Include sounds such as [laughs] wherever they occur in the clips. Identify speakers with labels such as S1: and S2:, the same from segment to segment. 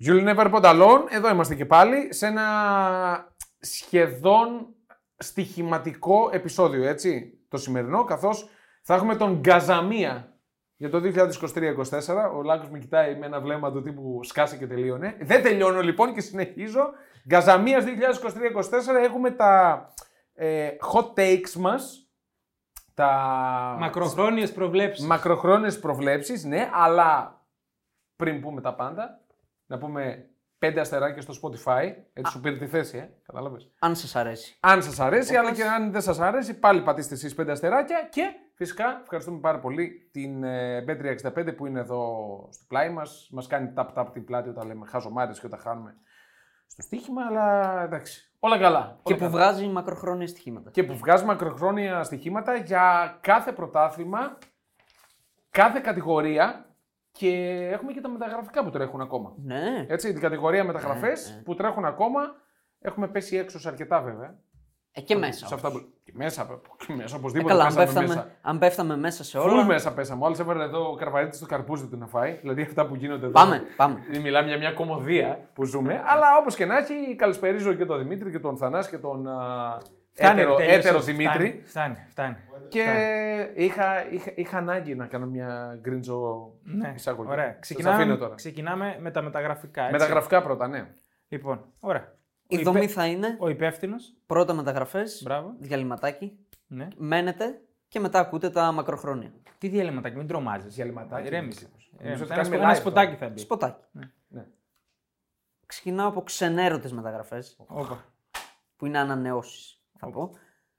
S1: You'll never put alone. Εδώ είμαστε και πάλι σε ένα σχεδόν στοιχηματικό επεισόδιο, έτσι, το σημερινό, καθώς θα έχουμε τον Γκαζαμία για το 2023-2024. Ο Λάκος με κοιτάει με ένα βλέμμα του τύπου σκάσε και τελείωνε. Δεν τελειώνω λοιπόν και συνεχίζω. Γκαζαμίας 2023-2024 έχουμε τα ε, hot takes μας, τα
S2: Μακροχρόνιες προβλέψεις.
S1: μακροχρόνιες προβλέψεις, ναι, αλλά πριν πούμε τα πάντα, να πούμε πέντε αστεράκια στο Spotify, έτσι σου πήρε τη θέση, ε, κατάλαβες.
S3: Αν σας αρέσει.
S1: Αν σας αρέσει, αλλά και αν δεν σας αρέσει, πάλι πατήστε εσείς πέντε αστεράκια και φυσικά ευχαριστούμε πάρα πολύ την ε, Bet365 που είναι εδώ στο πλάι μας. Μας κάνει tap-tap την πλάτη όταν λέμε χαζομάρες και όταν χάνουμε στο στοίχημα, αλλά εντάξει. Όλα καλά. όλα
S3: Και που
S1: καλά.
S3: βγάζει μακροχρόνια στοιχήματα.
S1: και που βγάζει μακροχρόνια στοιχήματα για κάθε πρωτάθλημα, κάθε κατηγορία και έχουμε και τα μεταγραφικά που τρέχουν ακόμα.
S3: Ναι.
S1: Έτσι, την κατηγορία μεταγραφές
S3: ε.
S1: που τρέχουν ακόμα. Έχουμε πέσει έξω σε αρκετά βέβαια.
S3: Ε, και μέσα.
S1: Σε
S3: όμως.
S1: αυτά που... και μέσα, απ' απ' και μέσα
S3: Ε,
S1: οπωσδήποτε.
S3: καλά, αν
S1: πέσαμε
S3: πέφταμε,
S1: μέσα.
S3: αν πέφταμε μέσα σε
S1: Φουλ
S3: όλα.
S1: μέσα πέσαμε. Όλε έβαλε εδώ ο καρβαρίτη στο καρπούζι του να φάει. Δηλαδή αυτά που γίνονται εδώ.
S3: Πάμε, πάμε.
S1: Δηλαδή, Μιλάμε για μια κομμωδία που ζούμε. αλλά όπως και να έχει, καλησπερίζω και τον Δημήτρη και τον Θανάση και τον α, έτερο,
S2: τέλειωσε,
S1: έτερο
S2: φτάνει,
S1: Δημήτρη.
S2: Φτάνει, φτάνει.
S1: Και είχα, είχα, είχα ανάγκη να κάνω μια γκριντζο
S2: Ναι,
S1: εισαγωγή.
S2: ωραία.
S1: Σας
S2: Ξεκινάμε,
S1: αφήνω τώρα.
S2: ξεκινάμε με τα μεταγραφικά. έτσι.
S1: Με τα γραφικά πρώτα, ναι.
S2: Λοιπόν, ωραία.
S3: Η
S2: Ο
S3: δομή
S2: υπε-
S3: θα είναι
S2: Ο υπεύθυνος.
S3: πρώτα μεταγραφές,
S2: Μπράβο.
S3: διαλυματάκι,
S2: Ναι.
S3: μένετε και μετά ακούτε τα μακροχρόνια.
S2: Τι διαλυματάκι, μην τρομάζεις.
S1: Διαλυματάκι,
S2: Ηρέμησε.
S1: μήπως.
S2: Ε,
S1: Νομίζω ότι
S2: Ένα
S1: κάνουμε
S2: σπο- ένα
S1: live
S2: σποτάκι
S1: τώρα.
S2: θα μπει.
S3: Σποτάκι.
S1: ναι.
S3: Ξεκινάω από ξενέρωτες μεταγραφές,
S2: Όπα.
S3: που είναι ανανεώσεις. Θα πω.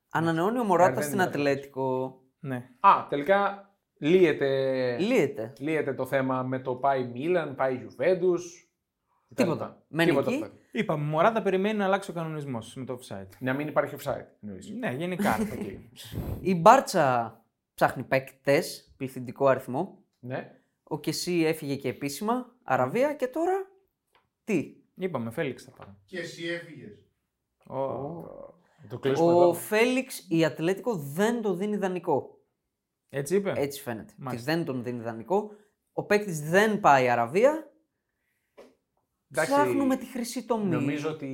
S3: Ανανεώνει ο Μωράτα
S1: Καρδένι
S3: στην
S1: μεταγραφές.
S3: Ατλέτικο.
S2: Ναι.
S1: Α, τελικά λύεται.
S3: Λύεται.
S1: λύεται το θέμα με το πάει Μίλαν, πάει Γιουβέντους.
S3: Τίποτα. Μένει εκεί.
S2: Είπαμε, μωρά θα περιμένει να αλλάξει ο κανονισμός με το offside.
S1: Να μην υπάρχει offside. εννοείς.
S2: Ναι,
S3: [laughs]
S2: γενικά. ρε.
S1: Οκ.
S3: Η Μπάρτσα ψάχνει παίκτες, πληθυντικό αριθμό.
S1: ναι.
S3: Ο Κεσί έφυγε και επίσημα, Αραβία και τώρα. Τι.
S2: Είπαμε, Φέληξ θα πάμε.
S4: Και εσύ έφυγες.
S2: Ω.
S1: Το κλείσουμε
S3: Ο
S1: εδώ.
S3: Φέληξ η Ατλέτικο δεν τον δίνει ιδανικό.
S2: Έτσι είπε.
S3: Έτσι φαίνεται. Ότι
S2: Ε, Μάλιστα.
S3: δεν τον δίνει ιδανικό. Ο παίκτης δεν πάει Αραβία.
S1: Εντάξει,
S3: Ψάχνουμε τη χρυσή τομή.
S1: Νομίζω ότι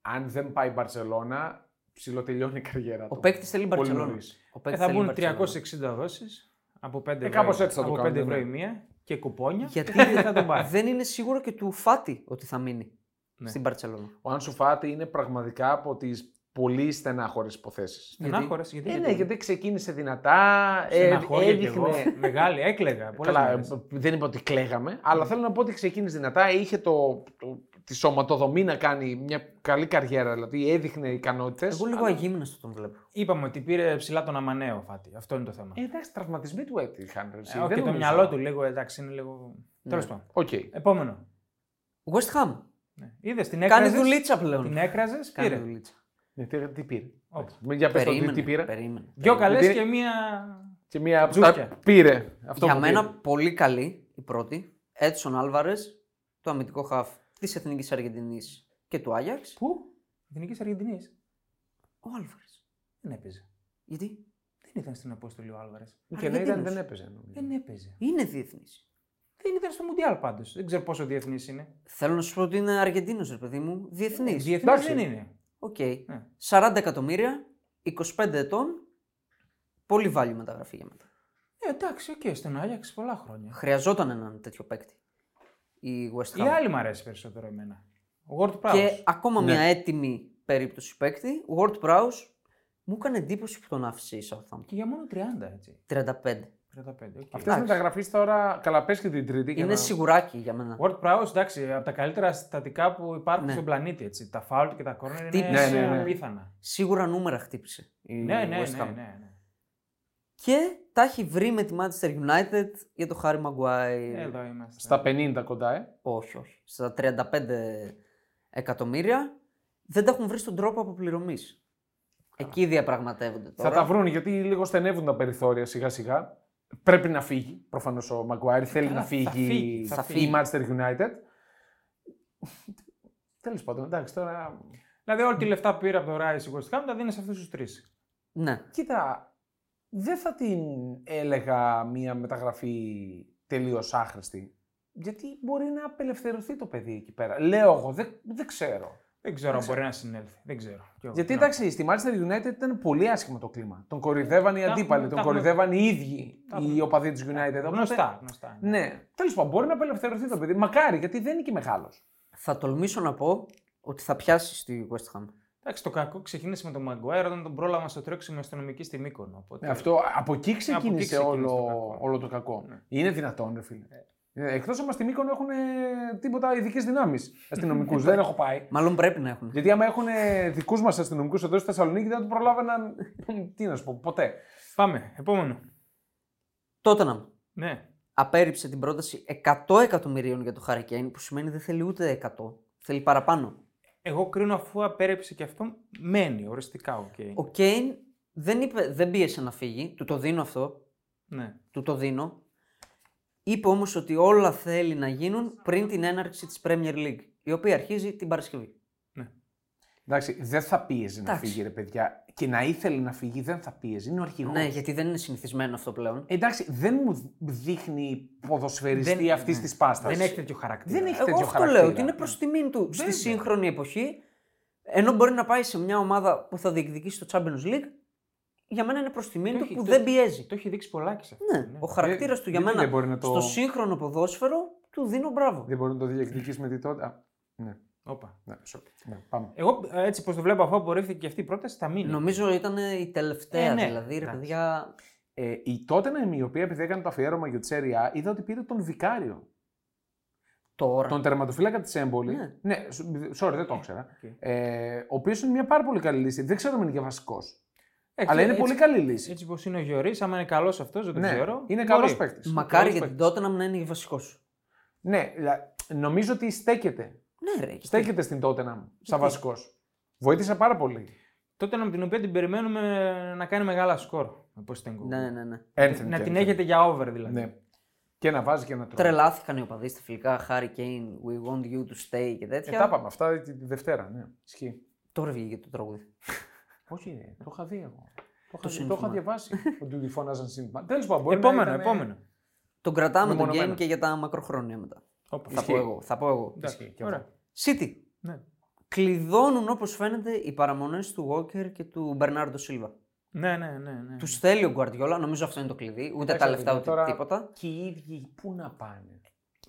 S1: αν δεν πάει η Μπαρσελόνα, ψηλοτελειώνει η καριέρα του.
S3: Ο παίκτης θέλει
S1: Πολύ
S3: Μπαρσελόνα.
S1: νωρίς.
S3: Ο
S2: Ε,
S3: παίκτης
S2: θα
S3: θέλει
S2: μπουν
S3: Μπαρτσελόνα.
S2: 360 δόσεις από 5 ευρώ.
S1: Ε, κάπως έτσι θα το
S2: από
S1: κάνουμε,
S2: 5 ευρώ
S1: ναι.
S2: η μία και κουπόνια.
S3: Γιατί
S2: [laughs] θα τον πάρει.
S3: δεν είναι σίγουρο και του Φάτι ότι θα μείνει
S2: Ναι.
S3: στην Παρσελόνα.
S1: Ο Αν Σουφάτη είναι πραγματικά από τις πολύ στενάχωρε υποθέσει.
S2: Στενάχωρα, γιατί.
S1: Ε, ναι, γιατί ξεκίνησε δυνατά, ε,
S2: Στεναχώρια κι εγώ.
S1: έδειχνε.
S2: Μεγάλη,
S1: [laughs]
S2: έκλαιγα. πολλές
S1: Καλά,
S2: μέρες.
S1: ε, δεν είπα ότι κλαίγαμε, αλλά θέλω να πω ότι ξεκίνησε δυνατά. Είχε το, το, τη σωματοδομή να κάνει μια καλή καριέρα, δηλαδή έδειχνε ικανότητες.
S3: Εγώ λίγο αγίμναστο τον βλέπω.
S2: Είπαμε ότι πήρε ψηλά τον Αμανέο Φάτι. Αυτό είναι το θέμα.
S1: Ε, εντάξει, τραυματισμοί του έτσι είχαν. ρε, εσύ.
S2: Ε, όχι,
S1: Δεν
S2: το
S1: νομίζω. Ναι.
S2: μυαλό του λίγο εντάξει είναι λίγο. Τέλος πάντων.
S1: Οκ.
S2: Επόμενο.
S3: West Ham.
S2: Ναι. Είδες την
S3: Κάνει
S2: έκραζες.
S3: δουλίτσα πλέον.
S2: Την έκραζες.
S3: Κάνει
S2: Πήρε.
S3: δουλίτσα.
S1: Ναι, τι, τι πήρε.
S2: Όπα.
S1: Μην Για πες το τι,
S3: Περίμενε.
S1: τι πήρε.
S3: περίμενε.
S2: Δυο
S1: Περίμενε.
S2: καλές
S1: Πήρε-
S2: και μία.
S1: Και μία από
S2: Τζούφια.
S1: τα πήρε. Αυτό
S3: Για
S1: που
S3: μένα
S1: πήρε.
S3: πολύ καλή η πρώτη. Έτσον Άλβαρες, το αμυντικό χαφ της Εθνικής Αργεντινής και του Άγιαξ.
S2: Πού? Εθνικής Αργεντινής.
S3: Ο Άλβαρες.
S2: Δεν έπαιζε.
S3: Γιατί
S2: Δεν ήταν στην απόστολη ο Άλβαρες.
S1: Και να ήταν,
S3: Αργεντίνος.
S1: δεν έπαιζε. νομίζω.
S3: Ε,
S2: Δεν έπαιζε.
S3: είναι διεθνής.
S2: Δεν ήταν στο Μουντιάλ πάντως. Δεν ξέρω πόσο διεθνής είναι.
S3: Θέλω να σου πω ότι είναι Αργεντίνος, ρε παιδί μου.
S1: Ε,
S3: Διεθνής.
S2: Διεθνή
S1: Εντάξει.
S2: δεν είναι.
S3: Οκ.
S2: Ναι.
S3: 40 εκατομμύρια, 25 ετών. Πολύ value μεταγραφή για μένα.
S2: Ε, εντάξει, οκ, στον Άγιαξ πολλά χρόνια.
S3: Χρειαζόταν έναν τέτοιο παίκτη η West
S2: Η
S3: Ham.
S2: άλλη μου αρέσει περισσότερο εμένα. Ο Γουόρτ Πράου.
S3: Και ακόμα
S1: Ναι.
S3: μια έτοιμη περίπτωση παίκτη, ο Ward Prowse, μου έκανε εντύπωση που τον άφησε η Southampton.
S2: Και για μόνο 30 έτσι.
S3: 35.
S2: 35.
S1: Αυτέ
S2: Okay.
S1: οι
S3: Εντάξει.
S1: μεταγραφέ τώρα καλά, πες και την Τρίτη. για
S3: Είναι
S1: να-
S3: σιγουράκι για μένα.
S2: Word Prowse, εντάξει, από τα καλύτερα συστατικά που υπάρχουν
S3: Ναι.
S2: στον πλανήτη. Έτσι. Τα foul και τα corner είναι
S3: Χτύπησε.
S1: Ναι, ναι, ναι.
S2: απίθανα.
S3: Σίγουρα νούμερα χτύπησε η
S2: Ναι, ναι,
S3: West
S2: ναι,
S3: Ham.
S2: ναι, ναι.
S3: Και τα έχει βρει με τη Manchester United για το Harry Maguire.
S2: Εδώ είμαστε.
S1: Στα 50 κοντά, ε.
S3: Όχι, όχι. Στα 35 εκατομμύρια δεν τα έχουν βρει στον τρόπο αποπληρωμής. Εκεί διαπραγματεύονται τώρα.
S1: Θα τα βρουν γιατί λίγο στενεύουν τα περιθώρια σιγά σιγά. Πρέπει να φύγει. Προφανώς ο Μαγκουάρη θέλει
S2: καλά,
S1: να
S2: θα
S1: φύγει,
S2: φύγει,
S3: θα
S1: η
S3: φύγει.
S1: Manchester United. Τέλος πάντων, εντάξει τώρα.
S2: Δηλαδή, όλη τη λεφτά που πήρε από το Rice η West Ham τα δίνει σε αυτούς τους τρεις.
S3: Ναι.
S1: Κοίτα, δεν θα την έλεγα μία μεταγραφή τελείως άχρηστη. Γιατί μπορεί να απελευθερωθεί το παιδί εκεί πέρα. Λέω εγώ, δεν, δεν ξέρω.
S2: Δεν ξέρω αν μπορεί να συνέλθει. Δεν ξέρω. Κι εγώ. Ναι.
S1: Γιατί
S2: Να.
S1: εντάξει, στη Manchester United ήταν πολύ άσχημο το κλίμα. Τον κορυδεύαν οι
S2: Τα έχουμε-
S1: αντίπαλοι,
S2: τα
S1: τον
S2: έχουμε-
S1: κορυδεύαν οι ίδιοι
S2: τα
S1: οι
S2: έχουμε-
S1: οπαδοί της United. Οπότε-
S2: Γνωστά. γνωστά.
S1: Ναι. Τέλος πάντων, μπορεί να απελευθερωθεί το παιδί. Μακάρι, γιατί δεν είναι και μεγάλος.
S3: Θα τολμήσω να πω ότι θα πιάσει τη West Ham.
S2: Εντάξει, το κακό ξεκίνησε με τον Μαγκουάιρ όταν τον πρόλαβα στο τρέξιμο αστυνομική στη Μύκονο. Οπότε...
S1: Αυτό από εκεί
S2: Ναι. Από εκεί
S1: ξεκίνησε,
S2: ξεκίνησε
S1: όλο,
S2: το κακό.
S1: όλο το κακό.
S2: Ναι.
S1: Είναι δυνατόν, ρε φίλε. Εκτός όμως στη Μύκονο έχουν ε, τίποτα ειδικές δυνάμεις αστυνομικούς. δεν έχω πάει.
S3: Μάλλον πρέπει να έχουν.
S1: Γιατί άμα έχουν δικούς μας αστυνομικούς εδώ στη Θεσσαλονίκη, δεν θα του προλάβαιναν. [laughs] Τι να σου πω, ποτέ.
S2: Πάμε. Επόμενο.
S3: Τότε να
S2: Ναι.
S3: απέρριψε την πρόταση 100 εκατομμυρίων για το Χαρικέιν, που σημαίνει δεν θέλει ούτε 100. Θέλει παραπάνω.
S2: Εγώ κρίνω αφού απέρεψε και αυτό, μένει οριστικά. οκ.
S3: Ο Κέιν δεν, είπε, δεν πίεσε να φύγει, του το δίνω αυτό,
S2: Ναι.
S3: του το δίνω. Είπε όμως ότι όλα θέλει να γίνουν πριν την έναρξη της Premier League, η οποία αρχίζει την Παρασκευή.
S1: Εντάξει, δεν θα πίεζε να
S3: Εντάξει.
S1: φύγει, ρε παιδιά. Και να ήθελε να φύγει, δεν θα πίεζε. Είναι ο αρχηγός.
S3: Ναι, γιατί δεν είναι συνηθισμένο αυτό πλέον.
S1: Εντάξει, δεν μου δείχνει ποδοσφαιριστή
S2: Δεν-
S1: αυτής της πάστας.
S2: Δεν έχει τέτοιο χαρακτήρα.
S1: Δεν έχει
S3: Ε, Εγώ
S1: τέτοιο
S3: αυτό
S1: χαρακτήρα.
S3: λέω, ότι είναι προς τιμήν του στη
S2: Βέβαια.
S3: σύγχρονη εποχή. Ενώ μπορεί να πάει σε μια ομάδα που θα διεκδικήσει το Champions League, για μένα είναι προς τιμήν
S2: Το
S3: του
S2: έχει-
S3: που
S2: το-
S3: δεν πιέζει.
S2: Το έχει δείξει πολλάκι σε αυτό.
S3: Ναι, ο χαρακτήρας του για
S1: Ε, γιατί
S3: μένα
S1: δεν μπορεί να το-
S3: στο σύγχρονο ποδόσφαιρο του δίνω μπράβο.
S1: Δεν μπορεί να το διεκδικήσει με τη τότε. Α, ναι,
S2: Όπα.
S1: ναι, sorry. ναι, πάμε.
S2: Εγώ ε, έτσι πως το βλέπω, αφού απορρίφθηκε και αυτή η πρόταση, θα μείνει.
S3: Νομίζω ήταν η τελευταία.
S2: Ε, ναι,
S3: δηλαδή, ρε
S2: εντάξει.
S3: παιδιά.
S1: Ε, η τότε η οποία επειδή έκανε το αφιέρωμα για τη Σέρια, είδα ότι πήρε τον Βικάριο.
S3: Τώρα.
S1: Τον τερματοφύλακα της Έμπολη.
S3: Ναι.
S1: Ναι, sorry, δεν το ήξερα.
S2: Οκ.
S1: Ε, ο οποίος είναι μια πάρα πολύ καλή λύση. Δεν ξέρω αν είναι και βασικός.
S2: Εντάξει,
S1: Αλλά είναι
S2: έτσι-
S1: πολύ καλή λύση.
S2: Έτσι πως είναι ο Γιωρίς, άμα είναι καλός αυτός, δεν το
S1: ναι,
S2: ξέρω.
S1: είναι
S2: μπορεί.
S1: καλός παίκτης.
S3: Μακάρι για την Tottenham να είναι βασικό.
S1: Ναι, δηλα- νομίζω ότι στέκεται.
S3: Ναι, ρε.
S1: Στέκεται στην Tottenham σαν
S3: Γιατί?
S1: βασικός. Βοήθησε πάρα πολύ.
S2: Τότε με την οποία την περιμένουμε να κάνει μεγάλα σκορ. Πώς την
S3: Ναι, ναι, ναι.
S1: Anthony
S2: Να
S1: και
S2: την
S1: Anthony.
S2: έχετε για over δηλαδή.
S1: Ναι. Και να βάζει και να τρώει.
S3: Τρελάθηκαν οι οπαδοί στα φιλικά. Harry Kane, we want you to stay και
S1: Ε, τα
S3: τέτοια.
S1: είπαμε αυτά τη τη Δευτέρα. Ναι. Ισχύει.
S3: Τώρα βγήκε το τραγούδι.
S1: Όχι, ρε, το είχα δει εγώ. Το, είχα, δει, το
S3: σύνθημα.
S1: είχα διαβάσει. Ότι του φώναζαν σύνθημα. Τέλος πάντων, μπορεί να
S2: Επόμενο,
S1: ήταν, ε,
S2: επόμενο.
S3: Τον κρατάμε τον
S1: Μεμονωμένα.
S3: game και για τα μακροχρόνια μετά.
S2: Όπα.
S3: Θα πω εγώ. Θα πω εγώ.
S2: Εντάξει,
S1: Ισχύει και
S2: ωραία.
S1: αυτό.
S3: City.
S2: Ναι.
S3: Κλειδώνουν όπως φαίνεται οι παραμονές του Walker και του Μπερνάρντο Σίλβα.
S2: Ναι, ναι, ναι. ναι.
S3: Τους θέλει ο Γκουαρδιόλα, νομίζω αυτό είναι το κλειδί. Ούτε
S1: Εντάξει,
S3: τα λεφτά
S1: παιδιά,
S3: ούτε
S1: τώρα-
S3: τίποτα.
S1: Και οι ίδιοι πού να πάνε.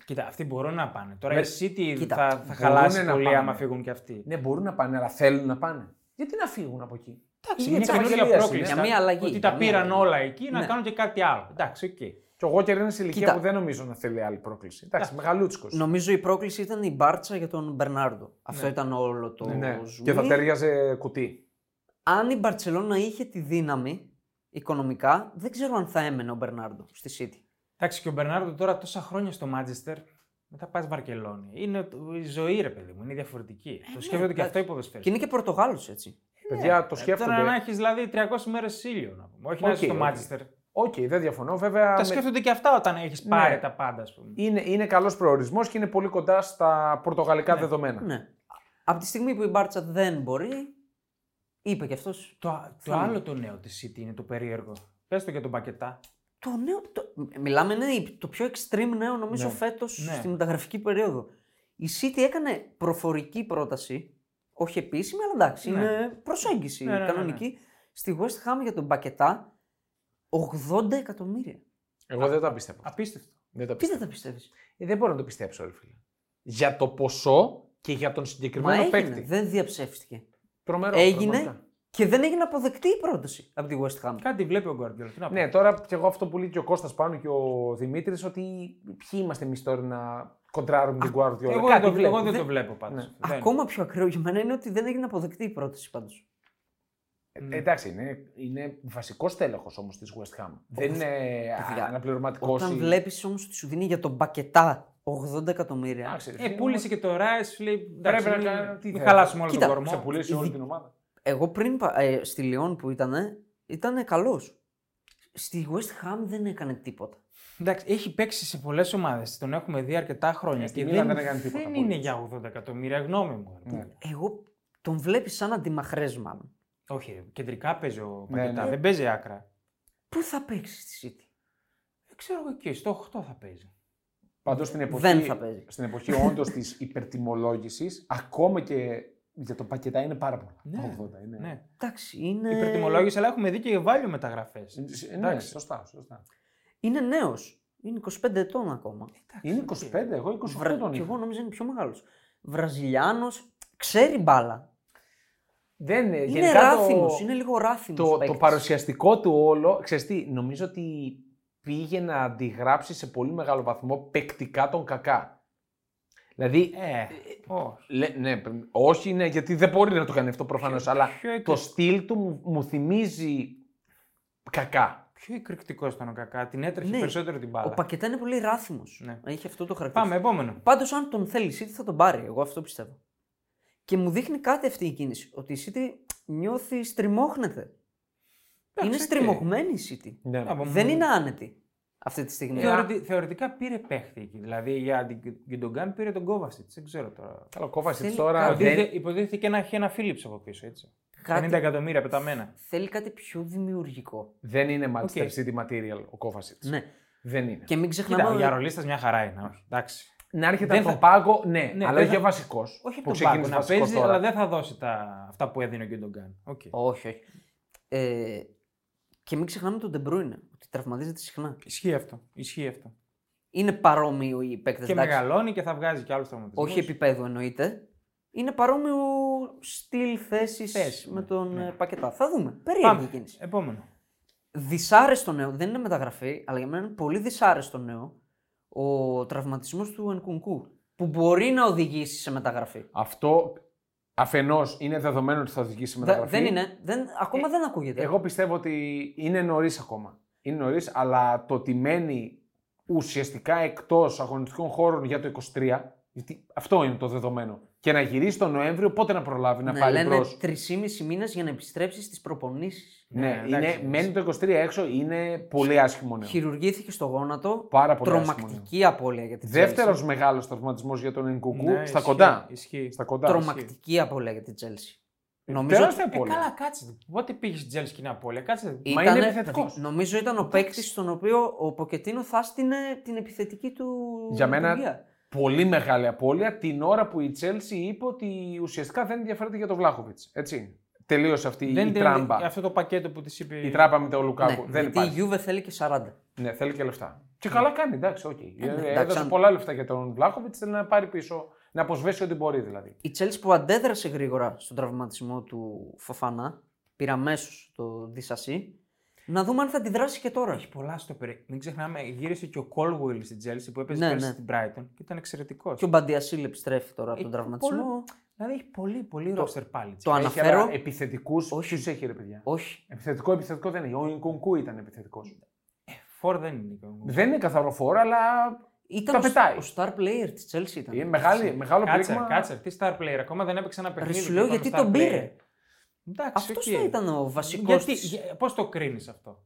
S2: Κοίτα, αυτοί μπορούν να πάνε. Τώρα
S1: Με-
S2: η City
S3: Κοίτα,
S2: θα, θα
S1: μπορούν
S2: χαλάσει
S1: να
S2: πολύ
S1: πάνε.
S2: άμα φύγουν και αυτοί.
S1: Ναι, μπορούν να πάνε, αλλά θέλουν να πάνε. Γιατί να φύγουν από εκεί.
S2: Εντάξει,
S1: είναι
S2: μια
S1: της
S2: καινούργια
S1: Ευαγγελίας,
S2: πρόκληση.
S3: είναι. Για μια αλλαγή,
S2: Ότι
S3: για
S2: τα
S3: μια
S2: πήραν
S3: αλλαγή.
S2: όλα εκεί να
S3: Ναι.
S2: κάνουν και κάτι άλλο. Εντάξει, οκ.
S1: Και εγώ και είναι σε ηλικία
S3: Κοίτα.
S1: που δεν νομίζω να θέλει άλλη πρόκληση. Εντάξει, μεγαλούτσικος.
S3: Νομίζω η πρόκληση ήταν η μπάρτσα για τον Μπερνάρντο. Αυτό ήταν όλο το
S1: Ναι.
S3: ζουμί.
S1: Και θα ταιριάζε κουτί.
S3: Αν η Μπαρσελόνα είχε τη δύναμη οικονομικά, δεν ξέρω αν θα έμενε ο Μπερνάρντο στη City.
S2: Εντάξει, και ο Μπερνάρντο τώρα τόσα χρόνια στο Μάντζεστερ, μετά πας Βαρκελόνη. Είναι το- η ζωή, ρε παιδί μου, είναι διαφορετική.
S1: Ε,
S2: το σκέφτονται και
S3: εντάξει.
S2: αυτό οι
S3: Και
S2: ποδοσφαιριστές.
S3: είναι και Πορτογάλος έτσι.
S1: Παιδιά, ναι, το
S2: Ε, Τώρα να
S1: σκέφτονται.
S2: έχεις δηλαδή 300 μέρε ήλιο να πούμε. Όχι να
S1: Οκ,
S2: είσαι στο
S1: οκ.
S2: Μάντζεστερ.
S1: Οκ, δεν διαφωνώ. Βέβαια,
S2: Τα
S1: με-
S2: σκέφτονται και αυτά όταν έχεις
S1: Ναι.
S2: πάρει τα πάντα, ας πούμε.
S1: είναι, είναι καλός προορισμός και είναι πολύ κοντά στα πορτογαλικά δεδομένα.
S3: Ναι. Από τη στιγμή που η Μπάρτσα δεν μπορεί, είπε κι αυτός.
S2: Το, το
S3: Πάμε.
S2: άλλο το νέο της City είναι το περίεργο. Πες το για τον Πακετά.
S3: Το νέο. Το... Μιλάμε, είναι η- το πιο extreme νέο νομίζω
S1: Ναι.
S3: φέτος
S2: Ναι.
S3: φέτο στη μεταγραφική περίοδο. Η City έκανε προφορική πρόταση, όχι επίσημη, αλλά εντάξει,
S2: Ναι.
S3: είναι προσέγγιση
S2: Ναι, ναι, ναι, ναι.
S3: κανονική. Στη West Ham για τον Μπακετά 80 εκατομμύρια.
S1: Εγώ δεν τα πιστεύω.
S2: Απίστευτο.
S1: Δεν τα
S3: Τι
S1: πιστεύω.
S3: δεν τα πιστεύεις.
S1: Ε, δεν μπορώ να το πιστέψω, ρε φίλε. Για το ποσό και για τον
S3: Μα
S1: συγκεκριμένο
S3: έγινε,
S1: παίκτη.
S3: δεν διαψεύστηκε.
S1: Τρομερό.
S3: έγινε
S1: πραγματικά.
S3: και δεν έγινε αποδεκτή η πρόταση από τη West Ham.
S2: Κάτι βλέπει ο Γκουαρδιόλ.
S1: Ναι, τώρα και εγώ αυτό που λέει και ο Κώστας πάνω και ο Δημήτρης, ότι ποιοι είμαστε εμείς τώρα να κοντράρουμε την Guardiola.
S2: Εγώ, δεν
S1: Κάτι
S2: το,
S1: βλέπω.
S2: εγώ δεν
S3: Δεν-
S2: το βλέπω πάντως.
S1: Ναι.
S2: Δεν.
S3: Ακόμα πιο ακραίο για μένα είναι ότι δεν έγινε αποδεκτή η πρόταση πάντως.
S1: Ε, εντάξει, είναι, είναι βασικό τέλεχο όμως της West Ham. δεν είναι
S3: παιδιά,
S1: αναπληρωματικός.
S3: Όταν βλέπεις όμως ότι σου δίνει για τον Μπακετά 80 εκατομμύρια.
S2: Ε, πούλησε και το Ράις, λέει. εντάξει,
S1: Πρέπει να
S2: μην-
S1: κάνω- τι
S2: Μην
S1: θα-
S2: χαλάσουμε όλο τον
S3: Κοίτα,
S2: κορμό.
S1: Σε πουλήσει όλη
S3: Ειδικ-
S1: την ομάδα.
S3: Εγώ πριν πα- ε, στη Λιόν που ήταν, ήταν καλός. Στη West Ham δεν έκανε τίποτα.
S2: Εντάξει, έχει παίξει σε πολλές ομάδες. Τον έχουμε δει αρκετά χρόνια.
S1: Ε, στη Μίλαν δεν έκανε τίποτα
S2: δεν
S1: πολύ.
S2: είναι για 80 εκατομμύρια, γνώμη μου.
S1: Ναι.
S3: Εγώ τον βλέπει σαν αντιμαχρές μάλλον.
S2: Όχι, ρε, κεντρικά παίζει ο
S1: Ναι,
S2: Πακετά,
S1: ναι.
S2: δεν παίζει άκρα. Ε,
S3: Πού θα παίξει στη City.
S2: Δεν ξέρω εγώ εκεί, στο 8 θα παίζει.
S1: Πάντως στην εποχή,
S3: Δεν θα παίζει.
S1: στην εποχή όντως
S3: [laughs]
S1: της υπερτιμολόγησης, ακόμα και για το πακετά είναι πάρα πολλά.
S2: Ναι.
S1: Τα 80 είναι.
S2: Ναι.
S3: Εντάξει, είναι.
S2: Υπερτιμολόγηση, αλλά έχουμε δει και βάλιο μεταγραφές.
S1: Ε, Ναι,
S2: Εντάξει.
S1: σωστά, σωστά.
S3: Είναι νέος. Είναι 25 ετών ακόμα.
S1: Είναι 25, εγώ 28
S3: Βρα...
S1: τον
S3: Και
S1: είχα.
S3: εγώ νόμιζα είναι πιο μεγάλος. Βραζιλιάνος, ξέρει μπάλα.
S1: Δεν, ε,
S3: Είναι
S1: γενικά το-
S3: ράθιμο, είναι λίγο ράθιμο.
S1: το, το παρουσιαστικό του όλο, ξέρεις τι, νομίζω ότι πήγε να αντιγράψει σε πολύ μεγάλο βαθμό παικτικά τον κακά. Δηλαδή,
S3: Ναι.
S2: Ε, όχι.
S1: λέ, ναι, π- όχι, ναι, γιατί δεν μπορεί να το κάνει αυτό προφανώς,
S2: Ποιο-
S1: αλλά
S2: ποιο εκ-
S1: το στυλ του μου, μου θυμίζει κακά.
S2: Πιο εκρηκτικό ήταν ο Κακά. Την έτρεχε
S3: Ναι.
S2: περισσότερο την
S3: Ο
S2: μπάλα.
S3: Πακετά είναι πολύ ράθιμο.
S2: Ναι.
S3: Είχε αυτό το χαρακτηριστικό.
S2: Πάμε, επόμενο.
S3: Πάντως, αν τον θέλει η City θα τον πάρει. Εγώ αυτό πιστεύω. Και μου δείχνει κάτι αυτή η κίνηση. Ότι η City νιώθει στριμώχνεται. είναι
S2: οκ.
S3: στριμωγμένη η City.
S1: Ναι.
S2: Από
S3: Δεν
S2: μόνο-
S3: είναι άνετη αυτή τη στιγμή.
S2: Θεωρητι- θεωρητικά πήρε παίχτη εκεί. Δηλαδή για την Γκιντογκάν πήρε τον Κόβασιτ. Δεν ξέρω τώρα.
S1: Καλό κόβαση
S3: Θέλει
S1: τώρα.
S3: κάτι.
S1: Δεν...
S2: Υποτίθεται, υποτίθεται και να έχει ένα Φίλιπς από πίσω, έτσι.
S3: Κάτι-
S2: 50 εκατομμύρια πεταμένα.
S3: Θέλει κάτι πιο δημιουργικό.
S1: δεν είναι Manchester
S2: Οκ.
S1: City material ο Kovacic.
S3: Ναι.
S1: Δεν είναι.
S3: Και μην
S2: Κοίτα,
S3: ξεχνάμε.
S2: ο
S3: ότι-
S2: Γιαρολίστας μια χαρά είναι, όχι. Εντάξει.
S1: Να έρχεται
S2: Δεν
S1: από
S2: θα-
S1: τον πάγκο, ναι,
S2: Ναι,
S1: αλλά
S2: δεν
S1: όχι
S2: θα-
S1: βασικός.
S2: Όχι από τον πάγκο να παίζει, αλλά δεν θα δώσει τα... αυτά που έδινε ο Γκιντογκάν. Οκ.
S3: Όχι, όχι. Ε, και μην ξεχνάμε τον De Bruyne, ότι τραυματίζεται συχνά.
S2: Ισχύει αυτό. Ισχύει αυτό.
S3: Είναι παρόμοιο οι παίκτες.
S2: Και μεγαλώνει και θα βγάζει και άλλους τραυματισμούς.
S3: Όχι επίπεδο εννοείται. Είναι παρόμοιο στυλ θέσης
S2: Θέση,
S3: με
S2: ναι,
S3: τον
S2: ναι.
S3: ε, Πακετά. Θα δούμε. Περίεργη
S2: Πάμε.
S3: κίνηση.
S2: Επόμενο.
S3: Δυσάρεστο νέο, δεν είναι μεταγραφή, αλλά για μένα είναι πολύ δυσάρεστο νέο ο τραυματισμός του Ενκουνκού. Που μπορεί να οδηγήσει σε μεταγραφή.
S1: Αυτό αφενός είναι δεδομένο ότι θα οδηγήσει
S3: Δε-
S1: μεταγραφή. Ε,
S3: δεν είναι. Δεν, ακόμα δεν ακούγεται.
S1: Εγώ πιστεύω ότι είναι νωρίς ακόμα. Είναι νωρίς, αλλά το ότι μένει ουσιαστικά εκτός αγωνιστικών χώρων για το 23, γιατί αυτό είναι το δεδομένο. Και να γυρίσει τον Νοέμβριο, πότε να προλάβει να
S3: ναι,
S1: πάρει
S3: λένε
S1: μπρος.
S3: 3,5 μήνες για να επιστρέψει στις προπονήσεις.
S1: Ναι,
S2: Ναι,
S1: είναι,
S2: εντάξει.
S1: μένει το 23 έξω, είναι πολύ άσχημο νέο.
S3: Χειρουργήθηκε στο γόνατο.
S1: Ναι. Πάρα πολύ άσχημο ναι. νέο.
S3: Τρομακτική απώλεια για την Chelsea.
S1: Δεύτερος μεγάλος τραυματισμός για τον Ενκουκού
S2: Ναι,
S1: στα
S2: ισχύει,
S1: κοντά.
S2: Ισχύει.
S1: Στα κοντά.
S3: Τρομακτική απώλεια για την Chelsea. Νομίζω
S1: Τεράστια
S2: Ε,
S1: απώλεια.
S2: καλά, κάτσε. Πότε πήγε στην Τζέλσκι να απώλεια, κάτσε.
S1: Μα είναι επιθετικός.
S3: δηλαδή, Νομίζω ήταν ο παίκτης στον οποίο ο Ποκετίνο θα στείνε την επιθετική του.
S1: Για μένα-
S3: λειτουργία.
S1: πολύ μεγάλη απώλεια την ώρα που η Chelsea είπε ότι ουσιαστικά δεν ενδιαφέρεται για τον Βλάχοβιτ. Έτσι. Τελείωσε αυτή
S2: Δεν
S1: η
S2: είναι
S1: τράμπα.
S2: Αυτό το πακέτο που της είπε.
S1: Η τράπα με τον Λουκάκου.
S3: Ναι,
S1: δεν
S3: γιατί
S1: υπάρχει.
S3: η Juve θέλει και 40.
S1: Ναι, θέλει και λεφτά. Και καλά κάνει, εντάξει, οκ. Ε,
S3: ναι, εντάξει,
S1: Έδωσε
S3: αν-
S1: πολλά λεφτά για τον Βλάχοβιτ, θέλει να πάρει πίσω, να αποσβέσει ό,τι μπορεί δηλαδή.
S3: Η Chelsea που αντέδρασε γρήγορα στον τραυματισμό του Φοφανά, πήρε αμέσως το Δισασί. Να δούμε αν θα αντιδράσει και τώρα.
S2: Έχει πολλά στο περί. Μην ξεχνάμε, γύρισε και ο Κόλγουιλ στην Τζέλση που έπαιζε
S3: Ναι,
S2: πέρσι
S3: ναι.
S2: στην Brighton και ήταν εξαιρετικός.
S3: Και ο Μπαντιασίλ επιστρέφει τώρα από τον
S2: Έχει
S3: τραυματισμό.
S2: πολλο- Δηλαδή έχει πολύ, πολύ ρόστερ πάλι.
S3: Το
S1: Έχει,
S3: αναφέρω.
S1: Ε, αλλά ε, επιθετικούς,
S3: Όχι.
S1: ποιους έχει ρε παιδιά.
S3: Όχι.
S1: Επιθετικό, επιθετικό δεν είναι. Ο Ινκουνκού ήταν επιθετικός.
S2: Ε, Φόρ δεν είναι. και ο-
S1: Δεν είναι καθαρό φόρο, αλλά
S3: Ήταν
S1: Τα
S3: ο, σ-
S1: πετάει.
S3: ο star player της Chelsea ήταν.
S1: είναι μεγάλη, μεγάλο
S2: Κάτσε,
S1: πλήγμα.
S2: κάτσε. Τι star player. Ακόμα δεν έπαιξε ένα παιχνίδι.
S3: σου
S2: και
S3: λέω
S2: είπαμε
S3: γιατί
S2: star
S3: τον
S2: player.
S3: πήρε.
S2: Εντάξει,
S3: Αυτός
S2: οκ.
S3: θα ήταν ο βασικός.
S2: Γιατί, πώς το κρίνεις αυτό.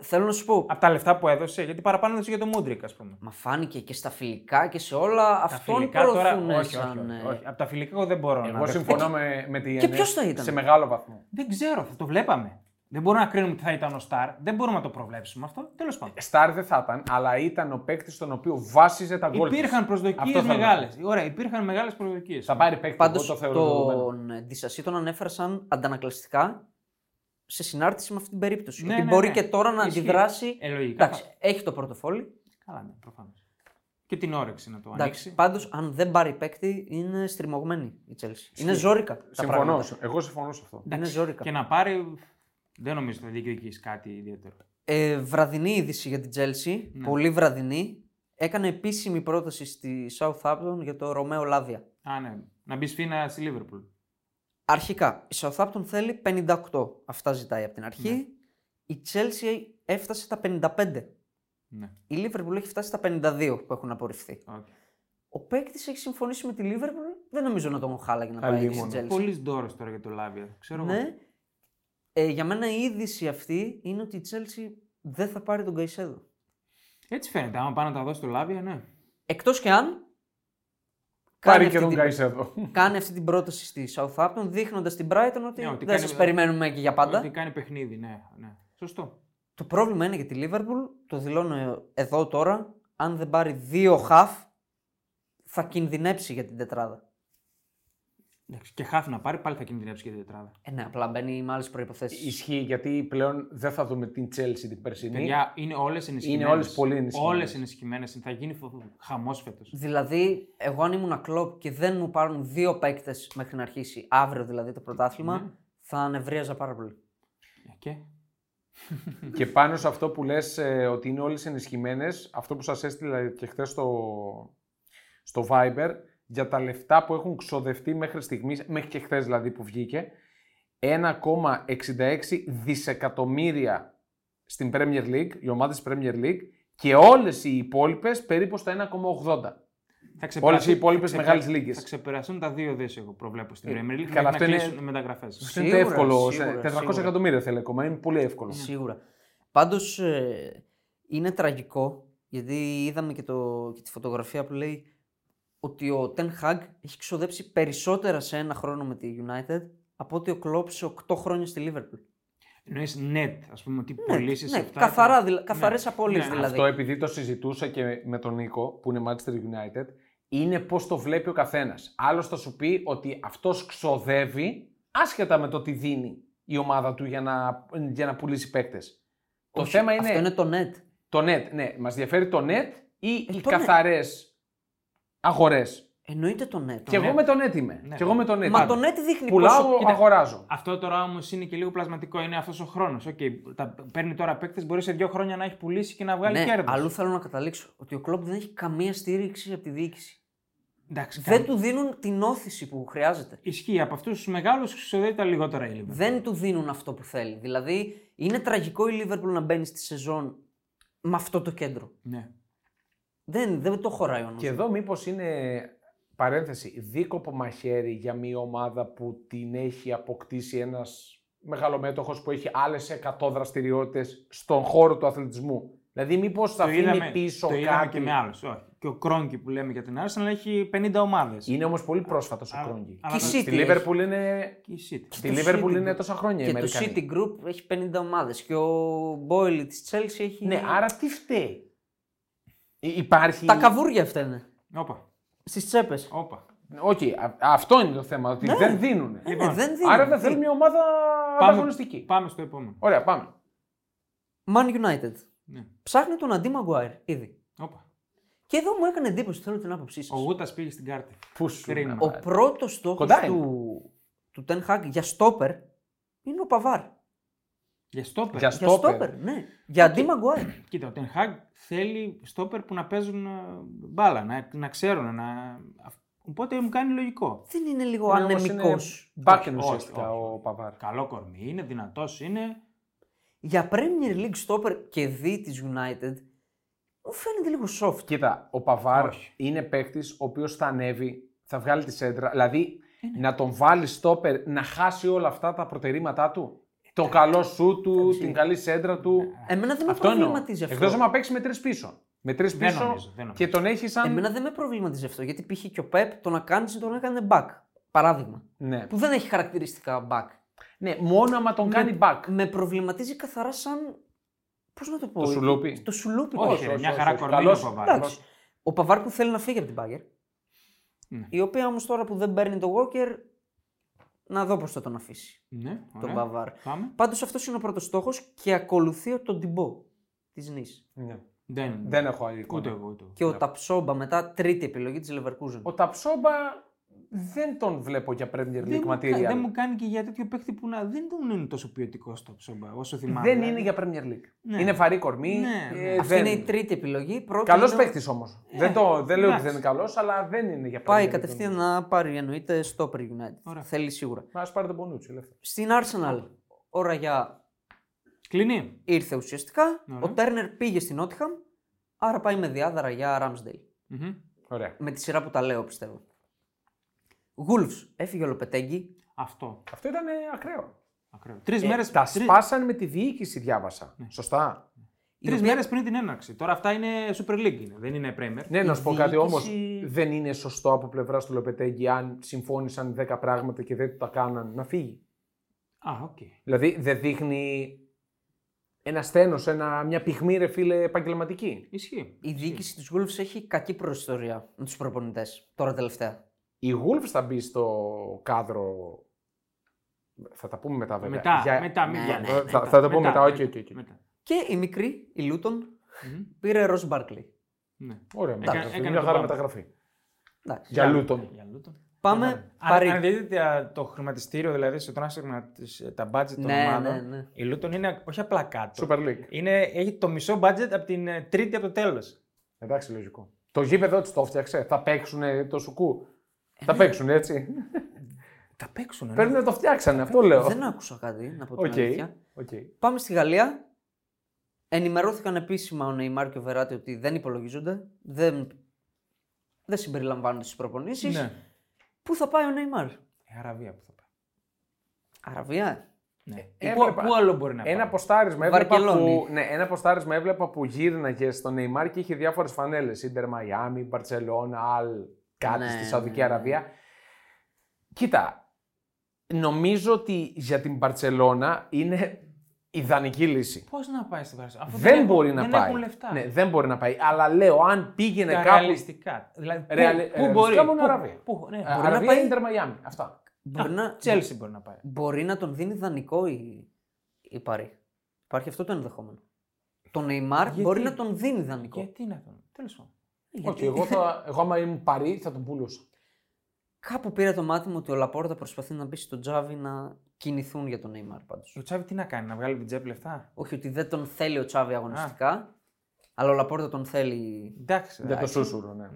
S3: Θέλω να σου πω.
S2: Από τα λεφτά που έδωσε, γιατί παραπάνω έδωσε για τον Μούντρικ, ας πούμε.
S3: Μα φάνηκε και στα φιλικά και σε όλα.
S2: Τα
S3: Αυτόν
S2: φιλικά τώρα.
S3: προωθούν
S2: Όχι, όχι,
S3: σαν.
S2: όχι,
S3: ε,
S2: όχι. Από τα φιλικά εγώ δεν μπορώ να.
S1: Εγώ
S2: δεχτώ.
S1: συμφωνώ με, με τη
S3: Και
S1: Ιέννη
S3: ποιος θα ήταν?
S1: Σε μεγάλο βαθμό.
S2: Δεν ξέρω, θα το βλέπαμε. Δεν μπορούμε να κρίνουμε τι θα ήταν ο Σταρ. Δεν μπορούμε να το προβλέψουμε αυτό. Τέλος πάντων.
S1: Στάρ δεν θα ήταν, αλλά ήταν ο παίκτης στον οποίο βάσιζε τα γκολ. της.
S2: Υπήρχαν
S1: Αυτό
S2: προσδοκίε
S1: θέλω να
S2: μεγάλες. Ωραία, υπήρχαν μεγάλες προσδοκίες.
S1: Θα πάρει παίκτη,
S3: Πάντως
S1: εγώ το θεωρώ δεδομένο.
S3: ε, τον Δισασί τον ανέφερα σαν αντανακλαστικά σε συνάρτηση με αυτή την περίπτωση.
S2: Ναι,
S3: ότι
S2: ναι,
S3: μπορεί
S2: ναι.
S3: και τώρα να
S2: Ισχύει.
S3: αντιδράσει.
S2: Ε, λογικά.
S3: Εντάξει, έχει το πορτοφόλι.
S2: Καλά, ναι, προφανώς. Και την όρεξη να το ανοίξει.
S3: Εντάξει, πάντως, αν δεν πάρει παίκτη, είναι στριμωγμένη η Chelsea. Είναι ζόρικα. τα
S1: Συμφωνώ.
S3: πράγματα.
S1: Εγώ συμφωνώ σε αυτό.
S3: Είναι ζόρικα.
S2: Και να πάρει. Δεν νομίζω ότι θα διεκδικήσει κάτι ιδιαίτερο.
S3: Ε, βραδινή είδηση για την Chelsea.
S2: Ναι.
S3: Πολύ βραδινή. Έκανε επίσημη πρόταση στη Southampton για το Ρωμαίο Λάβια.
S2: Α, ναι. Να μπεις φίνα στη Λίβερπουλ.
S3: Αρχικά, η Southampton θέλει 58. Αυτά ζητάει από την αρχή. Η Chelsea έφτασε τα 55.
S2: Ναι.
S3: Η Liverpool έχει φτάσει στα 52 που έχουν απορριφθεί.
S2: οκ.
S3: Ο παίκτης έχει συμφωνήσει με τη Liverpool. Δεν νομίζω να τον χάλαγε να πάει
S1: Αλλήμον.
S3: στην Chelsea.
S2: Πολύ ντόρο τώρα για το Λάβια. Ξέρω εγώ.
S3: Ναι. Ε, για μένα η είδηση αυτή είναι ότι η Chelsea δεν θα πάρει τον Καϊσέδο.
S2: Έτσι φαίνεται. Άμα πάνε να τα δώσει το Λάβια, ναι.
S3: Εκτός και αν.
S1: Πάρει και τον
S3: την,
S1: Καϊσέδο.
S3: κάνει αυτή την πρόταση στη Southampton δείχνοντας την Brighton ότι,
S2: Ναι, ότι
S3: δεν
S2: κάνει-
S3: σας περιμένουμε και για πάντα.
S2: Ότι κάνει παιχνίδι, ναι. ναι. Σωστό.
S3: Το πρόβλημα είναι για τη Liverpool, το δηλώνω εδώ τώρα, αν δεν πάρει δύο χαφ, θα κινδυνέψει για την τετράδα.
S2: Εντάξει, Και χάφ να πάρει, πάλι θα κινδυνεύσει και η τετράδα.
S3: Ε, ναι, απλά μπαίνει με άλλε προποθέσει.
S1: Ισχύει γιατί πλέον δεν θα δούμε την Chelsea την περσινή.
S2: Παιδιά, είναι όλες ενισχυμένες.
S1: Ναι. όλες πολύ ενισχυμένες.
S2: Όλες ενισχυμένες. Θα γίνει χαμός φέτος.
S3: Δηλαδή, εγώ αν ήμουν κλοπ και δεν μου πάρουν δύο παίκτες μέχρι να αρχίσει αύριο δηλαδή το πρωτάθλημα, θα ανεβρίαζα πάρα πολύ.
S2: Ε, Και.
S1: Και πάνω σε αυτό που λες ε, ότι είναι όλες ενισχυμένες, αυτό που σας έστειλα και χθες στο, στο Viber, για τα λεφτά που έχουν ξοδευτεί μέχρι στιγμής, μέχρι και χθες δηλαδή που βγήκε, 1,66 δισεκατομμύρια στην Premier League, οι ομάδες της Premier League, και όλες οι υπόλοιπες περίπου στα 1,80.
S2: Θα
S1: Όλες
S2: ξεπεράσει-
S1: οι υπόλοιπες
S2: θα ξεπε-
S1: μεγάλες λίγες.
S2: Θα ξεπεράσουν τα δύο δις, εγώ προβλέπω στην
S1: Ε,
S2: Premier League.
S1: καλά,
S2: Καλά,
S1: αυτό
S2: αυτό
S1: είναι-
S2: είναι μεταγραφές.
S1: Αυτό είναι το
S3: Σίγουρα,
S1: εύκολο. σε
S3: σίγουρα,
S1: 400
S3: σίγουρα. Ναι.
S1: εκατομμύρια θέλει ακόμα. Είναι πολύ εύκολο.
S2: Ναι.
S3: Σίγουρα. Πάντως είναι τραγικό γιατί είδαμε και, το, και τη φωτογραφία που λέει ότι ο Ten Hag έχει ξοδέψει περισσότερα σε ένα χρόνο με τη United από ότι ο Κλόπ σε 8 χρόνια στη Liverpool.
S2: Εννοείς net, ας πούμε, ότι
S3: Ναι,
S2: πωλήσεις.
S3: ναι, καθαρά, δηλα... καθαρές απώλειες
S2: Ναι,
S3: δηλαδή.
S1: Αυτό επειδή το συζητούσα και με τον Νίκο που είναι Manchester United, είναι πώς το βλέπει ο καθένας. Άλλο θα σου πει ότι αυτός ξοδεύει άσχετα με το τι δίνει η ομάδα του για να, για να πουλήσει παίκτες. Το
S3: Όχι,
S1: θέμα είναι,
S3: Αυτό είναι το net.
S1: το net. Ναι, μας διαφέρει το net ή οι
S3: το net.
S1: καθαρές αγορές.
S3: Εννοείται το net.
S1: Και εγώ
S2: net.
S1: με το net είμαι.
S2: Ναι.
S1: Και εγώ με το net.
S3: Μα
S1: είμαι.
S3: το net δείχνει πόσο...
S1: Πουλάω,
S2: κοίτα.
S1: αγοράζω.
S2: Αυτό τώρα όμως είναι και λίγο πλασματικό. Είναι αυτός ο χρόνος. Okay, τα παίρνει τώρα παίκτες, μπορεί σε δύο χρόνια να έχει πουλήσει και να βγάλει
S3: Ναι,
S2: κέρδος.
S3: αλλού θέλω να καταλήξω ότι ο Κλόπ δεν έχει καμία στήριξη από τη διοίκηση.
S2: Εντάξει,
S1: Ναι.
S3: Δεν
S2: κα-
S3: του δίνουν την όθηση που χρειάζεται.
S2: Ισχύει. Από αυτούς τους μεγάλους ξοδεύει τα λιγότερα η Liverpool.
S3: Δεν του δίνουν αυτό που θέλει. Δηλαδή, είναι τραγικό η Λίβερπουλ να μπαίνει στη σεζόν με αυτό το κέντρο.
S2: Ναι.
S3: Δεν, δεν το χωράει ο νους.
S1: Και εδώ μήπως είναι παρένθεση, δίκοπο μαχαίρι για μια ομάδα που την έχει αποκτήσει ένας μεγαλομέτωχος που έχει άλλες 100 δραστηριότητες στον χώρο του αθλητισμού. Δηλαδή, μήπως θα
S2: Το
S1: αφήνει
S2: είδαμε,
S1: πίσω
S2: το είδαμε
S1: κάτι.
S2: και με άλλους. Και ο Κρόνκι που λέμε για την Arsenal έχει 50 ομάδες.
S1: Είναι όμως πολύ πρόσφατος ο
S2: Α-
S1: Κρόνγκι.
S2: αλλά
S3: Και
S2: το-
S3: η City
S1: Στη Liverpool είναι.
S2: Και η City.
S1: Στη
S3: το
S1: Liverpool
S3: City
S1: είναι
S3: Group.
S1: τόσα χρόνια οι
S3: Και το
S1: Αμερικανοί.
S3: City Group έχει 50 ομάδες. Και ο Μπόιλι της Chelsea έχει.
S1: Ναι, άρα τι φταίει. Υ- Υπάρχει.
S3: Τα καβούρια αυτά είναι.
S2: Όπα.
S3: Στις τσέπες.
S2: όπα.
S1: Οκ, α- αυτό είναι το θέμα,
S2: Ναι.
S1: ότι δεν δίνουν.
S2: Λοιπόν,
S3: Ε, δεν δίνουν.
S1: Άρα δεν θέλει μια ομάδα
S2: Πάμε.
S1: ανταγωνιστική.
S2: Πάμε στο επόμενο.
S1: Ωραία, πάμε.
S3: Man United.
S2: Ναι.
S3: Ψάχνει τον Αντί Μαγκουάιρ ήδη.
S2: Όπα.
S3: Και εδώ μου έκανε εντύπωση, θέλω την άποψή σας.
S2: Ο Γούτας πήγε στην κάρτα.
S1: Πού σου
S2: Κρίμα.
S1: να
S3: Ο
S1: πάρει.
S3: πρώτος στόχος
S1: Κοντά είναι.
S3: του, του Ten Hag για στόπερ είναι ο Παβάρ.
S2: Για στόπερ.
S1: Για
S3: Για
S1: Στόπερ.
S3: στόπερ, ναι. Για αντί Μαγκουάιρ.
S2: Κοίτα, ο Ten Hag θέλει στόπερ που να παίζουν ε, μπάλα, να, να ξέρουν. Να... Οπότε μου κάνει λογικό.
S3: Δεν είναι λίγο
S1: Ναι, όμως είναι
S3: ανεμικός.
S1: Μπάκεν
S2: Όχι,
S1: ουσιαστικά
S2: όχι,
S1: ο Παβάρ.
S2: Καλό κορμί είναι, δυνατός είναι.
S3: Για Premier League Stopper και δι της United, μου φαίνεται λίγο soft.
S1: Κοίτα, ο Παβάρ
S2: Όχι.
S1: είναι παίκτης ο οποίος θα ανέβει, θα βγάλει τη σέντρα. Δηλαδή
S2: Ε, ναι.
S1: να τον βάλει στόπερ, να χάσει όλα αυτά τα προτερήματά του.
S2: Ε,
S1: Το καλό σου του, την καλή σέντρα
S2: Ναι.
S1: του.
S3: Εμένα δεν με
S1: Αυτό εννοώ.
S3: προβληματίζει αυτό.
S1: Εκτός άμα παίξει με τρεις πίσω. Με τρεις
S2: Δεν
S1: πίσω
S2: νομίζω, δεν νομίζω.
S1: και τον έχεις σαν.
S3: Εμένα δεν με προβληματίζει αυτό. Γιατί π.χ. και ο Pep τον Ακάντζη τον έκανε back. Παράδειγμα.
S1: Ναι.
S3: Που δεν έχει χαρακτηριστικά back.
S1: ναι, μόνο άμα τον κάνει back.
S3: Με προβληματίζει καθαρά σαν. Πώς να το πω.
S1: Το σουλούπι.
S3: Το σουλούπι.
S2: Ναι. Όχι,
S3: Όχι.
S2: ρε, μια χαρά κορμί
S1: Καλός.
S2: είναι ο Παβάρ.
S3: Εντάξει. Ο Παβάρ που θέλει να φύγει από την Bagger.
S2: Ναι.
S3: Η οποία όμως τώρα που δεν παίρνει το Walker. Να δω πώς θα τον αφήσει.
S2: Ναι,
S3: Τον
S2: ωραία.
S3: Παβάρ.
S2: Πάμε.
S3: Πάντως αυτός είναι ο πρώτος στόχος και ακολουθεί τον Τιμπό της Νης.
S1: Ναι.
S2: Δεν,
S1: Δεν έχω άλλη
S2: Ούτε
S1: εικόνα.
S2: εγώ, ούτε εγώ.
S3: Και ο Ταψόμπα μετά τρίτη επιλογή της Leverkusen.
S1: Ο Ταψόμπα δεν τον βλέπω για Premier
S2: Δεν
S1: League
S2: μου, κα- δεν μου
S1: material.
S2: κάνει και για τέτοιο παίχτη που να δεν τον είναι τόσο ποιοτικό στο ψόμπα, όσο θυμάμαι.
S1: Δεν
S2: δηλαδή.
S1: είναι για Premier League.
S2: Ναι.
S1: Είναι βαρύ κορμί.
S2: Ναι, ναι.
S1: ε,
S3: Αυτή
S1: δεν-
S3: είναι η τρίτη επιλογή. Πρώτη
S1: Καλός
S3: είναι ο-
S1: παίκτης όμως. δεν, το, δεν λέω ότι
S2: εντάξει.
S1: δεν είναι καλός, αλλά δεν είναι για
S3: Πάει
S1: Premier League.
S3: κατευθείαν να πάρει εννοείται Stopper United.
S2: Ωραία.
S3: Θέλει σίγουρα.
S1: Να ας πάρει τον Πονούτσι ελεύθερο.
S3: Στην Arsenal ο Ραγιά
S2: Κλείνει.
S3: ήρθε ουσιαστικά.
S2: Ωραία.
S3: Ο Τέρνερ πήγε στην Nottingham. Άρα πάει με διάδαρα για Ramsdale.
S2: Μμμ.
S1: Ωραία.
S3: Με τη σειρά που τα λέω πιστεύω. Wolves έφυγε ο Λοπετέγκη.
S2: Αυτό.
S1: Αυτό ήταν ε, ακραίο.
S2: Ακραίο. Τρεις μέρε
S1: Ε, τα σπάσαν με τη διοίκηση, διάβασα.
S3: Ναι.
S1: Σωστά.
S3: η οποία-
S2: μέρες πριν την έναρξη. Τώρα αυτά είναι Super League, είναι, δεν είναι Premier.
S1: Ναι, να σου πω κάτι όμως.
S3: διοίκηση-
S1: Δεν είναι σωστό από πλευρά του Λοπετέγκη αν συμφώνησαν 10 πράγματα και δεν του τα κάναν να φύγει.
S2: Α, οκ.
S1: Δηλαδή δεν δείχνει ένα στένο, ένα, μια πυγμή, ρε φίλε, επαγγελματική.
S2: Ισχύει.
S3: Η διοίκηση τη Wolves έχει κακή προϊστορία με τους προπονητές τώρα τελευταία.
S1: Η Wolves θα μπει στο κάδρο. Θα τα πούμε μετά, βέβαια.
S2: Μετά, μετά, μην
S3: Ναι,
S2: πιάνεις.
S3: ναι,
S1: θα- θα τα πω μετά, οκ, οκ, οκ.
S2: μετά.
S3: Και η μικρή, η Λούτον,
S2: Μμμ,
S3: πήρε Ρο Μπάρκλι.
S2: ναι.
S1: Ωραία,
S2: Έκανε-
S1: εντάξει,
S2: έκανε
S1: μια
S2: το
S1: χαρά
S2: πάμε.
S1: μεταγραφή.
S3: Εντάξει.
S1: Για Λούτον.
S2: Για Λούτον.
S3: Πάμε
S2: Αν, αν
S3: πάρει.
S2: δείτε τα- το χρηματιστήριο, δηλαδή στο transfer market, τα budget των
S3: Ναι,
S2: ομάδων,
S3: ναι, ναι.
S2: η Λούτον είναι όχι απλά κάτω.
S1: Super League.
S2: Είναι, έχει το μισό budget από την ε, τρίτη από το τέλος.
S1: Εντάξει, λογικό. Το γήπεδο της το φτιάξε. Θα παίξουν το σουκού.
S2: Ε, ναι.
S1: Θα παίξουν έτσι.
S2: Τα παίξουν. ναι.
S1: Παίρνουν το φτιάξανε, αυτό λέω.
S3: Δεν άκουσα κάτι, να πω την
S1: Οκ.
S3: αλήθεια.
S1: Οκ.
S3: Πάμε στη Γαλλία. Ενημερώθηκαν επίσημα ο Νεϊμάρ και ο Βεράτη ότι δεν υπολογίζονται. Δεν, δεν συμπεριλαμβάνονται στις προπονήσεις.
S2: Ναι.
S3: Πού θα πάει ο Νεϊμάρ,
S2: Η Ε, Αραβία που θα πάει.
S3: Αραβία. ε.
S2: Ναι.
S1: Ε,
S2: Πού,
S1: έβλεπα-
S2: πού άλλο μπορεί να πάει.
S1: Ένα ποστάρισμα, έβλεπα
S3: Βαρκελόνη.
S1: που, ναι, ένα ποστάρισμα έβλεπα που γύρναγε στο Νεϊμάρ και είχε διάφορες φανέλες. Ιντερ Μαϊάμι, Μπαρσελόνα, Αλ, κάτι
S3: Ναι,
S1: στη Σαουδική
S3: ναι, ναι.
S1: Αραβία. Κοίτα, νομίζω ότι για την Μπαρσελόνα είναι ιδανική λύση.
S2: Πώς να πάει στην Παρσελόνα. αφού
S1: δεν
S2: έχουν-
S1: μπορεί να
S2: δεν
S1: πάει.
S2: Έχουν λεφτά.
S1: Ναι, δεν μπορεί να πάει. Αλλά λέω, αν πήγαινε
S2: Τα
S1: κάπου.
S2: ρεαλιστικά. Δηλαδή, πού,
S1: Ρεαλι-
S2: πού
S1: ρεαλιστικά
S2: μπορεί.
S1: μόνο
S2: πού-
S1: Αραβία.
S2: πού- ναι,
S1: Ε,
S2: μπορεί να
S1: Αραβία,
S2: πάει.
S1: Ιντερ Μαϊάμι. Αυτά.
S3: Μπορεί, να,
S2: Chelsea μπορεί να πάει.
S3: μπορεί να τον δίνει δανεικό η, η Παρή. Υπάρχει αυτό το ενδεχόμενο. Το Νεϊμάρ
S2: Γιατί?
S3: μπορεί να τον δίνει δανεικό. Ε,
S2: Γιατί να τον. Τέλος πάντων.
S1: Οκ, εγώ, θα, εγώ άμα ήμουν Παρή θα τον πουλούσα.
S2: Ναι,
S3: Κάπου πήρε το μάτι μου ότι ο Λαπόρτα προσπαθεί να πείσει τον Τζάβι να κινηθούν για τον Νεϊμάρ πάντως.
S2: Ο Τσάβη τι να κάνει, να βγάλει την τσέπη λεφτά.
S3: Όχι ότι δεν τον θέλει ο Τσάβη αγωνιστικά, αλλά ο Λαπόρτα τον θέλει
S2: Εντάξει.
S1: Για το
S2: εντάξει.
S1: σούσουρο, ναι.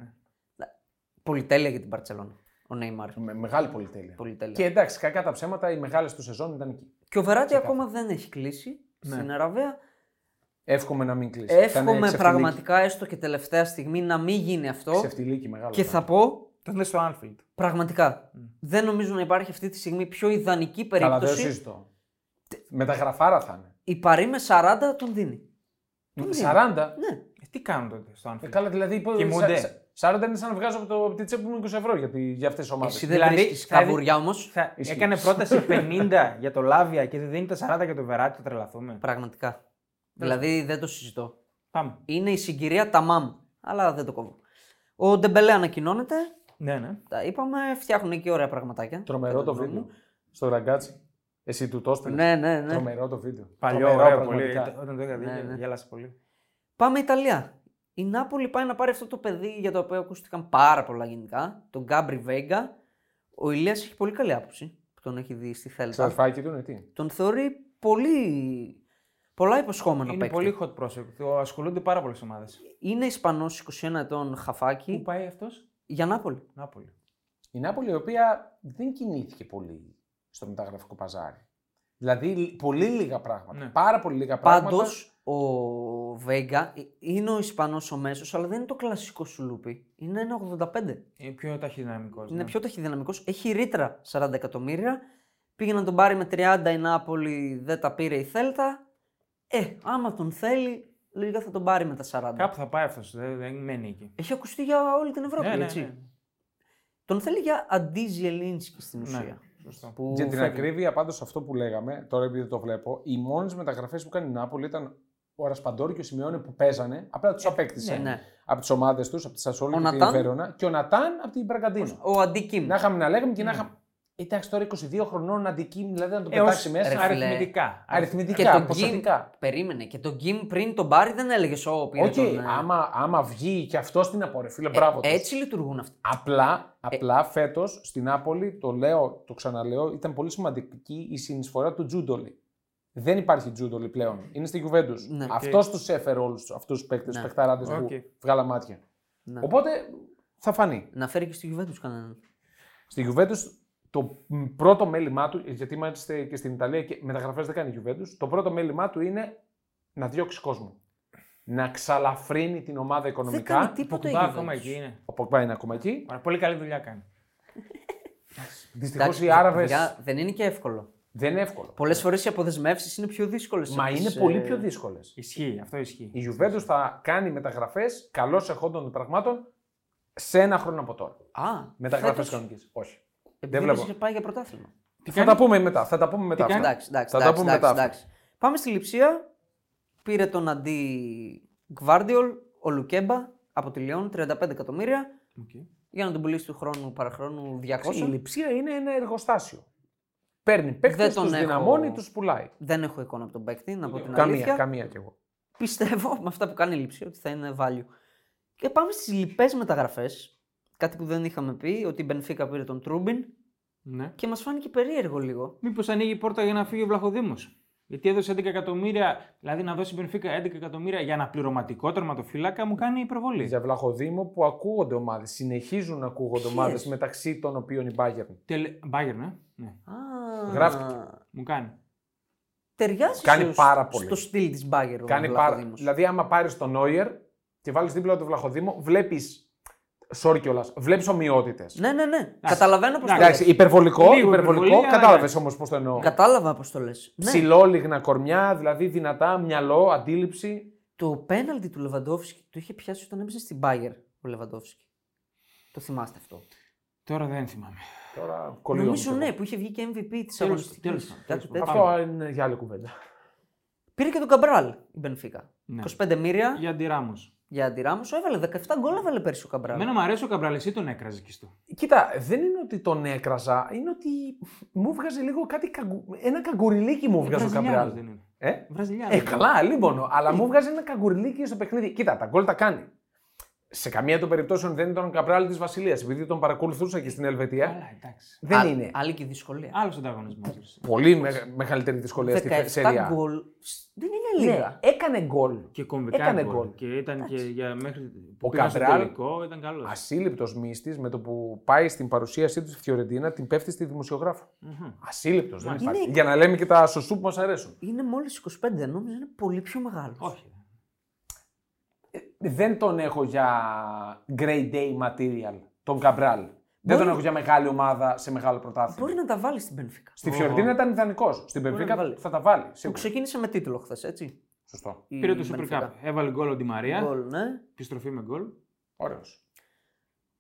S3: πολυτέλεια για την Παρσελόνα. Ο Νεϊμάρ.
S1: Με, μεγάλη πολυτέλεια.
S3: Πολυτέλεια.
S1: Και
S3: Και,
S1: εντάξει, κακά τα ψέματα, οι μεγάλες τους σεζόν ήταν εκεί.
S3: ο Βεράτη ακόμα δεν έχει κλείσει στην Αραβία.
S1: Εύχομαι να μην κλείσει. Ήτανε
S3: Εύχομαι
S1: ξεφτυλίκι.
S3: πραγματικά έστω και τελευταία στιγμή να μην γίνει αυτό.
S1: Ξεφτυλίκι μεγάλο.
S3: Και θα πω
S2: Το δει στο Anfield.
S3: πραγματικά. Δεν νομίζω να υπάρχει αυτή τη στιγμή πιο ιδανική
S1: Καλά, δεν το
S3: περίπτωση.
S1: συζητώ. Με τα γραφάρα θα είναι.
S3: Η Παρή με 40 τον δίνει.
S1: Με 40.
S3: Ναι.
S2: Ε, τι κάνουν τότε στο
S1: Ε,
S2: Anfield.
S1: καλά, δηλαδή. πω-
S2: Κοιμούνται.
S1: σα- σα- 40 είναι σαν να βγάζω από, το, από τη τσέπη μου 20 ευρώ για, τη- για αυτές τις ομάδες.
S3: Εσύ δεν
S2: Δηλαδή,
S3: βρίσκεις
S2: θα δει-
S3: καβουριά όμως.
S2: Θα
S1: Ισχύει.
S2: έκανε πρόταση 50 για το Λάβια και δεν δίνει τα 40 για το Βεράτη, το τρελαθούμε.
S3: Πραγματικά. Δηλαδή δεν το συζητώ.
S2: Πάμε.
S3: Είναι η συγκυρία τα μάμ. Αλλά δεν το κόβω. Ο Ντεμπελέ ανακοινώνεται.
S2: Ναι, ναι.
S3: Τα είπαμε. Φτιάχνουν εκεί ωραία πραγματάκια.
S1: Τρομερό
S3: κατά
S1: το
S3: τη γνώμη
S1: βίντεο.
S3: μου.
S1: Στο ραγκάτσι. Εσύ του τόσπιλ.
S3: Ναι, ναι, ναι.
S1: Τρομερό το βίντεο.
S2: Παλιό,
S1: Τρομερό,
S2: ωραίο πολύ.
S1: πραγματικά.
S2: Όταν το είχα δει,
S3: Ναι, ναι.
S2: γέλασα πολύ.
S3: Πάμε Ιταλία. Η Νάπολη πάει να πάρει αυτό το παιδί για το οποίο ακούστηκαν πάρα πολλά γενικά. Τον Γκάμπρι Βέγκα. Ο Ηλίας έχει πολύ καλή άποψη που τον έχει δει στη Θέλτα.
S1: Ξαδερφάκι του είναι τι.
S3: Τον θεωρεί πολύ. πολλά υποσχόμενο
S2: Είναι
S3: παίκτη.
S2: πολύ hot prospect. Το ασχολούνται πάρα πολλές ομάδες.
S3: Είναι Ισπανός 21 ετών
S2: Πού
S3: χαφάκι
S2: πάει αυτός,
S3: για Νάπολη.
S2: Νάπολη.
S1: Η Νάπολη η οποία δεν κινήθηκε πολύ στο μεταγραφικό παζάρι. Δηλαδή πολύ λίγα πράγματα.
S2: Ναι.
S1: Πάρα πολύ λίγα
S3: Πάντω
S1: πράγματα.
S3: ο Βέγκα είναι ο Ισπανός ο μέσος, αλλά δεν είναι το κλασικό σουλούπι. Είναι ένα 85.
S2: Είναι πιο ναι. ταχυδυναμικός.
S3: Είναι
S1: Ναι.
S3: πιο ταχυδυναμικός. Έχει ρήτρα 40 εκατομμύρια. Πήγε να τον πάρει με 30 η Νάπολη, δεν τα πήρε η Θέλτα. Ε, άμα τον θέλει, λίγα θα τον πάρει με τα 40.
S2: Κάπου θα πάει αυτός, δεν, δεν μένει εκεί. Ναι,
S3: Έχει ακουστεί για όλη την Ευρώπη,
S1: Ναι,
S3: έτσι. Τον θέλει για αντί Ζιελίνσκι στην ουσία.
S2: Ναι, σωστό.
S3: Που
S1: Για την
S3: φεύγει.
S1: ακρίβεια, πάντως αυτό που λέγαμε, τώρα επειδή το βλέπω, οι μόνες μεταγραφές που κάνει η Νάπολη ήταν ο Ρασπαντόρ και ο Σιμεώνε που παίζανε, απλά τους απέκτησε.
S3: Ναι.
S1: Από τις ομάδες τους, από τη Σασόλη
S3: Ο
S1: και
S3: Νατάν.
S1: την Φέρονα και ο Νατάν από την Μπραγκαντίνα.
S3: ναι. Ο Αντίκιμ.
S1: Να είχαμε να λέγαμε και
S3: Ναι.
S1: να είχαμε. Εντάξει, τώρα 22 χρονών αντικείμενο, δηλαδή να το
S2: Ε, ως
S1: πετάξει μέσα.
S3: ρε, φίλε.
S2: αριθμητικά.
S3: Και
S1: Αριθμητικά,
S3: τον Γκιμ.
S1: ποσοτικά.
S3: Περίμενε. Και τον Γκιμ πριν τον πάρει δεν έλεγε Ω, πήρε
S1: Οκ,
S3: τον, ε,
S1: άμα, άμα βγει και αυτό την απορροφή, φίλε,
S3: ε,
S1: μπράβο. τους.
S3: Έτσι λειτουργούν αυτοί. Ε,
S1: Απλά, απλά φέτος στην Νάπολη, το λέω, το ξαναλέω, ήταν πολύ σημαντική η συνεισφορά του Τζούντολη. Δεν υπάρχει Τζούντολη πλέον. Είναι στη Γιουβέντους.
S3: Ναι.
S1: Ναι, Αυτό τους έφερε όλους αυτούς τους παίκτες,
S3: Ναι.
S1: ναι. παιχταράδε
S2: Οκ.
S1: που βγάλα μάτια.
S3: Ναι.
S1: Οπότε θα φανεί.
S3: Να φέρει και στη Γιουβέντους κανέναν.
S1: Στη Γιουβέντους το μ, πρώτο μέλημά του, γιατί είμαστε και στην Ιταλία και μεταγραφές δεν κάνει η Γιουβέντους, το πρώτο μέλημά του είναι να διώξει κόσμο. Να ξαλαφρύνει την ομάδα
S3: Δεν
S1: οικονομικά.
S3: κάνει τίποτα η
S2: Ποκμπά ακόμα
S3: Γιουβέντους.
S2: εκεί είναι.
S1: Ο Ποκμπά είναι ακόμα εκεί.
S2: Ωραία, Πολύ καλή δουλειά κάνει.
S1: Δυστυχώ οι
S3: Εντάξει,
S1: Άραβες
S3: παιδιά, Δεν είναι και εύκολο.
S1: δεν είναι εύκολο.
S3: Πολλές φορές οι αποδεσμεύσεις είναι πιο δύσκολες.
S1: Μα είναι
S3: ε,
S1: πολύ πιο δύσκολες.
S2: Ισχύει, αυτό ισχύει.
S1: Η Juventus θα κάνει μεταγραφές καλώς εχόντων των πραγμάτων σε ένα χρόνο από τώρα.
S3: Α,
S1: Μεταγραφές
S3: φέτος,
S1: κανονικές. Όχι.
S3: επειδή
S1: βλέπω.
S3: είχε πάει για πρωτάθλημα.
S1: θα τα πούμε μετά. Θα τα πούμε μετά. αυτά.
S3: Εντάξει, εντάξει.
S1: θα τα
S3: εντάξει,
S1: πούμε
S3: εντάξει,
S1: μετά. αυτά.
S3: εντάξει. Πάμε στη Λιψία. πήρε τον αντί Γκβάρντιολ, ο Λουκέμπα, από τη Λιόν, 35 εκατομμύρια,
S2: Okay.
S3: για να τον πουλήσει του χρόνου παραχρόνου 200.
S1: Η λειψία είναι ένα εργοστάσιο. Παίρνει παίκτες,
S3: Δεν τον
S1: τους
S3: έχω.
S1: δυναμώνει, τους πουλάει.
S3: Δεν έχω εικόνα από τον παίκτη, να πω την αλήθεια.
S1: Καμία, καμία κι εγώ.
S3: Πιστεύω με αυτά που κάνει η λήψη ότι θα είναι value. Και πάμε στις λοιπές μεταγραφές. Κάτι που δεν είχαμε πει, ότι η Μπενφίκα πήρε τον Τρούμπιν
S2: Ναι.
S3: και μας φάνηκε περίεργο λίγο.
S2: Μήπως ανοίγει η πόρτα για να φύγει ο Βλαχοδήμος. Γιατί έδωσε 11 εκατομμύρια, δηλαδή να δώσει η Μπενφίκα 11 εκατομμύρια για ένα πληρωματικό τερματοφύλακα μου κάνει υπερβολή.
S1: Για Βλαχοδήμο που ακούγονται ομάδες. Συνεχίζουν να ακούγονται
S3: Ποιες?
S1: ομάδες μεταξύ των οποίων η Bayern.
S2: Τελε... Μπάγερν, ε. ναι.
S3: Α,
S1: Γράφτηκε.
S2: Μου κάνει.
S3: Ταιριάζει
S1: Κάνει
S3: στο,
S1: πάρα πολύ.
S3: στο στυλ της Μπάγκερ.
S1: Κάνει πάρα. Δηλαδή, άμα πάρεις τον Νόιερ και βάλεις δίπλα τον Βλαχοδήμο, βλέπεις. Σόρ κιόλας. Βλέπεις ομοιότητες.
S3: Ναι, ναι, ναι. Καταλαβαίνω πώς το λε.
S1: Εντάξει, υπερβολικό,
S2: Λίγο υπερβολή,
S1: υπερβολικό.
S2: αλλά
S1: Κατάλαβες όμως πώς το εννοώ.
S3: Κατάλαβα πώς το λες. Ναι.
S1: Ψηλόλιγνα κορμιά, δηλαδή δυνατά, μυαλό, αντίληψη.
S3: Το πέναλτι του Λεβαντόφσκι το είχε πιάσει όταν έπαιζε στην Μπάγκερ ο Λεβαντόφσκι. Το θυμάστε αυτό.
S2: Τώρα δεν θυμάμαι.
S1: Τώρα κολλιόμουν
S3: Νομίζω
S1: κι εγώ.
S3: ναι, που είχε βγει και MVP της
S2: Τέλος-
S3: αγωνιστικής.
S2: τέλος πάντων, τέλος
S3: Κάτι
S2: πάντων.
S3: τέτοιο.
S1: Αυτό είναι για άλλη κουβέντα.
S3: Πήρε και τον Καμπράλ η Μπενφίκα.
S2: Ναι.
S3: 25 μοίρια
S2: Για αντιράμο.
S3: για αντιράμωσο. Έβαλε 17 γκολ, έβαλε πέρσι ο Καμπράλ.
S2: Εμένα μου αρέσει ο Καμπράλ, εσύ τον έκραζες κι στο.
S1: Κοίτα, δεν είναι ότι τον έκραζα, είναι ότι μου βγάζει λίγο κάτι. καγκου- Ένα καγκουριλίκι μου βγάζει ο Καμπράλ.
S2: δεν είναι.
S1: Ε?
S2: Βραζιλιάνος.
S1: ε, καλά, λίμπονο. Αλλά
S3: Ε.
S1: μου βγάζει ένα καγκουριλίκι στο παιχνίδι. Κοίτα, τα γκολ τα κάνει. Σε καμία των περιπτώσεων δεν ήταν ο Καμπράλ της Βασιλείας, επειδή τον παρακολουθούσα και στην
S3: Ε.
S1: Ελβετία.
S2: Καλά, εντάξει.
S1: Δεν
S3: Α-
S1: είναι.
S3: Άλλη και η δυσκολία.
S2: Άλλος
S1: Ε,
S2: ανταγωνισμό.
S1: Πολύ μεγα- μεγαλύτερη δυσκολία στη
S3: 17
S1: Σεριά.
S3: γκολ σ- δεν είναι
S1: Ναι,
S3: λίγα.
S1: έκανε γκολ.
S2: Και κομβικά
S1: Έκανε
S2: γκολ.
S1: γκολ.
S2: Και ήταν και για μέχρι.
S1: Ο
S2: που πήγαν στο
S1: Καμπράλ-
S2: τελικό, ήταν καλός.
S1: Ασύλληπτος μύστης με το που πάει στην παρουσίασή του στη Φιωρεντίνα, την πέφτει στη δημοσιογράφο. Ασύλληπτος, δεν
S2: Μάλιστα.
S1: υπάρχει.
S3: Είναι-
S1: Για να λέμε και τα σωσού που μας αρέσουν.
S3: Είναι μόλις 25, νόμιζα είναι πολύ πιο μεγάλος.
S2: Όχι.
S1: δεν τον έχω για grade day material, τον Καμπράλ. Δεν τον έχω για μεγάλη ομάδα σε μεγάλο πρωτάθλημα.
S3: Μπορεί να τα βάλεις στην Πενφύκα.
S1: Στη Φιωρντίνα ήταν ιδανικός. Στην
S3: να
S1: Πενφύκα
S3: βάλεις.
S1: θα τα βάλει.
S3: Που
S1: Σίγουρα.
S3: ξεκίνησε με τίτλο χθες, έτσι.
S1: Σωστό.
S3: η
S2: Πήρε το Super
S3: Benfica.
S2: Cup. Ε? Έβαλε γκολ ο Ντι Μαρία.
S3: Γκολ, ναι.
S2: Επιστροφή με γκολ.
S1: Ωραίος.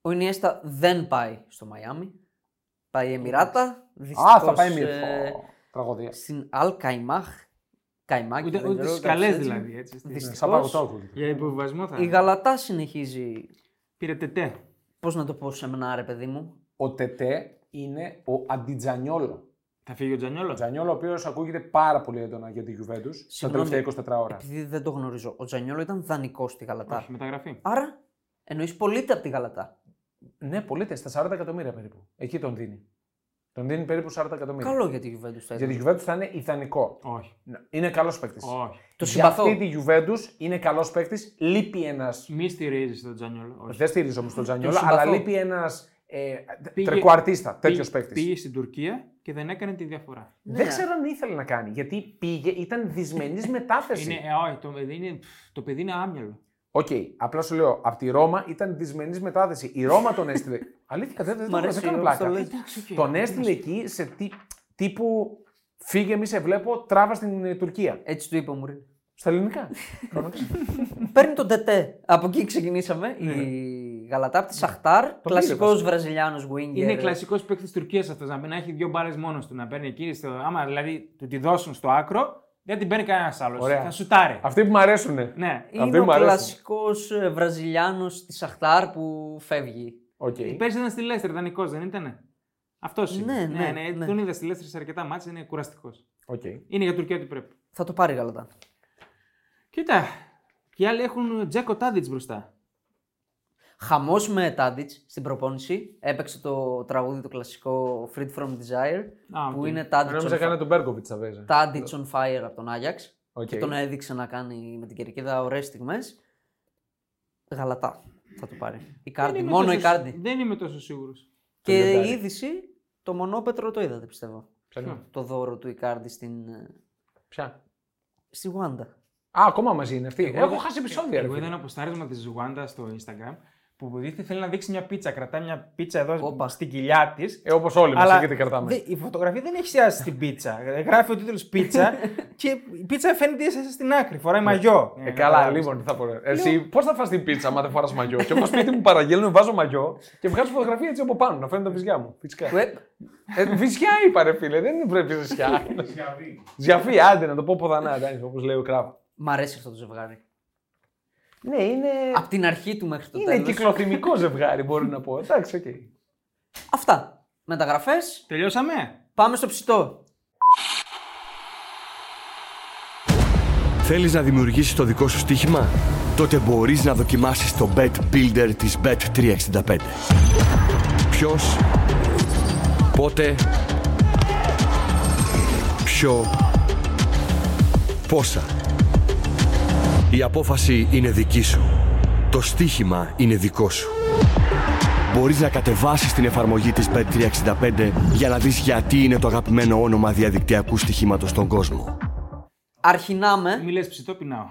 S3: Ο Ινιέστα δεν πάει στο Μαϊάμι. Πάει Εμμυράτα.
S1: Α,
S3: δυστυχώς,
S1: θα πάει μύρφο.
S3: ε,
S1: Τραγωδία.
S3: Στην Αλ Καϊμάχ. Καϊμάκη.
S2: Ούτε,
S3: δεν
S2: ούτε
S3: ξέρω,
S2: στις
S3: κάπως
S2: καλές
S3: έτσι.
S2: δηλαδή. ε. Έτσι, στη-
S3: Δυστυχώς.
S1: Σαν παγωτό ακούγεται.
S2: Για υποβιβασμό θα
S3: Η
S2: είναι.
S3: Γαλατά συνεχίζει.
S2: Πήρε τετέ.
S3: Πώς να το πω σε μένα, ρε παιδί μου.
S1: Ο Τετέ είναι ο Αντιτζανιόλο.
S2: Θα φύγει ο
S1: Ο
S2: Τζανιόλο.
S1: Τζανιόλο, ο οποίος ακούγεται πάρα πολύ έντονα για τη Γιουβέντους στα
S3: Συγγνώμη.
S1: τελευταία 24 ώρα.
S3: Επειδή δεν το γνωρίζω. Ο Τζανιόλο ήταν δανεικός στη Γαλατά.
S2: Όχι, μεταγραφή.
S3: Άρα εννοείς πολίτη από τη Γαλατά.
S1: Ναι, πολίτε, στα 40 εκατομμύρια περίπου. Εκεί τον δίνει. Τον δίνει περίπου 40 εκατομμύρια.
S3: Καλό για τη Γιουβέντους θα
S1: Για τη
S3: ήταν.
S1: Γιουβέντους θα είναι ιδανικό.
S2: Όχι.
S1: Είναι καλός παίκτης.
S2: Όχι.
S3: Το
S1: Για
S3: συμπαθώ.
S1: αυτή τη Juventus είναι καλός παίκτης. Λείπει ένας.
S2: Μη στηρίζεις τον Τζανιόλο. Όχι.
S1: Δεν στηρίζω όμως τον Τζανιόλα,
S3: συμπαθώ.
S1: αλλά λείπει ένας ε,
S2: Πήγε-
S1: τρεκουαρτίστα, τέτοιο
S2: Πήγε-
S1: παίκτης.
S2: Πήγε στην Τουρκία και δεν έκανε τη διαφορά.
S3: Ναι.
S1: Δεν ξέρω αν ήθελε να κάνει, γιατί πήγε, ήταν
S3: [laughs]
S1: δυσμενής μετάθεση.
S2: Είναι, ε, όχι, το παιδί είναι, το παιδί είναι άμυαλο.
S1: Οκ, απλά σου λέω, από τη Ρώμα ήταν δυσμενής μετάθεση. Η Ρώμα τον
S3: [laughs]
S1: έστειλε. Αλήθεια, δεν, δεν,
S3: Μ' αρέσει
S1: δεν κάνω
S3: η Ρώμα
S1: πλάκα.
S3: στο λέει.
S2: Εντάξει, οκ.
S1: Τον έστειλε εκεί σε τι, τύπου φύγε, μη σε βλέπω, τράβα στην ε, Τουρκία.
S3: Έτσι του είπα μου. ρε.
S1: Στα
S3: [laughs]
S1: ελληνικά. Κανονικά.
S3: Παίρνει τον Τετέ. Από εκεί ξεκινήσαμε.
S1: Ναι,
S3: Η Γαλατά από τη Σαχτάρ.
S1: πήρε
S3: Κλασικός
S1: βασικά.
S3: Βραζιλιάνος Winger.
S2: Είναι κλασικός παίκτης τη Τουρκίας αυτός. Να, μπαίνει- να έχει δύο μπάρε μόνος του. Να παίρνει εκεί. Στο, άμα δηλαδή του τη δώσουν στο άκρο, δεν την παίρνει κανένας άλλος.
S1: Ωραία.
S2: Θα σουτάρει.
S1: Αυτοί που μου αρέσουνε.
S2: Ναι.
S1: Αυτοί
S3: Είναι ο
S1: μου αρέσουν.
S3: κλασικό Βραζιλιάνος της Σαχτάρ που φεύγει.
S1: Οκ.
S2: Πέρσι ήταν στη Λέστερ, δανεικός δεν ήταν. Αυτός είναι.
S3: Ναι, ναι, ναι.
S2: Τον είδα στη Λέστερ σε αρκετά μάτια, είναι κουραστικός.
S1: Οκ.
S2: Είναι για Τουρκία ότι πρέπει.
S3: Θα το πάρει η Γαλατά.
S2: Κοίτα, και οι άλλοι έχουν Τζέκο Τάντιτ μπροστά.
S3: Χαμό με Τάντιτ στην προπόνηση. Έπαιξε το τραγούδι το κλασικό Freed from Desire.
S2: Α,
S3: Που
S2: οκ.
S3: είναι Τάντιτ
S1: Νόμιζα
S3: on,
S1: κανένα τον Μπέρκοβιτ θα παίζει.
S3: Tadic on Fire από τον Άγιαξ.
S1: Οκ.
S3: Και τον έδειξε να κάνει με την κερκίδα ωραίες στιγμές. Γαλατά θα το πάρει. Η Κάρντι.
S2: είμαι
S3: Μόνο
S2: τόσο-
S3: η Κάρντι.
S2: Δεν είμαι τόσο σίγουρος.
S3: Και η
S1: Λιοντάρι.
S3: είδηση, το μονόπετρο το είδατε πιστεύω.
S1: Ποια?
S3: Το δώρο του Ικάρντι στην, ε,
S1: Ποια?
S3: στη Γουάντα.
S1: Α, ακόμα μαζί είναι αυτή.
S2: Εγώ
S1: έχω
S2: είδα-
S1: χάσει επεισόδια.
S2: Εγώ
S1: ρε
S2: είδα
S1: φίλε.
S2: ένα ποστάρισμα της Ζουάντα στο Instagram που δείχνει θέλει να δείξει μια πίτσα. Κρατάει μια πίτσα εδώ
S3: Όπα.
S2: στην κοιλιά της.
S1: Ε, όπως όλοι μας,
S2: Αλλά
S1: εκεί την κρατάμε.
S2: δε- η φωτογραφία δεν έχει εστιάσει στην πίτσα. Ε, Γράφει ο τίτλος
S3: [laughs]
S2: πίτσα και η πίτσα φαίνεται εστιάσει στην άκρη. Φοράει μαγιό.
S1: Ε, καλά, λοιπόν, τι θα πω. ρε. Εσύ πώς θα φας την πίτσα, άμα δεν φοράς μαγιό. και εγώ σπίτι μου παραγγέλνω, βάζω μαγιό και βγάζω φωτογραφία έτσι από πάνω, να φαίνεται τα βυζιά μου. Φυσικά.
S3: Που έ-
S1: ε, βυζιά είπα, ρε φίλε, δεν είναι πρέπει ζεσιά. Ζιαφί, άντε να το πω ποδανά, εντάξει, όπως λέει ο Κράβ.
S3: Μ' αρέσει αυτό το ζευγάρι.
S1: Ναι, είναι.
S2: Ε,
S3: Από την αρχή του μέχρι το
S1: είναι
S3: τέλος.
S1: κυκλοθυμικό ζευγάρι, μπορεί να πω. Εντάξει, οκ.
S3: Αυτά. Μεταγραφές.
S2: Τελειώσαμε.
S3: Πάμε στο ψητό.
S4: Θέλεις να δημιουργήσεις το δικό σου στοίχημα? Τότε μπορείς να δοκιμάσεις το Bet Builder της Bet365. Ποιος, πότε, ποιο, πόσα. Η απόφαση είναι δική σου. Το στοίχημα είναι δικό σου. Μπορείς να κατεβάσεις την εφαρμογή της Bet365 για να δεις γιατί είναι το αγαπημένο όνομα διαδικτυακού στοιχήματος στον κόσμο.
S3: Αρχινάμε.
S2: Μη λες ψητό, πεινάω.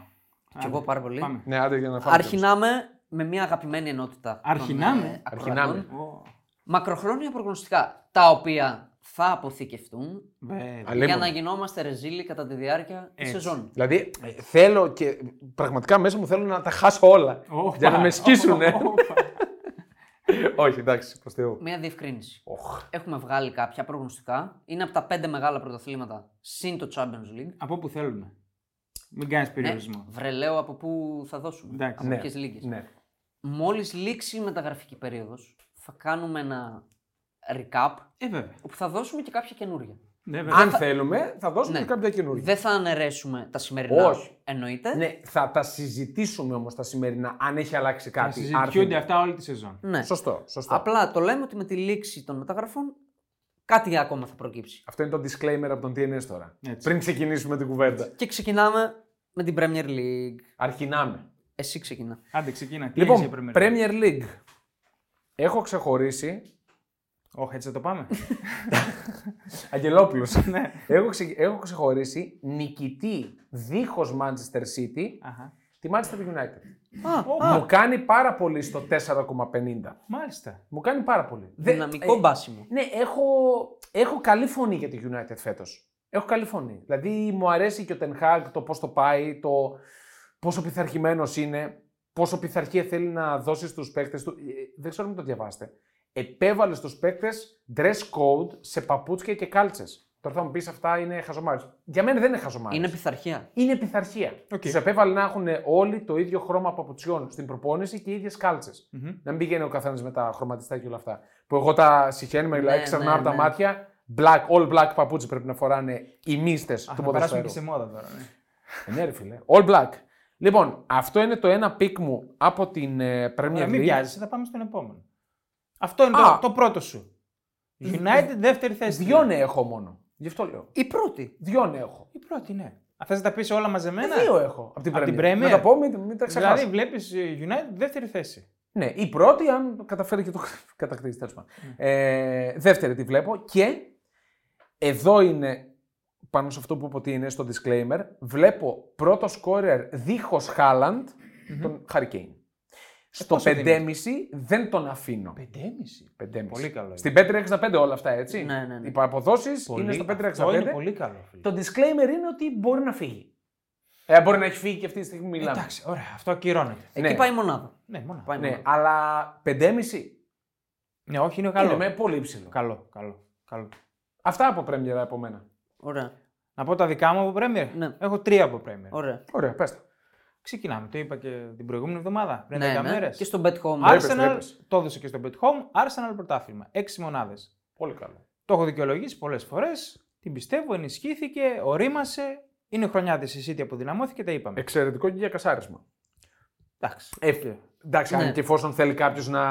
S2: Άντε,
S3: εγώ πάρα πολύ.
S2: Πάμε.
S1: Ναι, άντε για να φάμε.
S3: Αρχινάμε με μια αγαπημένη ενότητα. των,
S2: Αρχινάμε.
S3: ε, ακροατών.
S1: Αρχινάμε.
S2: Ω,
S3: Μακροχρόνια προγνωστικά. Τα οποία θα αποθηκευτούν
S2: βέβαια.
S1: Αλίμονο.
S3: για να γινόμαστε ρεζίλοι κατά τη διάρκεια της
S2: Έτσι.
S3: σεζόν.
S1: Δηλαδή ε, θέλω και πραγματικά μέσα μου θέλω να τα χάσω όλα.
S2: Ω,
S1: για να
S2: πα.
S1: με σκίσουν.
S2: Ω, ω, ω,
S1: Όχι, εντάξει, προς Θεού.
S3: Μια διευκρίνηση.
S1: Οχ.
S3: Έχουμε βγάλει κάποια προγνωστικά. Είναι από τα πέντε μεγάλα πρωταθλήματα συν το Champions League.
S2: Από όπου θέλουμε. Μην κάνεις περιορισμό.
S3: Ε, βρε, λέω από πού θα δώσουμε.
S2: Εντάξει.
S3: Από
S1: Ναι.
S3: ποιες λίγες.
S1: Ναι.
S3: Μόλις λήξει η μεταγραφική περίοδος, θα κάνουμε ένα recap
S2: Ε, βέβαια.
S3: όπου θα δώσουμε και κάποια καινούργια.
S2: Ναι, βέβαια.
S1: Αν θέλουμε, θα δώσουμε
S3: Ναι.
S1: και κάποια καινούργια.
S3: Δεν θα αναιρέσουμε τα σημερινά.
S1: Όχι.
S3: Εννοείται.
S1: Ναι, θα τα συζητήσουμε όμως τα σημερινά, αν έχει αλλάξει
S2: Θα
S1: κάτι.
S2: συζητιούνται
S1: άρθρο.
S2: αυτά όλη τη σεζόν.
S3: Ναι.
S1: Σωστό, σωστό.
S3: Απλά το λέμε ότι με τη λήξη των μεταγραφών κάτι ακόμα θα προκύψει.
S1: Αυτό είναι το disclaimer από τον TNS τώρα.
S2: Έτσι.
S1: Πριν ξεκινήσουμε την κουβέντα.
S3: Και ξεκινάμε με την Premier League.
S1: Αρχινάμε.
S3: Εσύ ξεκινά.
S2: Άντε, ξεκίνα. Τι
S1: Λοιπόν,
S2: έχεις για Premier League?
S1: Premier League. Έχω ξεχωρίσει.
S2: Όχι, έτσι θα το
S1: [laughs]
S2: πάμε.
S1: Αγγελόπουλος.
S2: ναι.
S1: έχω, ξε- έχω ξεχωρίσει νικητή δίχως Manchester City
S2: Αχα.
S1: τη Manchester United.
S3: Α,
S1: Μου κάνει πάρα πολύ στο 4,50.
S2: Μάλιστα.
S1: Μου κάνει πάρα πολύ. Δεν-
S3: δυναμικό
S1: ε,
S3: μπάσιμο.
S1: Ναι, έχω, έχω καλή φωνή για τη United φέτος. Έχω καλή φωνή. Δηλαδή μου αρέσει και ο Ten Hag το πώς το πάει, το πόσο πειθαρχημένος είναι, πόσο πειθαρχία θέλει να δώσει στους παίκτες του. Ε, Δεν ξέρω αν το διαβάσετε. Επέβαλε στους παίκτες dress code σε παπούτσια και κάλτσες. Τώρα θα μου πεις αυτά είναι χαζομάρες. Για μένα δεν είναι χαζομάρες.
S3: Είναι πειθαρχία.
S1: Είναι πειθαρχία.
S2: Οκ.
S1: Τους επέβαλε να έχουν όλοι το ίδιο χρώμα παπουτσιών στην προπόνηση και οι ίδιες κάλτσες.
S2: Μμμ.
S1: Να μην πηγαίνει ο καθένας με τα χρωματιστά και όλα αυτά. Που εγώ τα συχαίνουμε, δηλαδή
S3: Ναι,
S1: ξερνάω
S3: ναι,
S1: από τα
S3: ναι.
S1: μάτια. Black, all black παπούτσι πρέπει να φοράνε οι μίστε
S2: Αχ,
S1: του
S2: να
S1: ποδοσφαίρου.
S2: περάσουμε και σε μόδα τώρα. ναι.
S1: Ε, Ναι, ρε φίλε. All black. Λοιπόν, αυτό είναι το ένα πικ μου από την ε, Premier
S2: Ωραία, μην
S1: League.
S2: βιάζεσαι, θα πάμε στον επόμενο. Αυτό είναι
S1: Α.
S2: το, το πρώτο σου. United, δεύτερη θέση.
S1: Δυο ναι έχω μόνο. Γι' αυτό λέω.
S3: Η πρώτη.
S1: Δυο ναι έχω.
S2: Η πρώτη, ναι. Α, θες να τα πεις όλα μαζεμένα.
S1: Ε, Δύο έχω. Από την
S2: Απ' την
S1: Premier. Να
S2: Premier.
S1: τα πω, μην, μην τα ξεχάσω.
S2: Δηλαδή, βλέπει United δεύτερη θέση.
S1: Ναι, η πρώτη, αν καταφέρει και το [laughs] κατακτήσει, τέλος πάντων.
S2: Ναι.
S1: Ε, δεύτερη τη βλέπω και εδώ είναι, πάνω σε αυτό που είπα ότι είναι στο disclaimer, βλέπω πρώτο σκόρερ δίχως Χάλαντ, τον
S2: Ε,
S1: Χαρικέιν. Στο
S2: πόσο
S1: 5,5 δεν τον αφήνω.
S2: 5,5.
S1: 5,5.
S2: Πολύ καλό.
S1: Στην 5,65 όλα αυτά, έτσι.
S3: Ναι, ναι, ναι.
S1: Οι αποδόσεις είναι στο 5,65.
S2: Αυτό είναι πολύ καλό. φίλε.
S1: Το disclaimer είναι ότι μπορεί να φύγει. Ε, μπορεί να έχει φύγει και αυτή τη στιγμή μιλάμε.
S2: Εντάξει, ωραία, αυτό ακυρώνεται.
S3: Εκεί
S1: Ναι.
S3: πάει η μονάδα.
S2: Ε, Ναι, μόνο.
S3: Πάει η
S1: Ναι,
S3: μονάδα.
S1: αλλά 5,5
S2: Ναι, όχι, είναι
S1: είναι
S2: καλό.
S1: με πολύ ψηλό.
S2: Καλό, καλό, καλό.
S1: Αυτά από πρέμιερα από μένα.
S3: Ωραία.
S2: Να πω τα δικά μου από Premier.
S3: Ναι.
S2: Έχω τρία από Premier.
S3: Ωραία.
S1: Ωραία, πες τα.
S2: Ξεκινάμε, το είπα και την προηγούμενη εβδομάδα, πριν 10
S3: Ναι, ναι.
S2: μέρες.
S3: Και στο bet home.
S1: Άρεσε.
S2: Arsenal,
S1: το έπεσε.
S2: το έδωσε και στο Bet Home, Arsenal πρωτάθλημα. Έξι μονάδες.
S1: Πολύ καλό.
S2: Το έχω δικαιολογήσει πολλές φορές. Την πιστεύω, ενισχύθηκε, ορίμασε. Είναι η χρονιά της η City αποδυναμώθηκε, τα
S1: Ε,
S2: είπαμε.
S1: Εξαιρετικό και για κασάρισμα.
S2: Εντάξει.
S1: εντάξει,
S3: Ναι.
S1: αν και εφόσον θέλει κάποιος να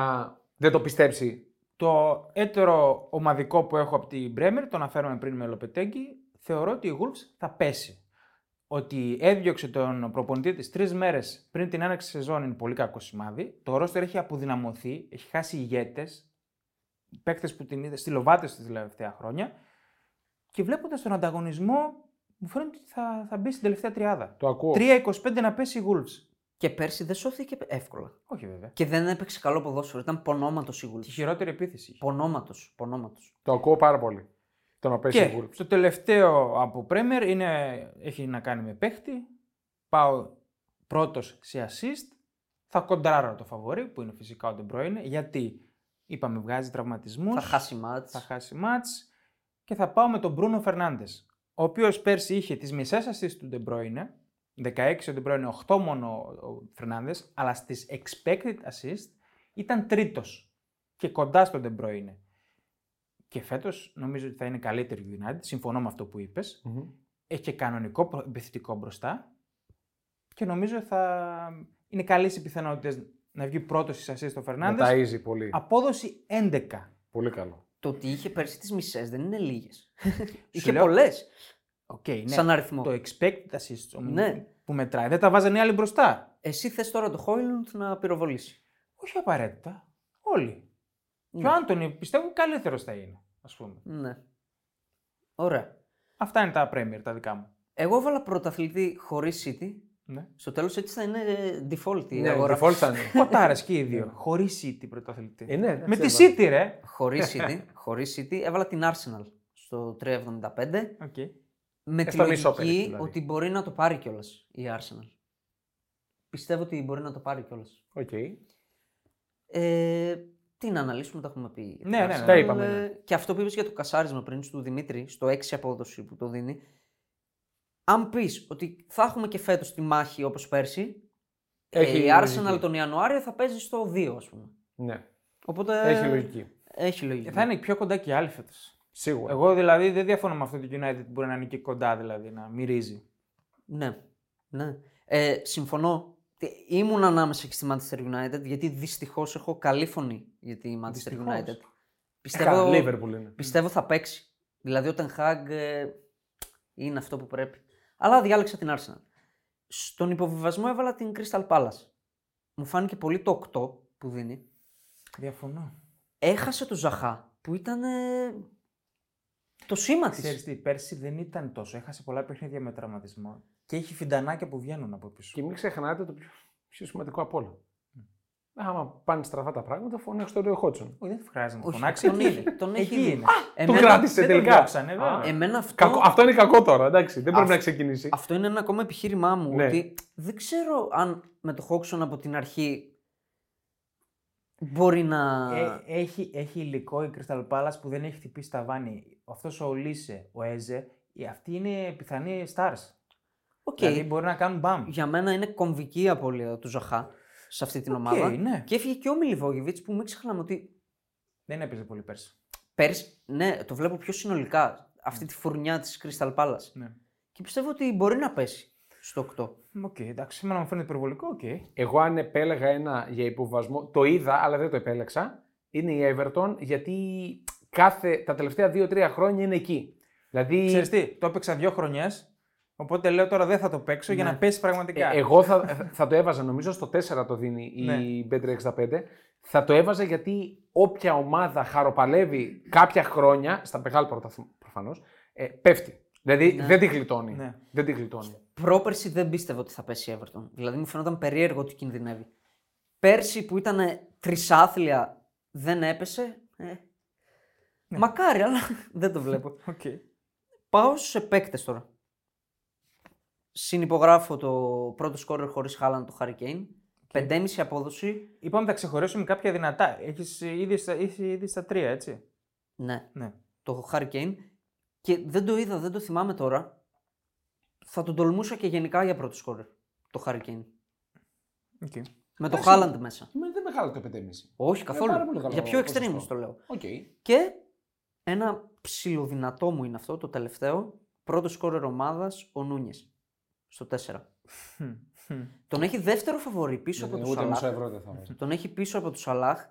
S1: δεν το πιστέψει.
S2: Το έτερο ομαδικό που έχω από την Bremer, το αναφέραμε πριν με Λοπετέγκη, θεωρώ ότι η Wolves θα πέσει. Ότι έδιωξε τον προπονητή της τρεις μέρες πριν την έναρξη σεζόν είναι πολύ κακό σημάδι. Το ρόστερ έχει αποδυναμωθεί, έχει χάσει ηγέτες, παίκτες που την είδε, στυλοβάτες τα τελευταία χρόνια. Και βλέποντας τον ανταγωνισμό, μου φαίνεται ότι θα, θα μπει στην τελευταία τριάδα.
S1: Το ακούω.
S2: 3-25 να πέσει η Wolves.
S3: Και πέρσι δεν σώθηκε εύκολα.
S2: Όχι βέβαια.
S3: Και δεν έπαιξε καλό ποδόσφαιρο. Ήταν πονόματος η
S2: Τη
S3: Wolves.
S2: χειρότερη επίθεση. είχε.
S3: Πονόματος. Πονόματος.
S1: Το ακούω πάρα πολύ. Το να πέσει
S2: Και
S1: σίγουρο.
S2: στο τελευταίο από Πρέμερ είναι, έχει να κάνει με παίχτη. Πάω πρώτος σε assist. Θα κοντράρω το φαβορή που είναι φυσικά ο De Bruyne γιατί είπαμε βγάζει τραυματισμούς.
S3: Θα χάσει μάτς.
S2: θα χάσει μάτς και θα πάω με τον Μπρούνο Φερνάντε, ο οποίος πέρσι είχε τις μισές assist του De Bruyne 16 ο De Bruyne, 8 μόνο ο Φερνάνδε, αλλά στις expected assist ήταν τρίτος και κοντά στον De Bruyne. Και φέτος νομίζω ότι θα είναι καλύτερη η United. Συμφωνώ με αυτό που είπες.
S1: Μμμ.
S2: Έχει και κανονικό προ- επιθετικό μπροστά. Και νομίζω θα είναι καλές οι πιθανότητες να βγει πρώτος στι assist ο
S1: Με
S2: Φερνάνδε.
S1: ταΐζει πολύ.
S2: Απόδοση 11.
S1: Πολύ καλό.
S3: Το ότι είχε πέρσι τις μισές δεν είναι λίγες. είχε
S2: λέω-
S3: πολλές.
S2: Okay, ναι.
S3: Σαν αριθμό.
S2: Το expected assist όμως,
S3: Ναι.
S2: που μετράει. Δεν τα βάζανε οι άλλοι μπροστά.
S3: Εσύ θες τώρα το Χόιλουντ να πυροβολήσει.
S2: Όχι απαραίτητα. Όλοι. Και ο
S3: Ναι.
S2: Άντωνη πιστεύω καλύτερος θα είναι. Ας πούμε.
S3: Ναι. Ωραία.
S2: Αυτά είναι τα Premier, τα δικά μου.
S3: Εγώ έβαλα πρωταθλητή χωρίς City.
S2: Ναι.
S3: Στο τέλος έτσι θα είναι ε, default η
S1: Ναι,
S3: αγορά.
S1: default θα είναι.
S2: [laughs] Κοτάρε και οι
S3: Ναι.
S2: δύο. Χωρίς City πρωταθλητή.
S1: Ε, ναι, εντάξει,
S2: Με τη
S1: έβαλε.
S2: City, ρε.
S3: Χωρίς
S1: [laughs]
S3: City, χωρίς City, έβαλα την Arsenal στο 3,75.
S2: Okay.
S3: Με
S1: Ε,
S3: τη
S1: στο μισό περίπου,
S3: λογική
S1: δηλαδή.
S3: ότι μπορεί να το πάρει κιόλας η Arsenal. Πιστεύω ότι μπορεί να το πάρει κιόλας.
S1: Οκ.
S3: Ε, τι να αναλύσουμε, τα έχουμε πει.
S2: Ναι, ναι, ναι.
S3: Arsenal,
S1: Τα είπαμε,
S3: ε,
S1: ναι.
S3: Και αυτό που είπες για το κασάρισμα πριν του Δημήτρη, στο 6 απόδοση που το δίνει. Αν πεις ότι θα έχουμε και φέτος τη μάχη όπως πέρσι, ε,
S1: Έχει
S3: η
S1: λογική.
S3: Arsenal τον Ιανουάριο θα παίζει στο 2, ας πούμε.
S1: Ναι.
S3: Οπότε.
S1: Έχει λογική.
S3: Έχει λογική.
S2: Θα είναι πιο κοντά και οι άλλοι φέτος.
S1: Σίγουρα.
S2: Εγώ δηλαδή δεν διαφωνώ με αυτό το United που μπορεί να είναι και κοντά, δηλαδή να μυρίζει.
S3: Ναι. ναι. Ε, συμφωνώ. Τι- Ήμουν ανάμεσα και στη Manchester United γιατί δυστυχώς έχω καλή φωνή για τη Manchester
S2: Δυστυχώς.
S3: United.
S1: Πιστεύω...
S3: Πιστεύω,
S1: Λίβερπουλ είναι.
S3: πιστεύω θα παίξει. Δηλαδή ο Ten Hag ε, είναι αυτό που πρέπει. Αλλά διάλεξα την Arsenal. Στον υποβιβασμό έβαλα την Crystal Palace. Μου φάνηκε πολύ το 8 που δίνει.
S2: Διαφωνώ.
S3: Έχασε το Ζαχά που ήταν ε, το σήμα
S2: Ξέρει
S3: της.
S2: τι, πέρσι δεν ήταν τόσο. Έχασε πολλά παιχνίδια με τραυματισμό και έχει φιντανάκια που βγαίνουν από πίσω.
S1: Και μην ξεχνάτε το πιο, πιο σημαντικό απ' όλα. Άμα πάνε στραβά τα πράγματα, φωνάξτε τον Ρέο Χότσον.
S2: Όχι, δεν χρειάζεται να
S3: Όχι,
S2: φωνάξει.
S3: τον
S2: εκεί
S3: έχει-
S2: είναι.
S3: τον
S2: Εκεί
S3: έχει δει.
S2: είναι.
S1: Τον
S3: Εμένα,
S1: κράτησε
S2: δεν τον
S1: τελικά.
S2: διώξανε, βέβαια.
S1: Α,
S3: εμένα αυτό...
S1: κακό- αυτό είναι κακό τώρα, εντάξει. Δεν πρέπει
S3: Αυτό-
S1: να ξεκινήσει.
S3: Αυτό είναι ένα ακόμα επιχείρημά μου.
S1: Ναι.
S3: Ότι δεν ξέρω αν με το Χόξον από την αρχή μπορεί να.
S2: Ε, έχει, έχει υλικό η Crystal Palace που δεν έχει χτυπήσει τα βάνη. Αυτός ο Λίσε, ο Έζε, οι- αυτοί είναι πιθανοί stars.
S3: Οκ.
S2: Δηλαδή μπορεί να κάνουν μπαμ.
S3: Για μένα είναι κομβική η απώλεια του Ζαχά σε αυτή την
S2: Οκ,
S3: ομάδα.
S2: ναι.
S3: Και έφυγε και ο Μιλιβόγεβιτ που μην ξεχνάμε ότι
S2: Δεν έπαιζε πολύ πέρσι.
S3: πέρσι. Ναι, το βλέπω πιο συνολικά. Αυτή τη φουρνιά της Crystal Palace.
S2: Ναι.
S3: Και πιστεύω ότι μπορεί να πέσει στο 8.
S2: Οκ, εντάξει, εμένα μου φαίνεται υπερβολικό, οκ.
S1: Εγώ αν επέλεγα ένα για υποβασμό, το είδα αλλά δεν το επέλεξα, είναι η Everton γιατί κάθε, τα τελευταία 2-3 χρόνια είναι εκεί. Δηλαδή,
S2: Ξέρεις τι, το έπαιξα δύο χρονιές. Οπότε λέω τώρα δεν θα το παίξω
S3: Ναι.
S2: για να πέσει πραγματικά.
S1: ε, εγώ θα, θα το έβαζα, νομίζω στο 4 το δίνει η Bet365, θα το έβαζα γιατί όποια ομάδα χαροπαλεύει κάποια χρόνια, στα μεγάλα πρωταθλήματα προφανώς, ε, πέφτει. Δηλαδή δεν τη γλιτώνει.
S2: Ναι.
S1: Δεν τη γλιτώνει.
S3: Πρόπερση δεν πίστευα ότι θα πέσει η Everton. Δηλαδή μου φαινόταν περίεργο ότι κινδυνεύει. Πέρσι που ήταν τρισάθλια δεν έπεσε. Ε.
S1: Ναι.
S3: Μακάρι, αλλά [laughs] δεν το βλέπω.
S2: Λοιπόν, Οκ.
S3: Πάω σε παίκτες τώρα. Συνυπογράφω το πρώτο σκόρερ χωρίς Χάλαν το Harry Kane. 5,5 απόδοση.
S2: Είπαμε τα Λοιπόν, ξεχωρίσουμε κάποια δυνατά. Έχεις ήδη, στα- έχεις ήδη στα τρία, έτσι.
S3: Ναι,
S2: Ναι.
S3: το Harry Kane. Και δεν το είδα, δεν το θυμάμαι τώρα. Θα τον τολμούσα και γενικά για πρώτο σκόρερ. Το Harry Kane.
S2: Οκ.
S3: Με το Χάλαντ μέσα.
S1: Μα Δεν μεγάλο το 5,5.
S3: Όχι
S1: Ε, πάρα πολύ
S3: καθόλου.
S1: καλό
S3: Για πιο
S1: ποσοστό.
S3: extreme το λέω.
S1: Οκ.
S3: Και ένα ψιλοδυνατό μου είναι αυτό το τελευταίο. Πρώτο σκόρερ ομάδας ο Νούνιες. Στο 4. Τον έχει δεύτερο φαβορή πίσω
S2: Ναι,
S3: από τον
S1: ε, Ούτε μισό
S3: Σαλάχ.
S1: ευρώ δεν θα βάζω.
S3: Τον έχει πίσω από τον Σαλάχ.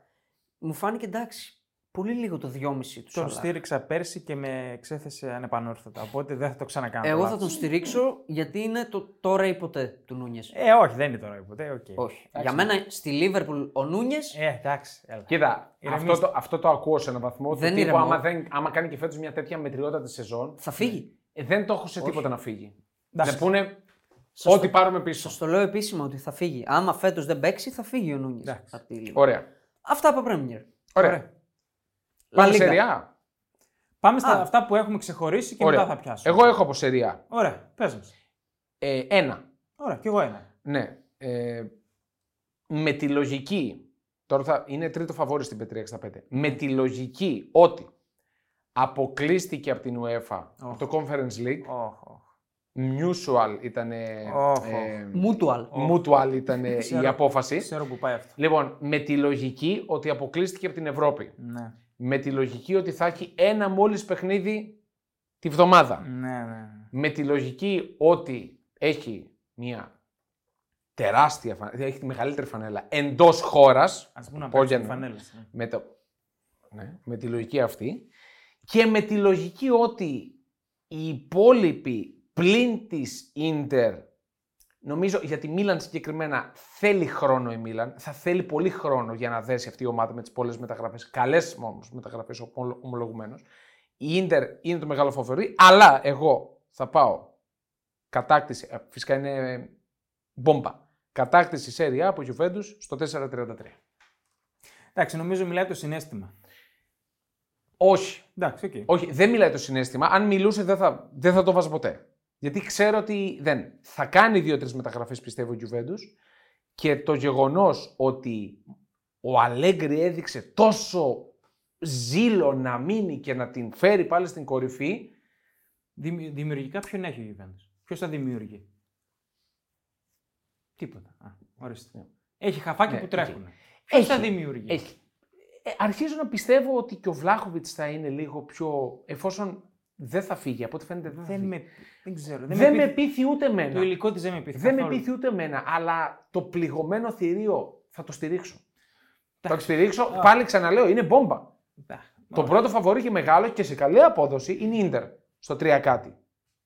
S3: Μου φάνηκε εντάξει. Πολύ λίγο το 2,5 του
S2: Τον
S3: Σαλάχ.
S2: στήριξα πέρσι και με εξέθεσε ανεπανόρθωτα. Οπότε δεν θα το ξανακάνω.
S3: Εγώ
S2: το
S3: θα τον
S2: λάθος.
S3: στηρίξω γιατί είναι το τώρα ή ποτέ του Νούνιες.
S2: Ε, όχι, δεν είναι τώρα ποτέ. οκ.
S3: Όχι. Για μένα στη Λίβερπουλ ο Νούνιες.
S2: Ε, εντάξει, έλα.
S1: Κοίτα,
S2: Ηρεμήστε.
S1: αυτό το, αυτό το ακούω σε έναν βαθμό.
S3: Δεν
S1: Δεν τύπου,
S3: ηρεμώ.
S1: άμα, δεν, άμα κάνει και φέτος μια τέτοια μετριότατη σεζόν,
S3: Θα
S2: ναι.
S3: φύγει.
S1: ε, δεν το έχω σε τίποτα να φύγει. Να
S2: Εντάξει.
S1: πούνε
S3: Σας
S1: ό,τι
S3: το-
S1: πάρουμε πίσω.
S3: Σας το λέω επίσημα ότι θα φύγει. Άμα φέτος δεν παίξει, θα φύγει ο Νούνιες.
S2: Εντάξει.
S1: Ωραία.
S3: Αυτά από Πρέμιερ.
S1: Ωραία. Πάμε σε ρεά.
S2: Πάμε στα
S3: Α.
S2: αυτά που έχουμε ξεχωρίσει και
S1: Ωραία.
S2: μετά θα πιάσουμε.
S1: Εγώ έχω από σε ρεά.
S2: Ωραία, πες μας.
S1: Ε, ένα.
S2: Ωραία, κι εγώ ένα.
S1: Ναι. Ε, με τη λογική. Τώρα θα, είναι τρίτο φαβόρι στην Πετρία 65. Με τη λογική ότι αποκλείστηκε από την UEFA από το Conference League.
S2: Οχ, οχ.
S1: Mutual ήταν. ε,
S2: Όχο.
S1: ε,
S3: Mutual.
S1: mutual ήταν ε, η
S2: Ξέρω.
S1: απόφαση.
S2: Ξέρω που πάει αυτό.
S1: Λοιπόν, με τη λογική ότι αποκλείστηκε από την Ευρώπη.
S2: Ναι,
S1: Με τη λογική ότι θα έχει ένα μόλις παιχνίδι τη βδομάδα.
S2: ναι, ναι. ναι.
S1: Με τη λογική ότι έχει μια τεράστια φανέλα, έχει τη μεγαλύτερη φανέλα εντός χώρας,
S2: Ας πούμε να
S1: Πώς
S2: παίξουν
S1: γίνεται.
S2: φανέλες. ναι.
S1: με, το... ναι, με τη λογική αυτή και με τη λογική ότι οι υπόλοιποι πλην της Ίντερ νομίζω για τη Μίλαν συγκεκριμένα θέλει χρόνο η Μίλαν, θα θέλει πολύ χρόνο για να δέσει αυτή η ομάδα με τις πολλές μεταγραφές, καλές όμως μεταγραφές ομολο- ομολογουμένως. Η Ίντερ είναι το μεγάλο φοβερή, αλλά εγώ θα πάω κατάκτηση, ε, φυσικά είναι ε, μπόμπα, κατάκτηση Serie A από Juventus στο 4-33.
S2: Εντάξει, νομίζω μιλάει το συνέστημα.
S1: Όχι,
S2: Εντάξει, οκ.
S1: Όχι, δεν μιλάει το συνέστημα. Αν μιλούσε, δεν θα, δεν θα το βάζω ποτέ. Γιατί ξέρω ότι δεν. Θα κάνει δύο-τρει μεταγραφές, πιστεύω, ο Juventus. Και το γεγονός ότι ο Αλέγκρι έδειξε τόσο ζήλο να μείνει και να την φέρει πάλι στην κορυφή.
S2: Δημι- Δημιουργικά ποιον έχει ο Γιουβέντος. Ποιο τα δημιουργεί. Τίποτα. Α, ορίστε.
S1: Ναι.
S2: Έχει χαφάκι
S1: Ναι,
S2: που
S1: οκ.
S2: τρέχουν. Ποιο τα
S1: Έχει.
S2: δημιουργεί.
S1: Έχει. Ε, αρχίζω να πιστεύω ότι και ο Βλάχοβιτ θα είναι λίγο πιο. εφόσον δεν θα φύγει. Από ό,τι φαίνεται δεν θα
S2: Δεν,
S1: φύγει.
S2: με, δεν ξέρω. Δεν,
S1: Δεν
S2: με,
S1: με
S2: πείθει.
S1: πείθει ούτε εμένα.
S2: Το υλικό της δεν με πείθει.
S1: Δεν με
S2: καθόλου.
S1: πείθει ούτε εμένα, αλλά το πληγωμένο θηρίο θα το στηρίξω. Θα το
S2: Εντάξει.
S1: στηρίξω.
S2: Α.
S1: Πάλι ξαναλέω, είναι μπόμπα.
S2: Εντάξει.
S1: Το πρώτο φαβορή και μεγάλο και σε καλή απόδοση είναι η Ιντερ στο 3 κάτι.
S2: Ναι.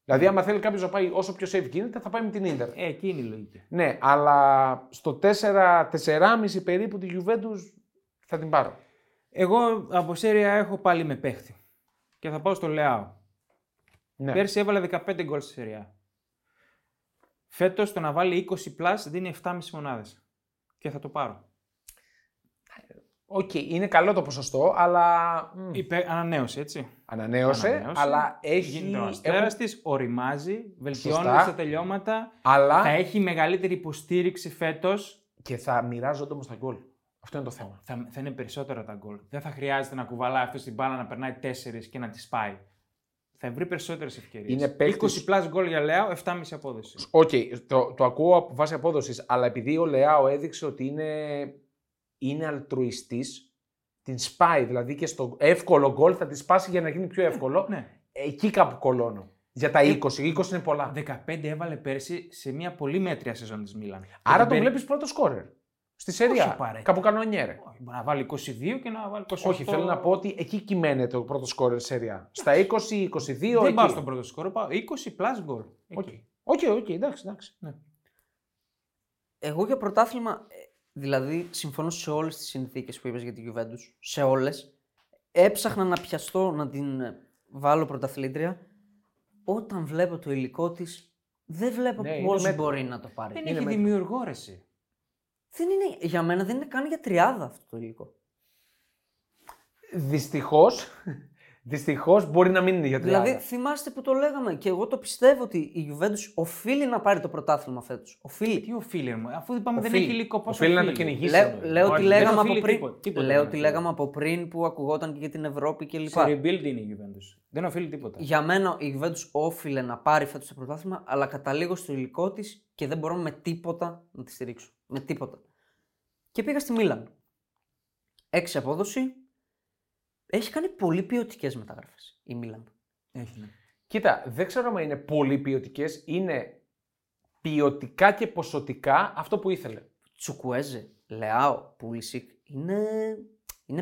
S1: Δηλαδή, άμα θέλει κάποιος να πάει όσο πιο safe γίνεται, θα πάει με την Ιντερ.
S2: Ε, εκείνη η λογική.
S1: Ναι, αλλά στο 4-4,5 περίπου τη Juventus θα την πάρω.
S2: Εγώ από σέρια έχω πάλι με παίχτη. Και θα πάω στο Λεάο.
S1: Ναι.
S2: Πέρσι έβαλε 15 γκολ στη σέρια. Φέτος το να βάλει 20 πλάσ δίνει 7,5 μονάδες. Και θα το πάρω.
S1: Οκ, είναι καλό το ποσοστό, αλλά. μ,
S2: Υπέ, ανανέωση, έτσι.
S1: Ανανέωσε,
S2: Ανανέωσε.
S1: αλλά έχει.
S2: Γίνεται ο
S1: έχουν-
S2: αστέρα της, οριμάζει, βελτιώνει
S1: Σωστά.
S2: στα τελειώματα.
S1: Αλλά.
S2: Θα έχει μεγαλύτερη υποστήριξη φέτος.
S1: Και θα μοιράζονται όμως τα γκολ. Αυτό είναι το θέμα.
S2: Θα, θα είναι περισσότερα τα γκολ. Δεν θα χρειάζεται να κουβαλάει αυτός την μπάλα να περνάει 4 και να τη σπάει. Θα βρει περισσότερες ευκαιρίες.
S1: Είναι παίκτης-
S2: 20 πλάσ γκολ για Λεάο, 7,5 απόδοση.
S1: Οκ, το, το ακούω από βάση απόδοσης, αλλά επειδή ο Λεάο έδειξε ότι είναι, είναι αλτρουιστής, την σπάει. Δηλαδή και στο εύκολο γκολ θα τη σπάσει για να γίνει πιο εύκολο.
S2: Ναι. Ε,
S1: Εκεί κάπου κολώνω. Για τα 20. 20 είναι πολλά.
S2: 15 έβαλε πέρσι σε μια πολύ μέτρια σεζόν της Μίλαν.
S1: Άρα
S2: Δεν
S1: τον
S2: παίρνει-
S1: βλέπεις πρώτο σκόρερ. Στη σερία.
S2: απαραίτητα.
S1: Κάπου κανονιέρε.
S2: Όχι, Μπορεί να βάλει 22 και να βάλει 28.
S1: Όχι, θέλω να πω ότι εκεί κυμαίνεται ο πρώτος σκόρερ σερία. Στα 20, 22.
S2: Δεν
S1: εκεί.
S2: πάω στον πρώτο σκορ, πάω 20 πλάσ γκολ.
S1: Οκ,
S2: Εκεί.
S1: οκ, οκ, εντάξει, εντάξει.
S3: Εγώ για πρωτάθλημα, ε, δηλαδή συμφωνώ σε όλες τις συνθήκες που είπες για την Juventus. Σε όλες. Έψαχνα να πιαστώ να την ε, βάλω πρωταθλήτρια. Όταν βλέπω το υλικό της, δεν βλέπω
S1: Ναι, είναι
S3: πώς
S1: μέτρο.
S3: μπορεί να το πάρει.
S2: Δεν
S1: Είναι
S2: έχει
S1: μέτρο.
S2: δημιουργό ρε εσύ.
S3: Δεν είναι, για μένα δεν είναι καν για τριάδα αυτό το υλικό.
S1: Δυστυχώς, δυστυχώς μπορεί να μην είναι για τριάδα.
S3: Δηλαδή, θυμάστε που το λέγαμε και εγώ το πιστεύω ότι η Juventus οφείλει να πάρει το πρωτάθλημα φέτος. Οφείλει.
S2: Τι οφείλει, μου, αφού είπαμε δεν
S1: Οφείλει.
S2: έχει υλικό, πόσο
S1: Οφείλει να το κυνηγήσει.
S3: Λέω, λέω
S2: Όχι,
S3: ότι
S2: δεν
S3: λέγαμε
S2: οφείλει
S3: από πριν.
S2: τίποτα, τίποτα
S3: λέω
S2: δεν
S3: ότι
S2: οφείλει.
S3: λέγαμε από πριν που ακουγόταν και για την Ευρώπη κλπ.
S2: Σε rebuild είναι η Juventus. Δεν οφείλει τίποτα.
S3: Για μένα η Juventus όφιλε να πάρει φέτος το πρωτάθλημα, αλλά καταλήγω στο υλικό της και δεν μπορώ με τίποτα να τη στηρίξω. Με τίποτα. Και πήγα στη Μίλαν. Έξι απόδοση. Έχει κάνει πολύ ποιοτικές μεταγραφές η Μίλαν.
S2: Έχει, ναι.
S1: Κοίτα, δεν ξέρω αν είναι πολύ ποιοτικές. Είναι ποιοτικά και ποσοτικά αυτό που ήθελε.
S3: Τσουκουέζε, Λεάο, Πούλησικ είναι, είναι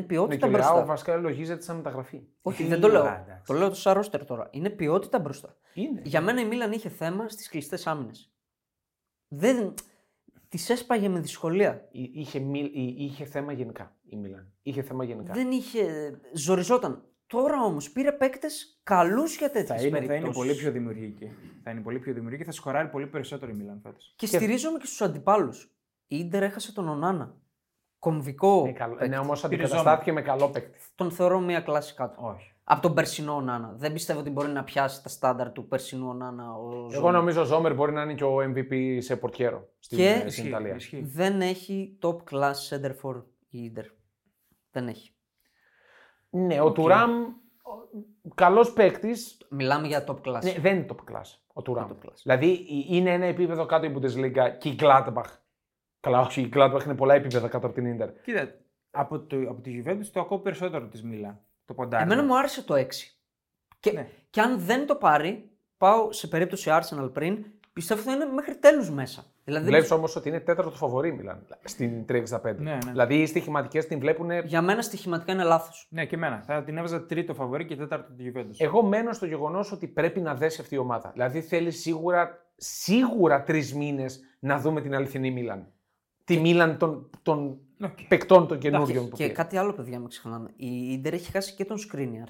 S1: Ναι, και
S3: ποιότητα
S1: ο
S3: μπροστά.
S1: Λεάο βασικά λογίζεται σαν μεταγραφή.
S3: Όχι,
S2: Ε,
S3: δεν το
S2: α,
S3: λέω.
S2: εντάξει.
S3: Το λέω σαν ρόστερ τώρα. Είναι ποιότητα μπροστά.
S1: Είναι.
S3: Για μένα η Μίλαν είχε θέμα στις κλειστές άμυνες. Δεν... Τη έσπαγε με δυσκολία.
S1: Εί- Είχε, μι- εί- είχε θέμα γενικά η Μίλαν. Είχε θέμα γενικά.
S3: Δεν είχε. ε, Ζοριζόταν. Τώρα όμως πήρε παίκτες καλούς για τέτοιες
S2: Θα
S3: περιπτώσει.
S2: είναι, θα είναι πολύ πιο δημιουργική. Θα είναι πολύ πιο δημιουργική, θα σκοράρει πολύ περισσότερο η Μίλαν φέτος.
S3: Και στηρίζομαι και στους αντιπάλους. Η ντερ έχασε τον Ονάνα. Κομβικό.
S1: Είναι καλό.
S3: παίκτη.
S1: Ναι, όμω
S2: Πυριζόμενο.
S1: αντικαταστάθηκε με καλό παίκτη.
S3: Τον θεωρώ μία κλάση κάτω.
S2: Όχι.
S3: Από τον περσινό Ονάνα. Δεν πιστεύω ότι μπορεί να πιάσει τα στάνταρ του περσινού Ονάνα. Ο
S1: Εγώ
S3: Ζόμερ.
S1: νομίζω ο Ζόμερ μπορεί να είναι και ο MVP σε πορτιέρο στην,
S3: Και-
S1: στην
S2: Ισχύει,
S1: Ιταλία.
S2: ισχύει.
S3: Δεν έχει top class center for η ντερ. Δεν έχει.
S1: Ναι, ο Τουράμ καλός παίκτης
S3: Μιλάμε για top class.
S1: Ναι, δεν είναι top class ο Τουράμ.
S3: top class.
S1: Δηλαδή η- είναι ένα επίπεδο κάτω η Bundesliga και η Gladbach. Καλά, όχι, η Gladbach είναι πολλά επίπεδα κάτω από την Inter.
S2: Κοίτα, από, το, από τη Juventus το ακούω περισσότερο της Μίλα. Το ποντάρι.
S3: Εμένα μου άρεσε το 6. Και,
S2: Ναι.
S3: και αν δεν το πάρει, πάω σε περίπτωση Arsenal πριν, πιστεύω θα είναι μέχρι τέλους μέσα. Δηλαδή,
S1: Βλέπει όμως ότι είναι τέταρτο φοβορή μιλάνε στην 365.
S2: Ναι, ναι.
S1: Δηλαδή οι στοιχηματικές την βλέπουν.
S3: για μένα στοιχηματικά είναι λάθος.
S2: Ναι, και εμένα. Θα την έβαζα τρίτο φαβορή και τέταρτο τη Juventus.
S3: Ε,
S1: Εγώ μένω στο γεγονός ότι πρέπει να δέσει αυτή η ομάδα. Δηλαδή θέλει σίγουρα, σίγουρα τρεις μήνες να δούμε την αληθινή Μίλαν. Τη Μίλαν των, των
S2: Οκ.
S1: παικτών των
S3: Και,
S1: καινούριων που
S3: και
S1: πήρε.
S3: κάτι άλλο, παιδιά, μην ξεχνάμε. Η Ιντερ έχει χάσει και τον Σκρίνιαρ.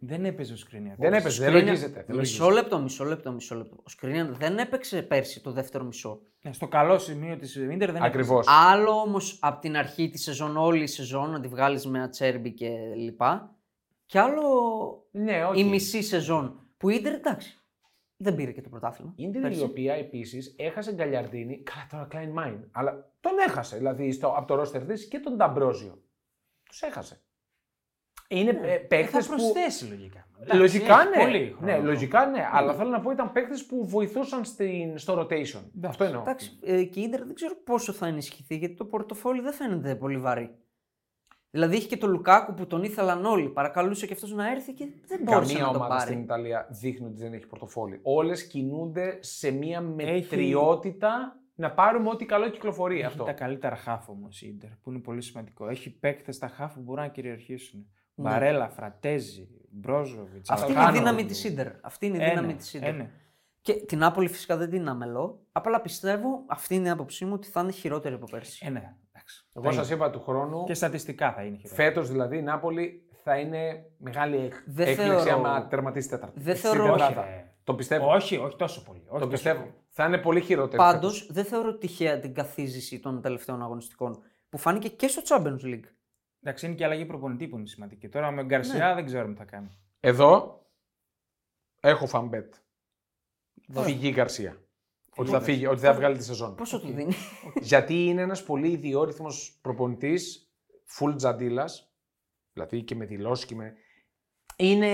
S2: Δεν έπαιζε ο Σκρίνιαρ.
S1: Δεν έπαιζε, δεν
S3: Skriniar-
S1: λογίζεται. δεν
S3: Μισό
S1: λογίζεται.
S3: λεπτό, μισό λεπτό, μισό λεπτό. Ο Σκρίνιαρ δεν έπαιξε πέρσι το δεύτερο μισό.
S2: Ναι, Στο καλό σημείο της Ιντερ δεν
S1: Ακριβώς.
S3: Άλλο όμως από την αρχή της σεζόν, όλη η σεζόν, να τη βγάλεις με ατσέρμπι και λοιπά. Και άλλο
S1: Ναι,
S3: η
S1: όχι.
S3: μισή σεζόν. Που η Ιντερ, εντάξει, δεν πήρε και το πρωτάθλημα.
S1: Ίντερ η
S3: Πέρσι.
S1: οποία επίσης έχασε Γκαλιαρντίνη. Καλά, τώρα Κλάιν Μάιν. Αλλά τον έχασε. Δηλαδή στο, από το ρόστερ της και τον Νταμπρόζιο. Τους έχασε. Είναι ναι.
S2: Ε, Θα
S3: Ε,
S1: παίκτες που.
S2: προσθέσει λογικά.
S1: Λογικά
S2: έχει
S1: ναι.
S2: πολύ χρόνο
S1: ναι,
S2: αυτό.
S1: λογικά ναι. Αλλά θέλω να πω ήταν παίκτες που βοηθούσαν στην, στο rotation.
S2: Εντάξει.
S1: Αυτό εννοώ.
S3: Εντάξει, ε, και η Ιντερ δεν ξέρω πόσο θα ενισχυθεί γιατί το πορτοφόλι δεν φαίνεται πολύ βαρύ. Δηλαδή είχε και τον Λουκάκου που τον ήθελαν όλοι. Παρακαλούσε και αυτός να έρθει και δεν μπόρεσε
S1: Καμία
S3: να τον
S1: ομάδα
S3: πάρει.
S1: στην Ιταλία δείχνει ότι δεν έχει πορτοφόλι. Όλες κινούνται σε μια
S2: Έχει-
S1: μετριότητα να πάρουμε ό,τι καλό κυκλοφορεί
S2: Έχει
S1: αυτό.
S2: τα καλύτερα χάφ όμως η Ιντερ, που είναι πολύ σημαντικό. Έχει παίκτες στα χάφ που μπορούν να κυριαρχήσουν.
S3: Ναι.
S2: Βαρέλα, Φρατέζι, Μπρόζοβιτ.
S1: Αυτή
S3: Αυτή είναι η
S1: Χάνω.
S3: δύναμη της Ιντερ. Αυτή είναι η
S2: Ε, ναι.
S3: δύναμη της Ιντερ. Και την Άπολη φυσικά δεν την αμελώ. Απλά πιστεύω, αυτή είναι η άποψή μου, ότι θα είναι χειρότερη από πέρσι.
S2: Ε, ναι, εντάξει.
S1: Εγώ
S2: Θα είναι.
S1: σας είπα του χρόνου.
S2: Και στατιστικά θα είναι χειρότερο.
S1: Φέτος δηλαδή η Νάπολη θα είναι μεγάλη έκ-
S3: Δεν
S1: έκπληξη
S3: θεωρώ-
S1: άμα τερματίσει τέταρτη.
S3: Δεν
S1: Στην
S3: θεωρώ-
S1: τετράδα.
S2: Όχι, ρε.
S1: Το πιστεύω.
S2: Ε, Όχι, όχι τόσο πολύ. Όχι
S1: το
S2: τόσο
S1: πιστεύω.
S2: πολύ.
S1: Θα είναι πολύ χειρότερη.
S3: Πάντως,
S1: φέτος.
S3: δεν θεωρώ τυχαία την καθίζηση των τελευταίων αγωνιστικών που φάνηκε και στο Champions League.
S2: Εντάξει, είναι και αλλαγή προπονητή που είναι σημαντική. Τώρα με
S1: Ναι.
S2: Γκαρσιά δεν ξέρουμε τι θα κάνει.
S1: Εδώ έχω φαμπέτ.
S3: Δώσε.
S1: Φυγή Γκαρσία. Ότι θα,
S2: Φυγή.
S1: φύγει, ότι θα βγάλει τη σεζόν.
S3: Πόσο του δίνει.
S1: Γιατί είναι ένας πολύ ιδιόρυθμος προπονητής, full τζαντίλας, δηλαδή και με δηλώσεις και με. Είναι,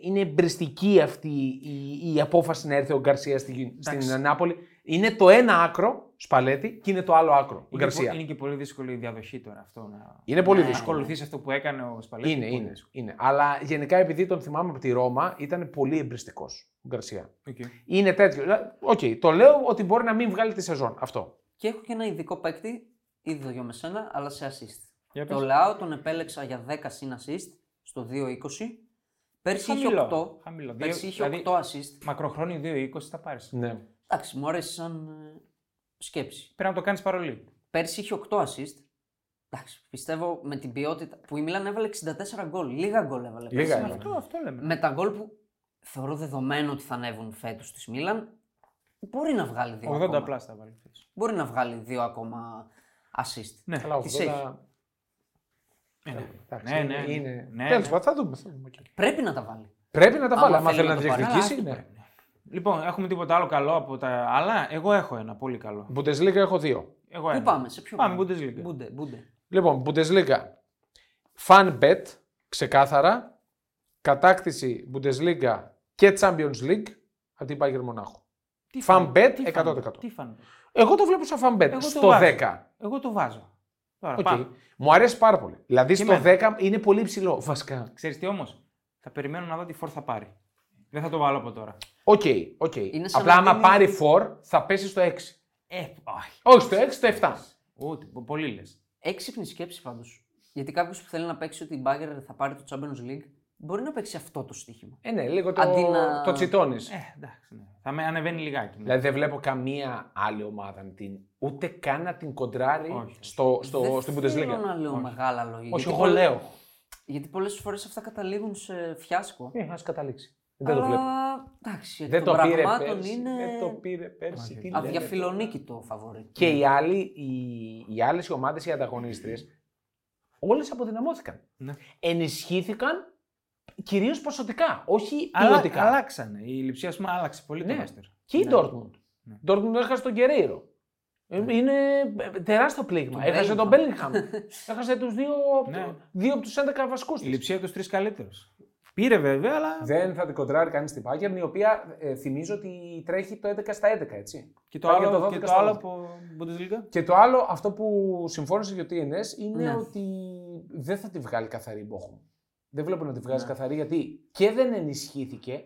S1: είναι εμπριστική αυτή η, η απόφαση να έρθει ο Γκαρσία στην,
S2: Εντάξει.
S1: στην Νάπολη. Είναι το ένα άκρο, σπαλέτη, και είναι το άλλο άκρο, ο
S2: Είναι, και, πο-
S1: Γκαρσία.
S2: είναι και πολύ δύσκολη η διαδοχή τώρα αυτό να.
S1: Είναι πολύ
S3: Ναι.
S2: να
S1: δύσκολο.
S2: ακολουθήσει αυτό που έκανε ο Σπαλέτη.
S1: Είναι,
S2: πολύ
S1: είναι,
S2: δύσκολο.
S1: είναι. Αλλά γενικά επειδή τον θυμάμαι από τη Ρώμα, ήταν πολύ εμπριστικός ο Γκαρσία.
S2: Οκ.
S1: Είναι τέτοιο. Δηλαδή, Οκ, το λέω ότι μπορεί να μην βγάλει τη σεζόν. Αυτό.
S3: Και έχω και ένα ειδικό παίκτη, ίδιο με σένα, αλλά σε assist.
S2: Για
S3: Το
S2: πες.
S3: Λαό τον επέλεξα για 10 συν assist στο 2-20. Πέρσι είχε 8.
S2: Χαμηλό, χαμηλό.
S3: Πέρσι
S2: Δύο-
S3: είχε 8
S2: δηλαδή,
S3: assist.
S2: Μακροχρόνιο 2-20 θα πάρεις.
S1: Ναι.
S3: Εντάξει, μου αρέσει σαν ε, σκέψη.
S2: Πρέπει να το κάνεις παρολί.
S3: Πέρσι είχε 8 assist. Εντάξει, πιστεύω με την ποιότητα που η Μίλαν έβαλε 64 γκολ. Λίγα γκολ έβαλε.
S1: Λίγα
S3: πέρσι.
S1: έβαλε.
S2: Αυτό, αυτό λέμε.
S3: Με τα γκολ που θεωρώ δεδομένο ότι θα ανέβουν φέτος της Μίλαν, μπορεί να βγάλει δύο
S2: 80
S3: ακόμα.
S2: απλά θα βάλει.
S3: Μπορεί να βγάλει δύο ακόμα assist.
S2: Ναι.
S1: Καλά,
S3: Τις
S1: 80.
S3: έχει.
S1: Εντάξει,
S2: Ναι,
S1: είναι-
S2: ναι, ναι.
S1: είναι-
S2: Ναι,
S1: Τέλος
S2: ναι.
S1: πάντων, θα δούμε. θα δούμε, οκ.
S3: Πρέπει να τα βάλει.
S1: Πρέπει να τα
S3: Άμα
S1: βάλει. Άμα
S3: θέλει
S1: θέλει
S3: να
S1: να
S3: το πάρει.
S1: διεκδικήσει,
S2: Καλά,
S1: ναι.
S2: αυτό Λοιπόν, έχουμε τίποτα άλλο καλό από τα άλλα. Εγώ έχω ένα πολύ καλό.
S1: Bundesliga έχω δύο.
S2: Εγώ
S3: Πού
S2: ένα.
S3: πάμε, σε ποιο
S2: Πάμε,
S3: πάμε.
S2: Bundesliga.
S3: Μπούντε, μπούντε.
S1: Λοιπόν, Bundesliga. Fan bet, ξεκάθαρα. Κατάκτηση Bundesliga και Champions League από την Bayern Μονάχου.
S2: Τι
S1: Fan
S2: fan-
S1: bet
S2: τι fan-
S1: 100%.
S2: Τι fan.
S1: Εγώ το βλέπω σαν fan bet
S2: Εγώ το
S1: στο
S2: βάζω.
S1: 10.
S2: Εγώ το βάζω. Τώρα
S1: Οκ.
S2: πάμε.
S1: Μου αρέσει πάρα πολύ. Δηλαδή
S2: Και
S1: στο
S2: εμένα.
S1: 10 είναι πολύ υψηλό. Βασικά.
S2: Ξέρεις τι όμως, θα περιμένω να δω τι φορ θα πάρει. Δεν θα το βάλω από τώρα.
S1: Οκ, οκ.
S3: Είναι σαν
S1: Απλά
S3: να
S1: άμα
S3: δίνει-
S1: πάρει 4 θα πέσει στο 6.
S2: Ε, όχι.
S1: Όχι, στο 6, στο 7.
S2: Ούτε, πο- πολύ λες.
S3: Έξυπνη σκέψη πάντως. Γιατί κάποιος που θέλει να παίξει ότι η Μπάγκερ θα πάρει το Champions League, μπορεί να παίξει αυτό το στοίχημα.
S1: Ε, ναι, λίγο το,
S3: Αντί να-
S1: το τσιτώνεις.
S2: Ε, εντάξει, ναι. Θα με ανεβαίνει λιγάκι. ναι.
S1: Δηλαδή δεν βλέπω καμία άλλη ομάδα να την. ούτε καν να την κοντράρει
S2: Όχι.
S1: στο, στο,
S3: Δεν
S1: στην
S3: θέλω
S1: Bundesliga.
S3: να λέω μεγάλα λόγια.
S1: Όχι,
S3: γιατί
S1: εγώ
S3: πολλ-
S1: λέω.
S3: Γιατί πολλές φορές αυτά καταλήγουν σε φιάσκο.
S1: Ε, ας καταλήξει. Δεν
S3: αλλά...
S1: το βλέπω.
S3: Εντάξει, εκ
S1: Δεν
S3: των
S1: το πήρε
S3: πραγμάτων
S1: πέρσι.
S3: είναι
S1: Δεν το πήρε πέρσι. Τι λέτε.
S3: αδιαφιλονίκητο φαβορή. Ναι.
S1: Και οι, άλλοι, οι, οι άλλες οι ομάδες, οι ανταγωνίστριες, όλες αποδυναμώθηκαν.
S2: Ναι.
S1: Ενισχύθηκαν κυρίως ποσοτικά, όχι
S2: Αλλά,
S1: ποιοτικά.
S2: αλλάξανε. Η λειψία, ας πούμε, άλλαξε πολύ
S1: Ναι.
S2: το roster.
S1: Και η
S3: Ναι.
S1: Dortmund.
S2: Ναι.
S1: Η Dortmund έχασε τον Γκερέιρο. Ε, Είναι τεράστιο πλήγμα.
S3: Τον
S1: έχασε τον
S3: Bellingham.
S1: [laughs] Bellingham. έχασε τους δύο,
S2: Ναι.
S1: δύο από τους 11 βασικούς
S2: Η
S1: της.
S2: λειψία τους τρεις καλύτερους. Πήρε βέβαια, αλλά.
S1: Δεν θα την κοντράρει κανείς την Bayern, η οποία ε, θυμίζω ότι τρέχει το 11 στα 11, έτσι.
S2: Και το
S1: Πάει
S2: άλλο,
S1: για 12
S2: και το
S1: στα
S2: άλλο
S1: 12.
S2: από Bundesliga.
S1: Και το άλλο, αυτό που συμφώνησε για το TNS είναι
S3: Ναι.
S1: ότι δεν θα τη βγάλει καθαρή η Bochum. Δεν βλέπω να τη βγάζει καθαρή γιατί και δεν ενισχύθηκε.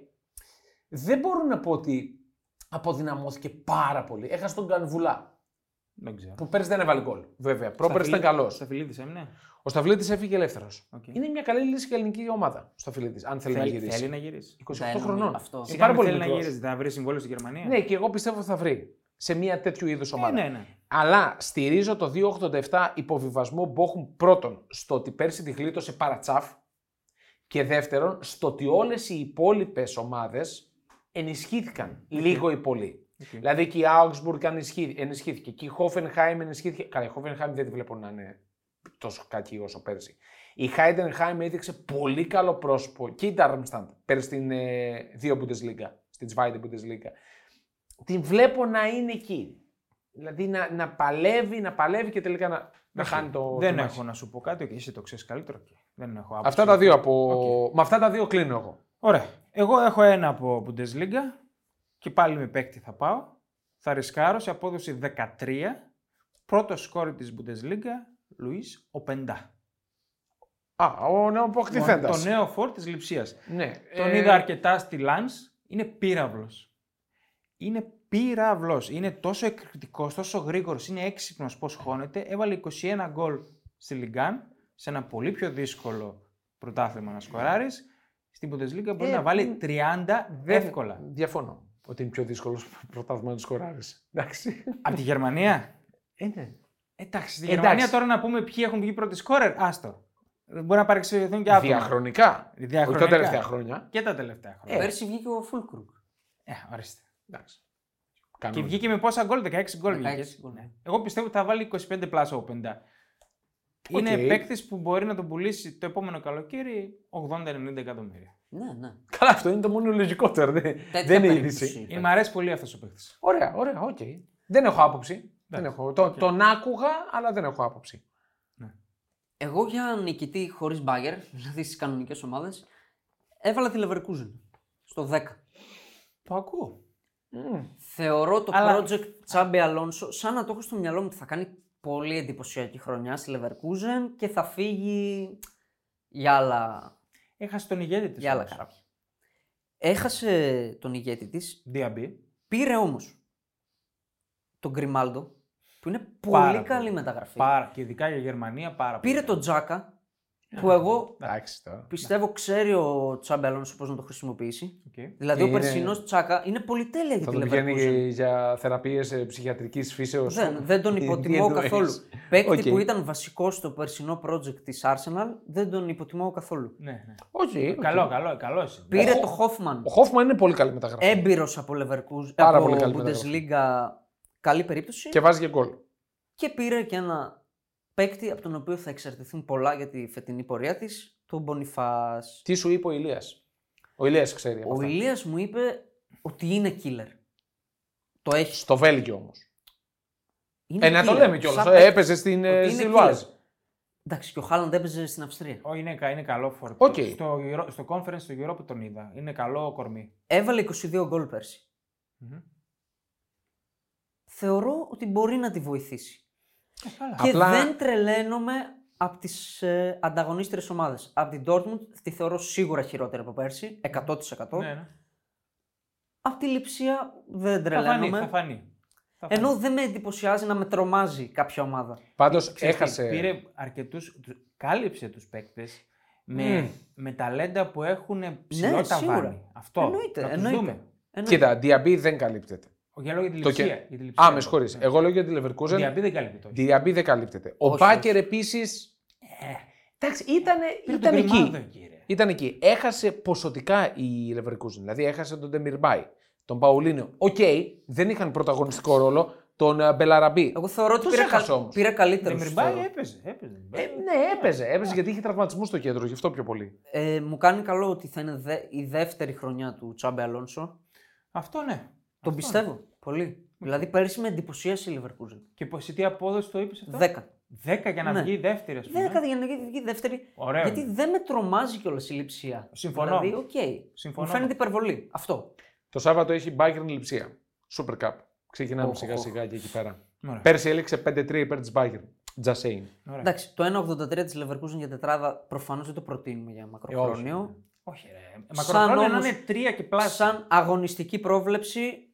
S1: Δεν μπορώ να πω ότι αποδυναμώθηκε πάρα πολύ. Έχασε τον Κανβουλά
S2: Δεν ξέρω.
S1: που πέρυσι δεν έβαλε γκολ. Βέβαια. Πρόπερ ήταν
S2: Σταφυλίδη-
S1: καλό.
S2: Σταφυλίδης έμεινε.
S1: Ο Σταυλίτης έφυγε ελεύθερος.
S2: Οκ.
S1: Είναι μια καλή λύση για ελληνική ομάδα στο Σταυλίτης, αν θέλει, να
S2: Θέλει,
S1: γυρίσει.
S2: θέλει να γυρίσει.
S1: 28
S3: Ναι, νομίζω
S1: χρονών.
S3: αυτό.
S1: Είναι
S2: Σιγά
S1: πάρα
S2: μην
S1: πολύ
S2: θέλει να
S1: μικρός.
S2: γυρίσει. Θα βρει συμβόλαιο στη Γερμανία.
S1: Ναι, και εγώ πιστεύω θα βρει σε μια τέτοιου είδους
S2: ναι,
S1: ομάδα.
S2: ναι, ναι.
S1: Αλλά στηρίζω το 287 υποβιβασμό Μπόχουμ πρώτον στο ότι πέρσι τη γλίτωσε παρατσάφ και δεύτερον στο ότι όλες οι υπόλοιπες ομάδες ενισχύθηκαν λίγο ή πολύ. Δηλαδή και η Augsburg ανισχύ- ενισχύθηκε και η Hoffenheim ενισχύθηκε. Καλά, η Hoffenheim δεν τη βλέπω να είναι τόσο κακή όσο πέρσι. Η Heidenheim έδειξε πολύ καλό πρόσωπο και η Darmstadt πέρσι στην ε, δύο Bundesliga, στην Zweite Bundesliga. Την βλέπω να είναι εκεί. Δηλαδή να, να παλεύει, να παλεύει και τελικά να, να χάνει το.
S2: δεν
S1: το μάτς.
S2: έχω να σου πω κάτι, και εσύ το ξέρεις καλύτερο. και Δεν έχω άποψη.
S1: Αυτά τα δύο από. Με αυτά τα δύο κλείνω εγώ.
S2: Ωραία. Εγώ έχω ένα από Bundesliga και πάλι με παίκτη θα πάω. Θα ρισκάρω σε απόδοση 13. Πρώτο σκόρ της Bundesliga, Λουίς ο Πεντά.
S1: Α, ο νεοποκτηθέντα.
S2: Το νέο φορ της Λιψίας.
S1: Ναι.
S2: Τον
S1: Ε,
S2: είδα αρκετά στη Λάνς. Είναι πύραυλος. Είναι πύραυλος. Είναι τόσο εκρηκτικός, τόσο γρήγορος. Είναι έξυπνος πώς χώνεται. Έβαλε 21 γκολ στη Λιγκάν σε ένα πολύ πιο δύσκολο πρωτάθλημα να σκοράρεις. Στην Bundesliga μπορεί
S1: Ε,
S2: να βάλει 30
S1: δεν-
S2: εύκολα.
S1: ε, Διαφωνώ ότι είναι πιο δύσκολο πρωτάθλημα να σκοράρεις. Εντάξει.
S2: Από τη Γερμανία.
S1: Ε, ναι.
S2: Εντάξει,
S1: Εντάξει.
S2: στη Γερμανία τώρα να πούμε ποιοι έχουν βγει πρώτοι σκόρερ. Άστο. Μπορεί να παρεξηγηθούν και άτομα.
S1: Διαχρονικά. Όχι
S2: Διαχρονικά.
S1: τα τελευταία χρόνια.
S2: Και τα τελευταία χρόνια. Ε,
S3: Πέρσι βγήκε ο Φούλκρουκ.
S2: ορίστε.
S1: Εντάξει.
S2: Και
S1: Κανόνι.
S2: βγήκε με πόσα γκολ, 16 γκολ
S3: 16
S2: βγήκε.
S3: γκολ.
S2: Ναι. Εγώ πιστεύω ότι θα βάλει 25 πλάσα ο 50. Είναι
S1: Οκ.
S2: παίκτης που μπορεί να τον πουλήσει το επόμενο καλοκαίρι 80-90 εκατομμύρια.
S3: Ναι, ναι.
S1: Καλά, αυτό είναι το μόνο λογικό τώρα. Δεν,
S3: Τέτοια
S1: δεν είναι
S3: περίπτωση.
S1: είδηση.
S2: Ε, Μ' αρέσει πολύ αυτός ο παίκτης.
S1: Ωραία, ωραία, οκ. Δεν έχω άποψη. Δεν έχω. Το,
S2: Οκ.
S1: Τον άκουγα, αλλά δεν έχω άποψη.
S3: Εγώ για νικητή χωρίς μπάγκερ, [laughs] δηλαδή στις κανονικές ομάδες, έβαλα τη Leverkusen στο 10.
S2: Το ακούω.
S3: Θεωρώ το
S2: Αλλά-
S3: project Τσάμπε Αλόνσο σαν να το έχω στο μυαλό μου ότι θα κάνει πολύ εντυπωσιακή χρονιά στη Leverkusen και θα φύγει για άλλα,
S2: Έχασε τον ηγέτη της.
S3: για άλλα καράβια. Έχασε τον ηγέτη της,
S2: Διαμπή.
S3: πήρε όμως τον Γκριμάλντο, που είναι πολύ
S2: Πάρα
S3: καλή
S2: πολύ.
S3: μεταγραφή.
S2: Πάρα, και ειδικά για Γερμανία πάρα
S3: Πήρε
S2: πολύ.
S3: τον Τζάκα, που εγώ
S1: Εντάξει τώρα.
S3: πιστεύω ξέρει ο Τσάμπε Αλόνσο πώς να το χρησιμοποιήσει.
S2: Οκ. Ναι,
S3: Δηλαδή
S1: Είναι-
S3: ο περσινός Τσάκα είναι πολυτέλεια για
S1: Θα
S3: τη
S1: τον
S3: Leverkusen.
S1: πηγαίνει για θεραπείες ψυχιατρικής φύσεως.
S3: Δεν, δεν τον
S1: Τι- τι
S3: υποτιμώ
S1: εννοείς.
S3: καθόλου. Παίκτη
S1: Οκ.
S3: που ήταν βασικό στο περσινό project της Arsenal, δεν τον υποτιμώ καθόλου.
S2: Ναι, ναι.
S1: Όχι. οκ.
S2: Καλό, καλό, καλός. είναι.
S3: Πήρε
S1: Ο-
S3: το Hoffman.
S1: Ο Χόφμαν είναι πολύ καλή μεταγραφή.
S3: έμπειρος από Leverkusen,
S1: Πάρα
S3: από
S1: πολύ καλή
S3: Bundesliga, καλή περίπτωση.
S1: Και βάζει και γκολ.
S3: Και πήρε και ένα παίκτη από τον οποίο θα εξαρτηθούν πολλά για τη φετινή πορεία της, τον Μπονιφάς.
S1: Τι σου είπε ο Ηλίας. Ο Ηλίας ξέρει. από
S3: Ο
S1: αυτά.
S3: Ηλίας μου είπε ότι είναι killer. Το έχει.
S1: Στο Βέλγιο όμως.
S3: Είναι
S1: Ε, να το
S3: killer.
S1: λέμε
S3: Ναι, Σαν
S1: κιόλα.
S3: παίκτη.
S1: Έπαιζε στην
S3: Ότι
S1: ε,
S3: είναι
S1: στη Λουάζ.
S3: killer. Εντάξει, και ο Χάλαντ έπαιζε στην Αυστρία.
S2: Ο, είναι, κα- είναι καλό φορτ.
S1: Οκ.
S2: Στο, Euro- στο conference του Europa τον είδα. Είναι καλό κορμί.
S3: Έβαλε 22 γκολ πέρσι.
S2: Μμμ.
S3: Θεωρώ ότι μπορεί να τη βοηθήσει.
S2: Ε, καλά.
S3: Και
S1: Απλά-
S3: δεν τρελαίνομαι από τις ε, ανταγωνίστρε ομάδε. Από την Dortmund τη θεωρώ σίγουρα χειρότερη από πέρσι, 100%.
S2: Ναι, ναι.
S3: Από τη Λιψία δεν
S2: Θα φανεί,
S3: τρελαίνομαι.
S2: θα φανεί. Θα φανεί.
S3: Ενώ δεν με εντυπωσιάζει να με τρομάζει κάποια ομάδα.
S1: Πάντως
S2: Ξέρεις τι,
S1: έχασε.
S2: Πήρε αρκετούς, τους- κάλυψε τους παίκτες με,
S1: Μμμ.
S2: με ταλέντα που έχουν ψηλό
S3: σίγουρα.
S2: ταβάνι. Αυτό,
S3: Εννοείται,
S2: να τους
S3: εννοείται.
S2: δούμε.
S3: Ενώ
S1: Κοίτα, Διαμπή δεν καλύπτεται.
S2: Για λόγω για τη
S1: Το
S2: λειψία.
S1: και-
S2: για τη λειψία.
S1: Α, με συγχωρεί.
S2: Ναι.
S1: Εγώ λέω για τη Leverkusen.
S2: Διαμπή δεν καλύπτεται. όχι.
S1: Διαμπή δεν καλύπτεται. Ο
S3: Όχι, Ε,
S1: Μπάκερ επίση. Εντάξει, ήτανε-
S2: Πήρε
S1: ήταν
S2: τον
S1: εκεί.
S2: Γκριμάλδο, κύριε.
S1: Ήταν εκεί. Έχασε ποσοτικά η Leverkusen. Δηλαδή έχασε τον Ντεμιρμπάη, τον Παουλίνο. Οκ, δεν είχαν πρωταγωνιστικό ρόλο τον ε, Μπελαραμπή.
S3: Εγώ θεωρώ ότι
S1: Τους
S3: πήρε,
S1: έχασε
S3: καλ...
S1: όμως.
S3: πήρε καλύτερο.
S2: Ντεμιρμπάη έπαιζε. έπαιζε.
S1: Ε, ναι, έπαιζε. Έπαιζε γιατί είχε τραυματισμούς στο κέντρο, γι' αυτό πιο πολύ.
S3: Ε, μου κάνει καλό ότι θα είναι δε... η δεύτερη χρονιά του Τσάμπε Αλόνσο.
S2: Αυτό ναι.
S3: Τον
S2: Αυτό
S3: πιστεύω πολύ. Δηλαδή πέρυσι με εντυπωσίασε η Leverkusen.
S2: ναι. Και πως- σε τι απόδοση το είπες αυτό.
S3: 10.
S2: Δέκα για να
S3: Ναι.
S2: βγει δεύτερη, ας πούμε.
S3: Δέκα για να βγει δεύτερη.
S2: Ωραίο.
S3: Γιατί δεν με τρομάζει κιόλας η λειψία.
S2: Συμφωνώ.
S3: Δηλαδή, οκ.
S2: Συμφωνώ. Ναι.
S3: Μου φαίνεται υπερβολή. Αυτό.
S1: Το Σάββατο έχει Bayern Λιψία. Super Cup. Ξεκινάμε
S3: Οχ,
S1: σιγά
S3: οχ.
S1: σιγά και εκεί πέρα.
S2: Ωραία.
S1: Πέρσι έλεξε 5-3 υπέρ της Bayern. Just saying.
S2: Ωραία.
S3: Εντάξει, το 1,83 τη Leverkusen για τετράδα προφανώς δεν το προτείνουμε
S2: Ε,
S3: για μακροχρόνιο.
S2: ναι. Όχι, ρε. Μακροχρόνια να
S3: όμως-
S2: είναι τρία και πλάσι.
S3: Σαν αγωνιστική πρόβλεψη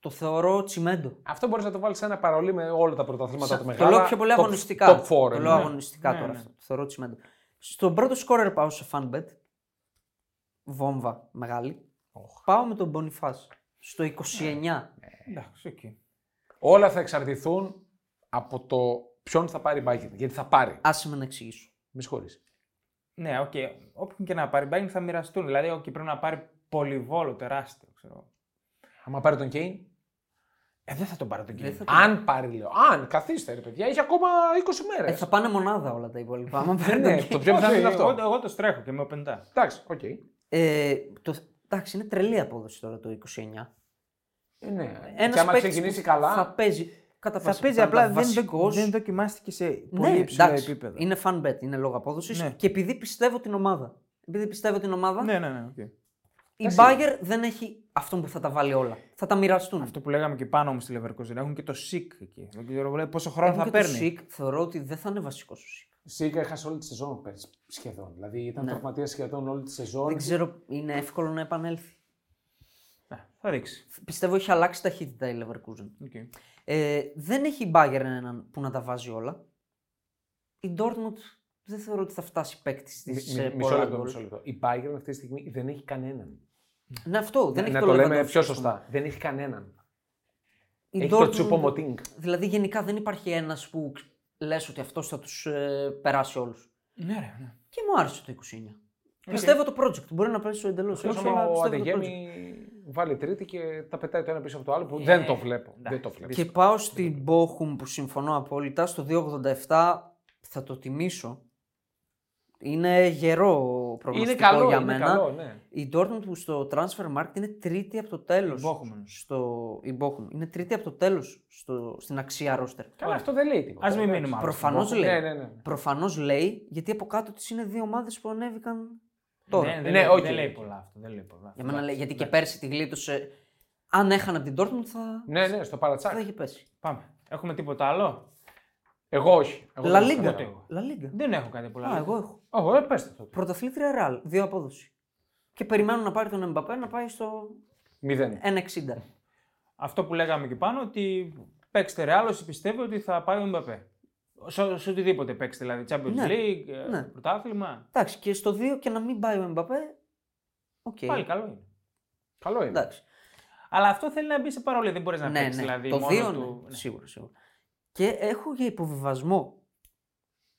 S3: το θεωρώ τσιμέντο.
S1: Αυτό μπορείς να το βάλεις σε ένα παρολί με όλα τα πρωταθλήματα
S3: Σαν-
S1: τα
S3: Το
S1: μεγάλα.
S3: λέω πιο πολύ
S1: top-
S3: αγωνιστικά.
S1: Top 4.
S3: το
S1: ε,
S3: λέω
S1: ναι.
S3: αγωνιστικά
S2: Ναι,
S3: τώρα
S2: ναι.
S3: αυτό. Το θεωρώ τσιμέντο. Στον πρώτο σκόρερ πάω σε fanbet. Βόμβα μεγάλη. Πάω με τον Boniface. Στο 29.
S2: Εντάξει, εκεί.
S1: Όλα θα εξαρτηθούν από το ποιον θα πάρει η Bayern. Γιατί θα πάρει.
S3: Άσε με να εξηγήσω.
S1: Με συγχωρείς.
S2: Ναι, οκ. Όποιον και να πάρει Bayern θα μοιραστούν. Δηλαδή, οκ, πρέπει να πάρει πολυβόλο τεράστιο. Ξέρω.
S1: Άμα πάρει τον Kane.
S2: Ε, δεν θα τον πάρω τον
S3: Δεν
S2: κύριο.
S3: θα το-
S1: Αν πάρει, λέω. Αν, καθίστε, ρε παιδιά, έχει ακόμα 20 μέρες.
S3: Ε, θα πάνε μονάδα όλα τα υπόλοιπα. Άμα πάρει
S1: Ναι,
S3: τον
S1: το πιο
S2: Όχι,
S1: πιθανό είναι
S2: Εγώ,
S1: αυτό.
S2: εγώ το στρέχω και με οπεντά.
S1: Εντάξει, οκ.
S3: Ε, το, εντάξει, είναι τρελή απόδοση τώρα το 29.
S1: Ε, ναι.
S3: Ένας
S1: και άμα
S3: παίκτης
S1: ξεκινήσει
S3: που
S1: καλά.
S3: Θα παίζει. Κατά
S2: Θα
S3: πάσα
S2: παίζει
S3: πιθανότητα
S2: απλά δεν,
S3: βασικός.
S2: δεν δοκιμάστηκε σε πολύ
S3: Ναι,
S2: υψηλό
S3: εντάξει,
S2: επίπεδο.
S3: Είναι fan bet, είναι λόγω απόδοσης.
S2: Ναι.
S3: Και επειδή πιστεύω την ομάδα. Επειδή πιστεύω την ομάδα,
S2: Ναι, ναι, ναι. οκ.
S3: η Bayer δεν έχει αυτόν που θα τα βάλει όλα. Θα τα μοιραστούν.
S2: Αυτό που λέγαμε και πάνω όμως στη Leverkusen. Έχουν και το SIC εκεί. Δεν ξέρω λέει, πόσο χρόνο
S3: Έχουν
S2: θα
S3: και το
S2: παίρνει.
S3: Σικ, θεωρώ ότι δεν θα είναι βασικό ο Σικ.
S1: Σίγκα έχασε όλη τη σεζόν πέρσι σχεδόν. Δηλαδή ήταν
S3: Ναι.
S1: τραυματίας σχεδόν όλη τη σεζόν.
S3: Δεν ξέρω, είναι εύκολο να επανέλθει.
S2: Ε, θα ρίξει.
S3: Πιστεύω έχει αλλάξει ταχύτητα η Leverkusen.
S2: Okay.
S3: Ε, δεν έχει η Bayern έναν που να τα βάζει όλα. Η Dortmund δεν θεωρώ ότι θα φτάσει παίκτη ε, τη.
S1: Μι- μι- Μισό λεπτό, μισό λεπτό. Η Bayern αυτή τη στιγμή δεν έχει κανέναν.
S3: Ναι, αυτό. Δεν
S1: Να-
S3: έχει
S1: να
S3: το
S1: το λέμε
S3: Lewandowski,
S1: πιο
S3: ας πούμε.
S1: σωστά. Δεν έχει κανέναν.
S3: Η
S1: Έχει
S3: Dortmund-
S1: το Τσούπο Μωτίνγκ.
S3: Δηλαδή γενικά δεν υπάρχει ένας που λες ότι αυτός θα τους περάσει όλους.
S2: Ναι, ρε, ναι.
S3: Και μου άρεσε το 29. Πιστεύω το project. Μπορεί να πέσει εντελώς.
S1: Ο Αντεγέμι βάλει τρίτη και τα πετάει το ένα πίσω από το άλλο που δεν το βλέπω. Δεν το βλέπω.
S3: Και πάω στην Bochum που συμφωνώ απόλυτα. Στο 287 θα το τιμήσω. Είναι γερό προγνωστικό
S1: Είναι καλό,
S3: για
S1: είναι
S3: μένα.
S1: καλό, ναι.
S3: Η Dortmund που στο Transfer Market είναι τρίτη από το τέλος.
S2: Η Bochum.
S3: Στο... Η Bochum. Είναι τρίτη από το τέλος στο... στην αξία roster.
S1: Καλά, αυτό δεν λέει τίποτα.
S2: Ας μην
S1: εντάξει.
S2: μείνουμε άλλο.
S3: Προφανώς
S1: Bochum,
S3: λέει.
S1: ναι, ναι, ναι.
S3: Προφανώς λέει, γιατί από κάτω της είναι δύο ομάδες που ανέβηκαν τώρα.
S2: Ναι, δεν,
S1: Ναι,
S2: λέει,
S1: όχι.
S2: δεν λέει πολλά αυτό. Δεν λέει πολλά.
S3: Για μένα
S2: Εντάξει,
S3: λέει, γιατί και
S2: εντάξει.
S3: πέρσι τη γλίτωσε. Αν έχανα από την Dortmund θα,
S1: Ναι, ναι, στο
S3: θα
S1: παρατσάκι.
S3: είχε πέσει.
S2: Πάμε. Έχουμε τίποτα άλλο.
S1: Εγώ όχι. Εγώ
S3: Λα
S1: δεν
S3: Λίγκα.
S1: έχω κανένα.
S3: Λα Λίγκα.
S2: Δεν έχω κάτι πολλά.
S3: Α, εγώ έχω.
S1: Όχι, ε, πες το τότε.
S3: Πρωταθλήτρια Ραλ, δύο απόδοση. Και περιμένω να πάρει τον Mbappé να πάει στο
S1: Μηδέν.
S3: 1,60.
S2: Αυτό που λέγαμε και πάνω ότι παίξτε ρε άλλο πιστεύει ότι θα πάει ο Μπαπέ. Σε, σε οτιδήποτε παίξτε, δηλαδή Champions
S3: Ναι.
S2: League, ε,
S3: Ναι.
S2: πρωτάθλημα.
S3: Εντάξει, και στο 2 και να μην πάει ο Mbappé. Οκ.
S2: Πάλι καλό είναι.
S1: Καλό είναι.
S3: Εντάξει.
S2: Αλλά αυτό θέλει να μπει σε παρόλο. Δεν μπορείς να
S3: ναι, ναι.
S2: παίξει δηλαδή.
S3: το
S2: μόνο
S3: 2
S2: του.
S3: ναι.
S2: Ναι.
S3: Σίγουρα, σίγουρα. Και έχω για υποβιβασμό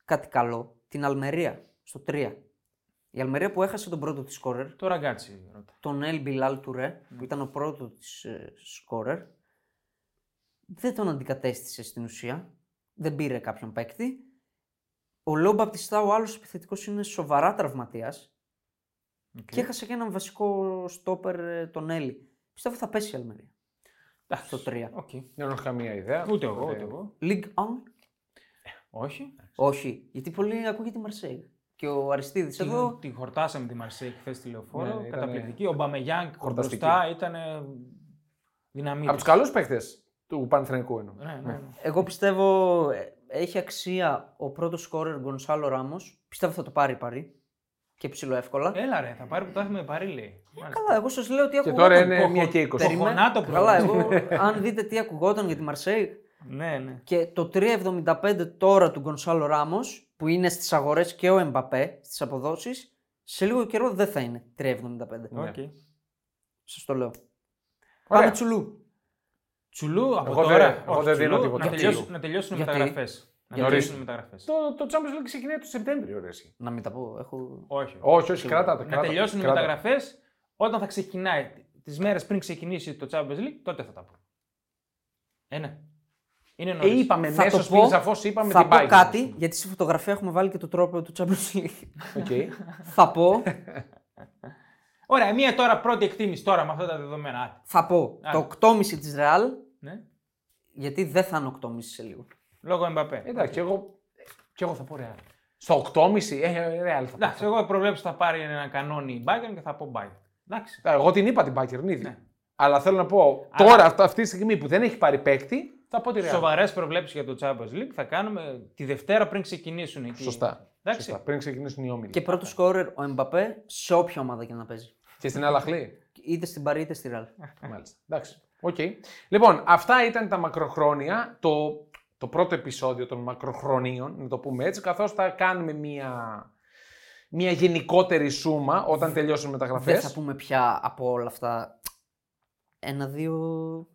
S3: κάτι καλό. Την Αλμερία στο 3. Η Αλμερία που έχασε τον πρώτο της σκόρερ,
S2: Το ραγκάτσι ρώτα.
S3: τον Ελ Μπιλάλ Τουρέ, που ήταν ο πρώτος της σκόρερ, δεν τον αντικατέστησε στην ουσία. Δεν πήρε κάποιον παίκτη. Ο Λόμπα Μπαπτιστά, ο άλλος επιθετικός, είναι σοβαρά τραυματίας και έχασε και έναν βασικό στόπερ ε, τον Έλλη. Πιστεύω θα πέσει η Αλμερία.
S2: Εντάξει.
S3: στο τρία.
S2: Οκ.
S1: Δεν έχω καμία ιδέα. Ε,
S2: Ούτε εγώ,
S1: Οπότε-
S2: ούτε εγώ.
S3: League on.
S2: Όχι.
S3: Όχι, γιατί πολύ ακούγεται η Μαρσέη. Και ο Αριστίδης εδώ.
S2: Τη, τη χορτάσαμε τη Μαρσέη χθες τη λεωφόρο.
S1: Ναι, ναι, ήτανε-
S2: Καταπληκτική. Ο Μπαμεγιάνκ
S1: Χορταστική.
S2: μπροστά ήταν δυναμική.
S1: Από τους καλούς παίχτε του Πανθρενικού εννοώ.
S2: Ναι, ναι, ναι.
S3: Εγώ πιστεύω ε, έχει αξία ο πρώτος σκόρερ Γκονσάλο Ράμος. Πιστεύω θα το πάρει η Παρή. Και ψηλό εύκολα.
S2: Έλα ρε, θα πάρει πρωτάθλημα με παρήλη.
S3: Καλά, εγώ σας λέω ότι ακούγονταν.
S1: τώρα είναι
S3: Κοχο-
S1: μία και είκοσι.
S3: Περιμέ-
S2: Κοχωνάτο
S3: Καλά, εγώ,
S2: πρόβλημα.
S3: αν δείτε τι ακουγόταν για τη Μαρσέη.
S2: Ναι, ναι.
S3: Και το 3,75 τώρα του Γκονσάλο Ράμος, που είναι στις αγορές και ο Εμπαπέ στις αποδόσεις, σε λίγο καιρό δεν θα είναι 3,75.
S1: Ναι.
S2: Οκ.
S3: Σας το λέω.
S1: Ωραία.
S3: Πάμε τσουλού.
S2: Τσουλού από
S1: Εγώ δεν-
S2: τώρα.
S1: εγώ
S2: Όχι,
S1: δεν δίνω
S2: τσουλού,
S1: τίποτα.
S2: Να
S1: Γιατί?
S2: τελειώσουν, να τελειώσουν οι
S3: Γιατί?
S2: μεταγραφές. Να
S1: Γιατί?
S2: τελειώσουν οι μεταγραφές.
S1: Το, το Champions League ξεκινάει το Σεπτέμβριο, ρε, εσύ.
S3: Να μην τα πω. Έχω...
S2: Όχι.
S1: Όχι, όχι, κράτα το.
S2: Να
S1: κράτα το,
S2: τελειώσουν οι
S1: κράτα το.
S2: μεταγραφές όταν θα ξεκινάει. Τις μέρες πριν ξεκινήσει το Champions League, τότε θα τα πω. Ε, ναι. Είναι νωρί.
S1: Ε, είπαμε
S2: ναι,
S3: Θα
S1: μέσω
S3: το πω,
S1: σπίτι σαφώς είπαμε
S3: θα
S1: την
S3: πω
S1: Bayern.
S3: κάτι, γιατί στη φωτογραφία έχουμε βάλει και το τρόπο του
S1: [laughs]
S3: Champions League.
S1: Οκ.
S3: θα πω,
S2: Ωραία, μία τώρα πρώτη εκτίμηση τώρα με αυτά τα δεδομένα. Άντε.
S3: θα πω
S2: Α.
S3: το 8,5 της Real,
S2: Ναι.
S3: γιατί δεν θα είναι 8,5 σε λίγο.
S2: Λόγω Mbappé.
S1: Εντάξει, εγώ Και εγώ θα πω Real. Στο 8,5 ε, Real θα πω.
S2: Εντάξει, εγώ προβλέψω θα πάρει ένα κανόνι η Bayern και θα πω Bayern. Εντάξει.
S1: Ε, Εγώ την είπα την Bayern ήδη.
S2: Ναι.
S1: Αλλά θέλω να πω τώρα, αυτά- αυτή τη στιγμή που δεν έχει πάρει παίκτη, θα πω τη Real.
S2: Σοβαρές προβλέψεις για το Champions League θα κάνουμε τη Δευτέρα πριν ξεκινήσουν εκεί.
S1: Σωστά.
S2: Εντάξει.
S1: Σωστά. Πριν ξεκινήσουν οι όμιλοι.
S3: Και πρώτος σκόρερ ο Εμπαπέ σε όποια ομάδα και να παίζει.
S1: Και στην Αλαχλή.
S3: Είτε στην Παρή είτε στη Ραλ.
S1: Μάλιστα. Εντάξει. Οκ. Λοιπόν, αυτά ήταν τα μακροχρόνια. Το, το πρώτο επεισόδιο των μακροχρονίων, να το πούμε έτσι, καθώς θα κάνουμε μία, μία γενικότερη σούμα όταν τελειώσουν οι
S3: Δεν θα
S1: μεταγραφές.
S3: πούμε πια από όλα αυτά. Ένα-δύο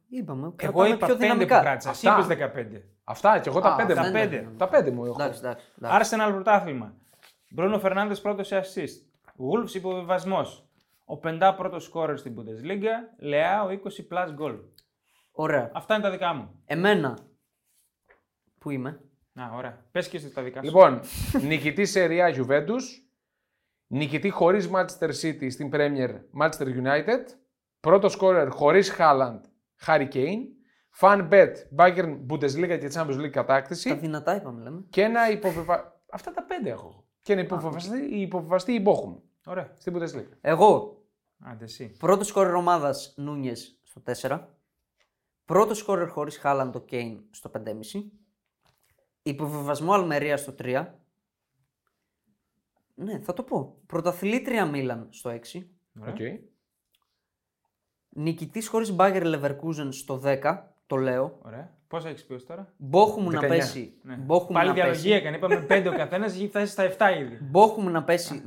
S3: είπαμε.
S2: Εγώ
S3: κρατάμε
S2: είπα
S3: πιο
S2: 5 που
S3: δυναμικά.
S2: κράτησα. Εσύ
S1: Αυτά.
S2: είπες 15.
S1: Αυτά και εγώ τα
S3: Α,
S1: πέντε
S3: αυτά
S1: μου.
S3: είναι
S2: πέντε.
S3: δυναμικά.
S1: Τα πέντε μου έχω.
S3: Εντάξει, εντάξει. εντάξει.
S2: Άρσεναλ πρωτάθλημα. Μπρούνο Φερνάνδε πρώτος σε assist. Γούλφ υποβιβασμός. Ο πεντά πρώτος σκόρερ στην Bundesliga. Λεάο 20 plus goal.
S3: Ωραία.
S2: Αυτά είναι τα δικά μου.
S3: Εμένα. Πού είμαι.
S2: Να, ωραία. Πες και εσύ τα δικά σου.
S1: Λοιπόν, νικητή Σεριά Juventus, νικητή χωρίς Manchester City στην Premier Manchester United, πρώτο σκόρερ χωρίς Haaland Harry Kane, fan bet Bayern Bundesliga και Champions League
S3: Τα
S1: κατάκτηση
S3: δυνατά είπαμε, λέμε.
S1: και ένα υποβεβα... Αυτά τα πέντε έχω. εγώ. Και να υποβεβαστεί, υποβεβαστεί η Bochum
S2: Ωραία.
S1: στην Bundesliga.
S3: Εγώ.
S2: Άντε εσύ.
S3: Πρώτο σκόρερ ομάδας Νούνιες στο 4. Πρώτο σκόρερ χωρίς Χάλαντ ο Κέιν στο 5,5. Υποβιβασμό Αλμερία στο 3. Ναι, θα το πω. Πρωταθλήτρια Μίλαν στο 6.
S2: Ωραία.
S1: Okay.
S3: Νικητής χωρίς Μπάγκερ Λεβερκούζεν στο 10. Το λέω.
S2: ωραία. Πόσα έχεις πει ως τώρα.
S3: Μπόχουμ να
S1: 19.
S3: πέσει.
S2: Ναι.
S3: Μπόχουμ
S2: Πάλι
S3: να
S2: διαλογή
S3: πέσει.
S2: έκανε. Είπαμε 5 ο καθένας, έχει φτάσει στα 7
S1: [laughs]
S2: ήδη.
S3: Μπόχουμ να πέσει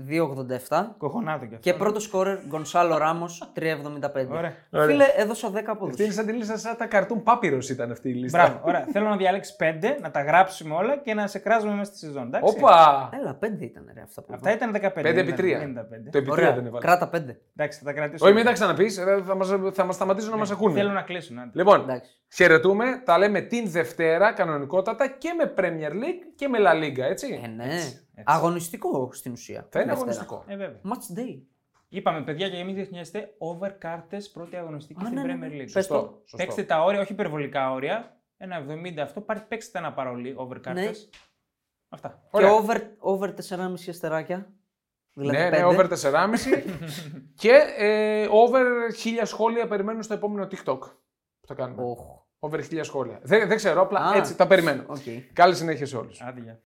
S3: 2,87.
S2: Κοχονάτο κι αυτό.
S3: Και πρώτο σκόρερ Γκονσάλο Ράμος 3,75.
S2: Ωραία.
S3: Φίλε, έδωσα 10 από
S1: Αυτή είναι σαν τη λίστα, σαν τα καρτούν πάπυρος ήταν αυτή η λίστα.
S2: Μπράβο, ωραία. Θέλω να διαλέξεις 5, να τα γράψουμε όλα και να σε κράζουμε μέσα στη σεζόν. εντάξει?
S1: Όπα!
S3: Έλα, 5 ήταν ρε αυτά που
S2: Αυτά
S3: είπα.
S2: ήταν Ναι,
S1: 5
S2: 15. 5
S1: επί 3. Το
S2: 95.
S1: επί 3 δεν
S3: Ωραία,
S1: έβαλε.
S3: κράτα 5.
S2: Εντάξει, θα τα κρατήσουμε.
S1: Όχι, μην τα ξαναπείς, ε, θα μας, θα μας σταματήσουν να μας ακούνε.
S2: Θέλω Ναι. να κλείσουν. άντε.
S1: Λοιπόν,
S3: Ναι, Εντάξει.
S1: χαιρετούμε. Τα λέμε την Δευτέρα κανονικότατα και με Premier League και με La Liga, έτσι.
S3: Ε, ναι.
S2: έτσι.
S3: Αγωνιστικό στην ουσία.
S1: Θα είναι
S3: Δευτέρα.
S1: αγωνιστικό.
S2: Ε, βέβαια.
S3: Match day.
S2: Είπαμε, παιδιά, για να μην ξεχνιάστε, over κάρτε πρώτη αγωνιστική
S3: Α,
S2: στην
S3: ναι, ναι,
S2: Premier
S3: ναι.
S2: League.
S3: Πες το.
S1: Σωστό. σωστό.
S2: Παίξτε τα όρια, όχι υπερβολικά όρια. Ένα 70 αυτό. Πάρε, παίξτε τα να παρολί over
S3: Ναι.
S2: κάρτε. Αυτά.
S1: Ωραία.
S3: Και over, over 4,5 αστεράκια. Δηλαδή
S1: ναι,
S3: 5.
S1: ναι, over
S3: [laughs]
S1: 4,5 και ε, over 1000 σχόλια περιμένουν στο επόμενο TikTok που θα κάνουμε.
S3: Οχ.
S1: Over 1000 σχόλια. Δεν, δεν ξέρω, απλά
S3: Α.
S1: έτσι τα περιμένω.
S3: Οκ.
S1: Καλή συνέχεια σε όλους.
S2: Άντε, γεια.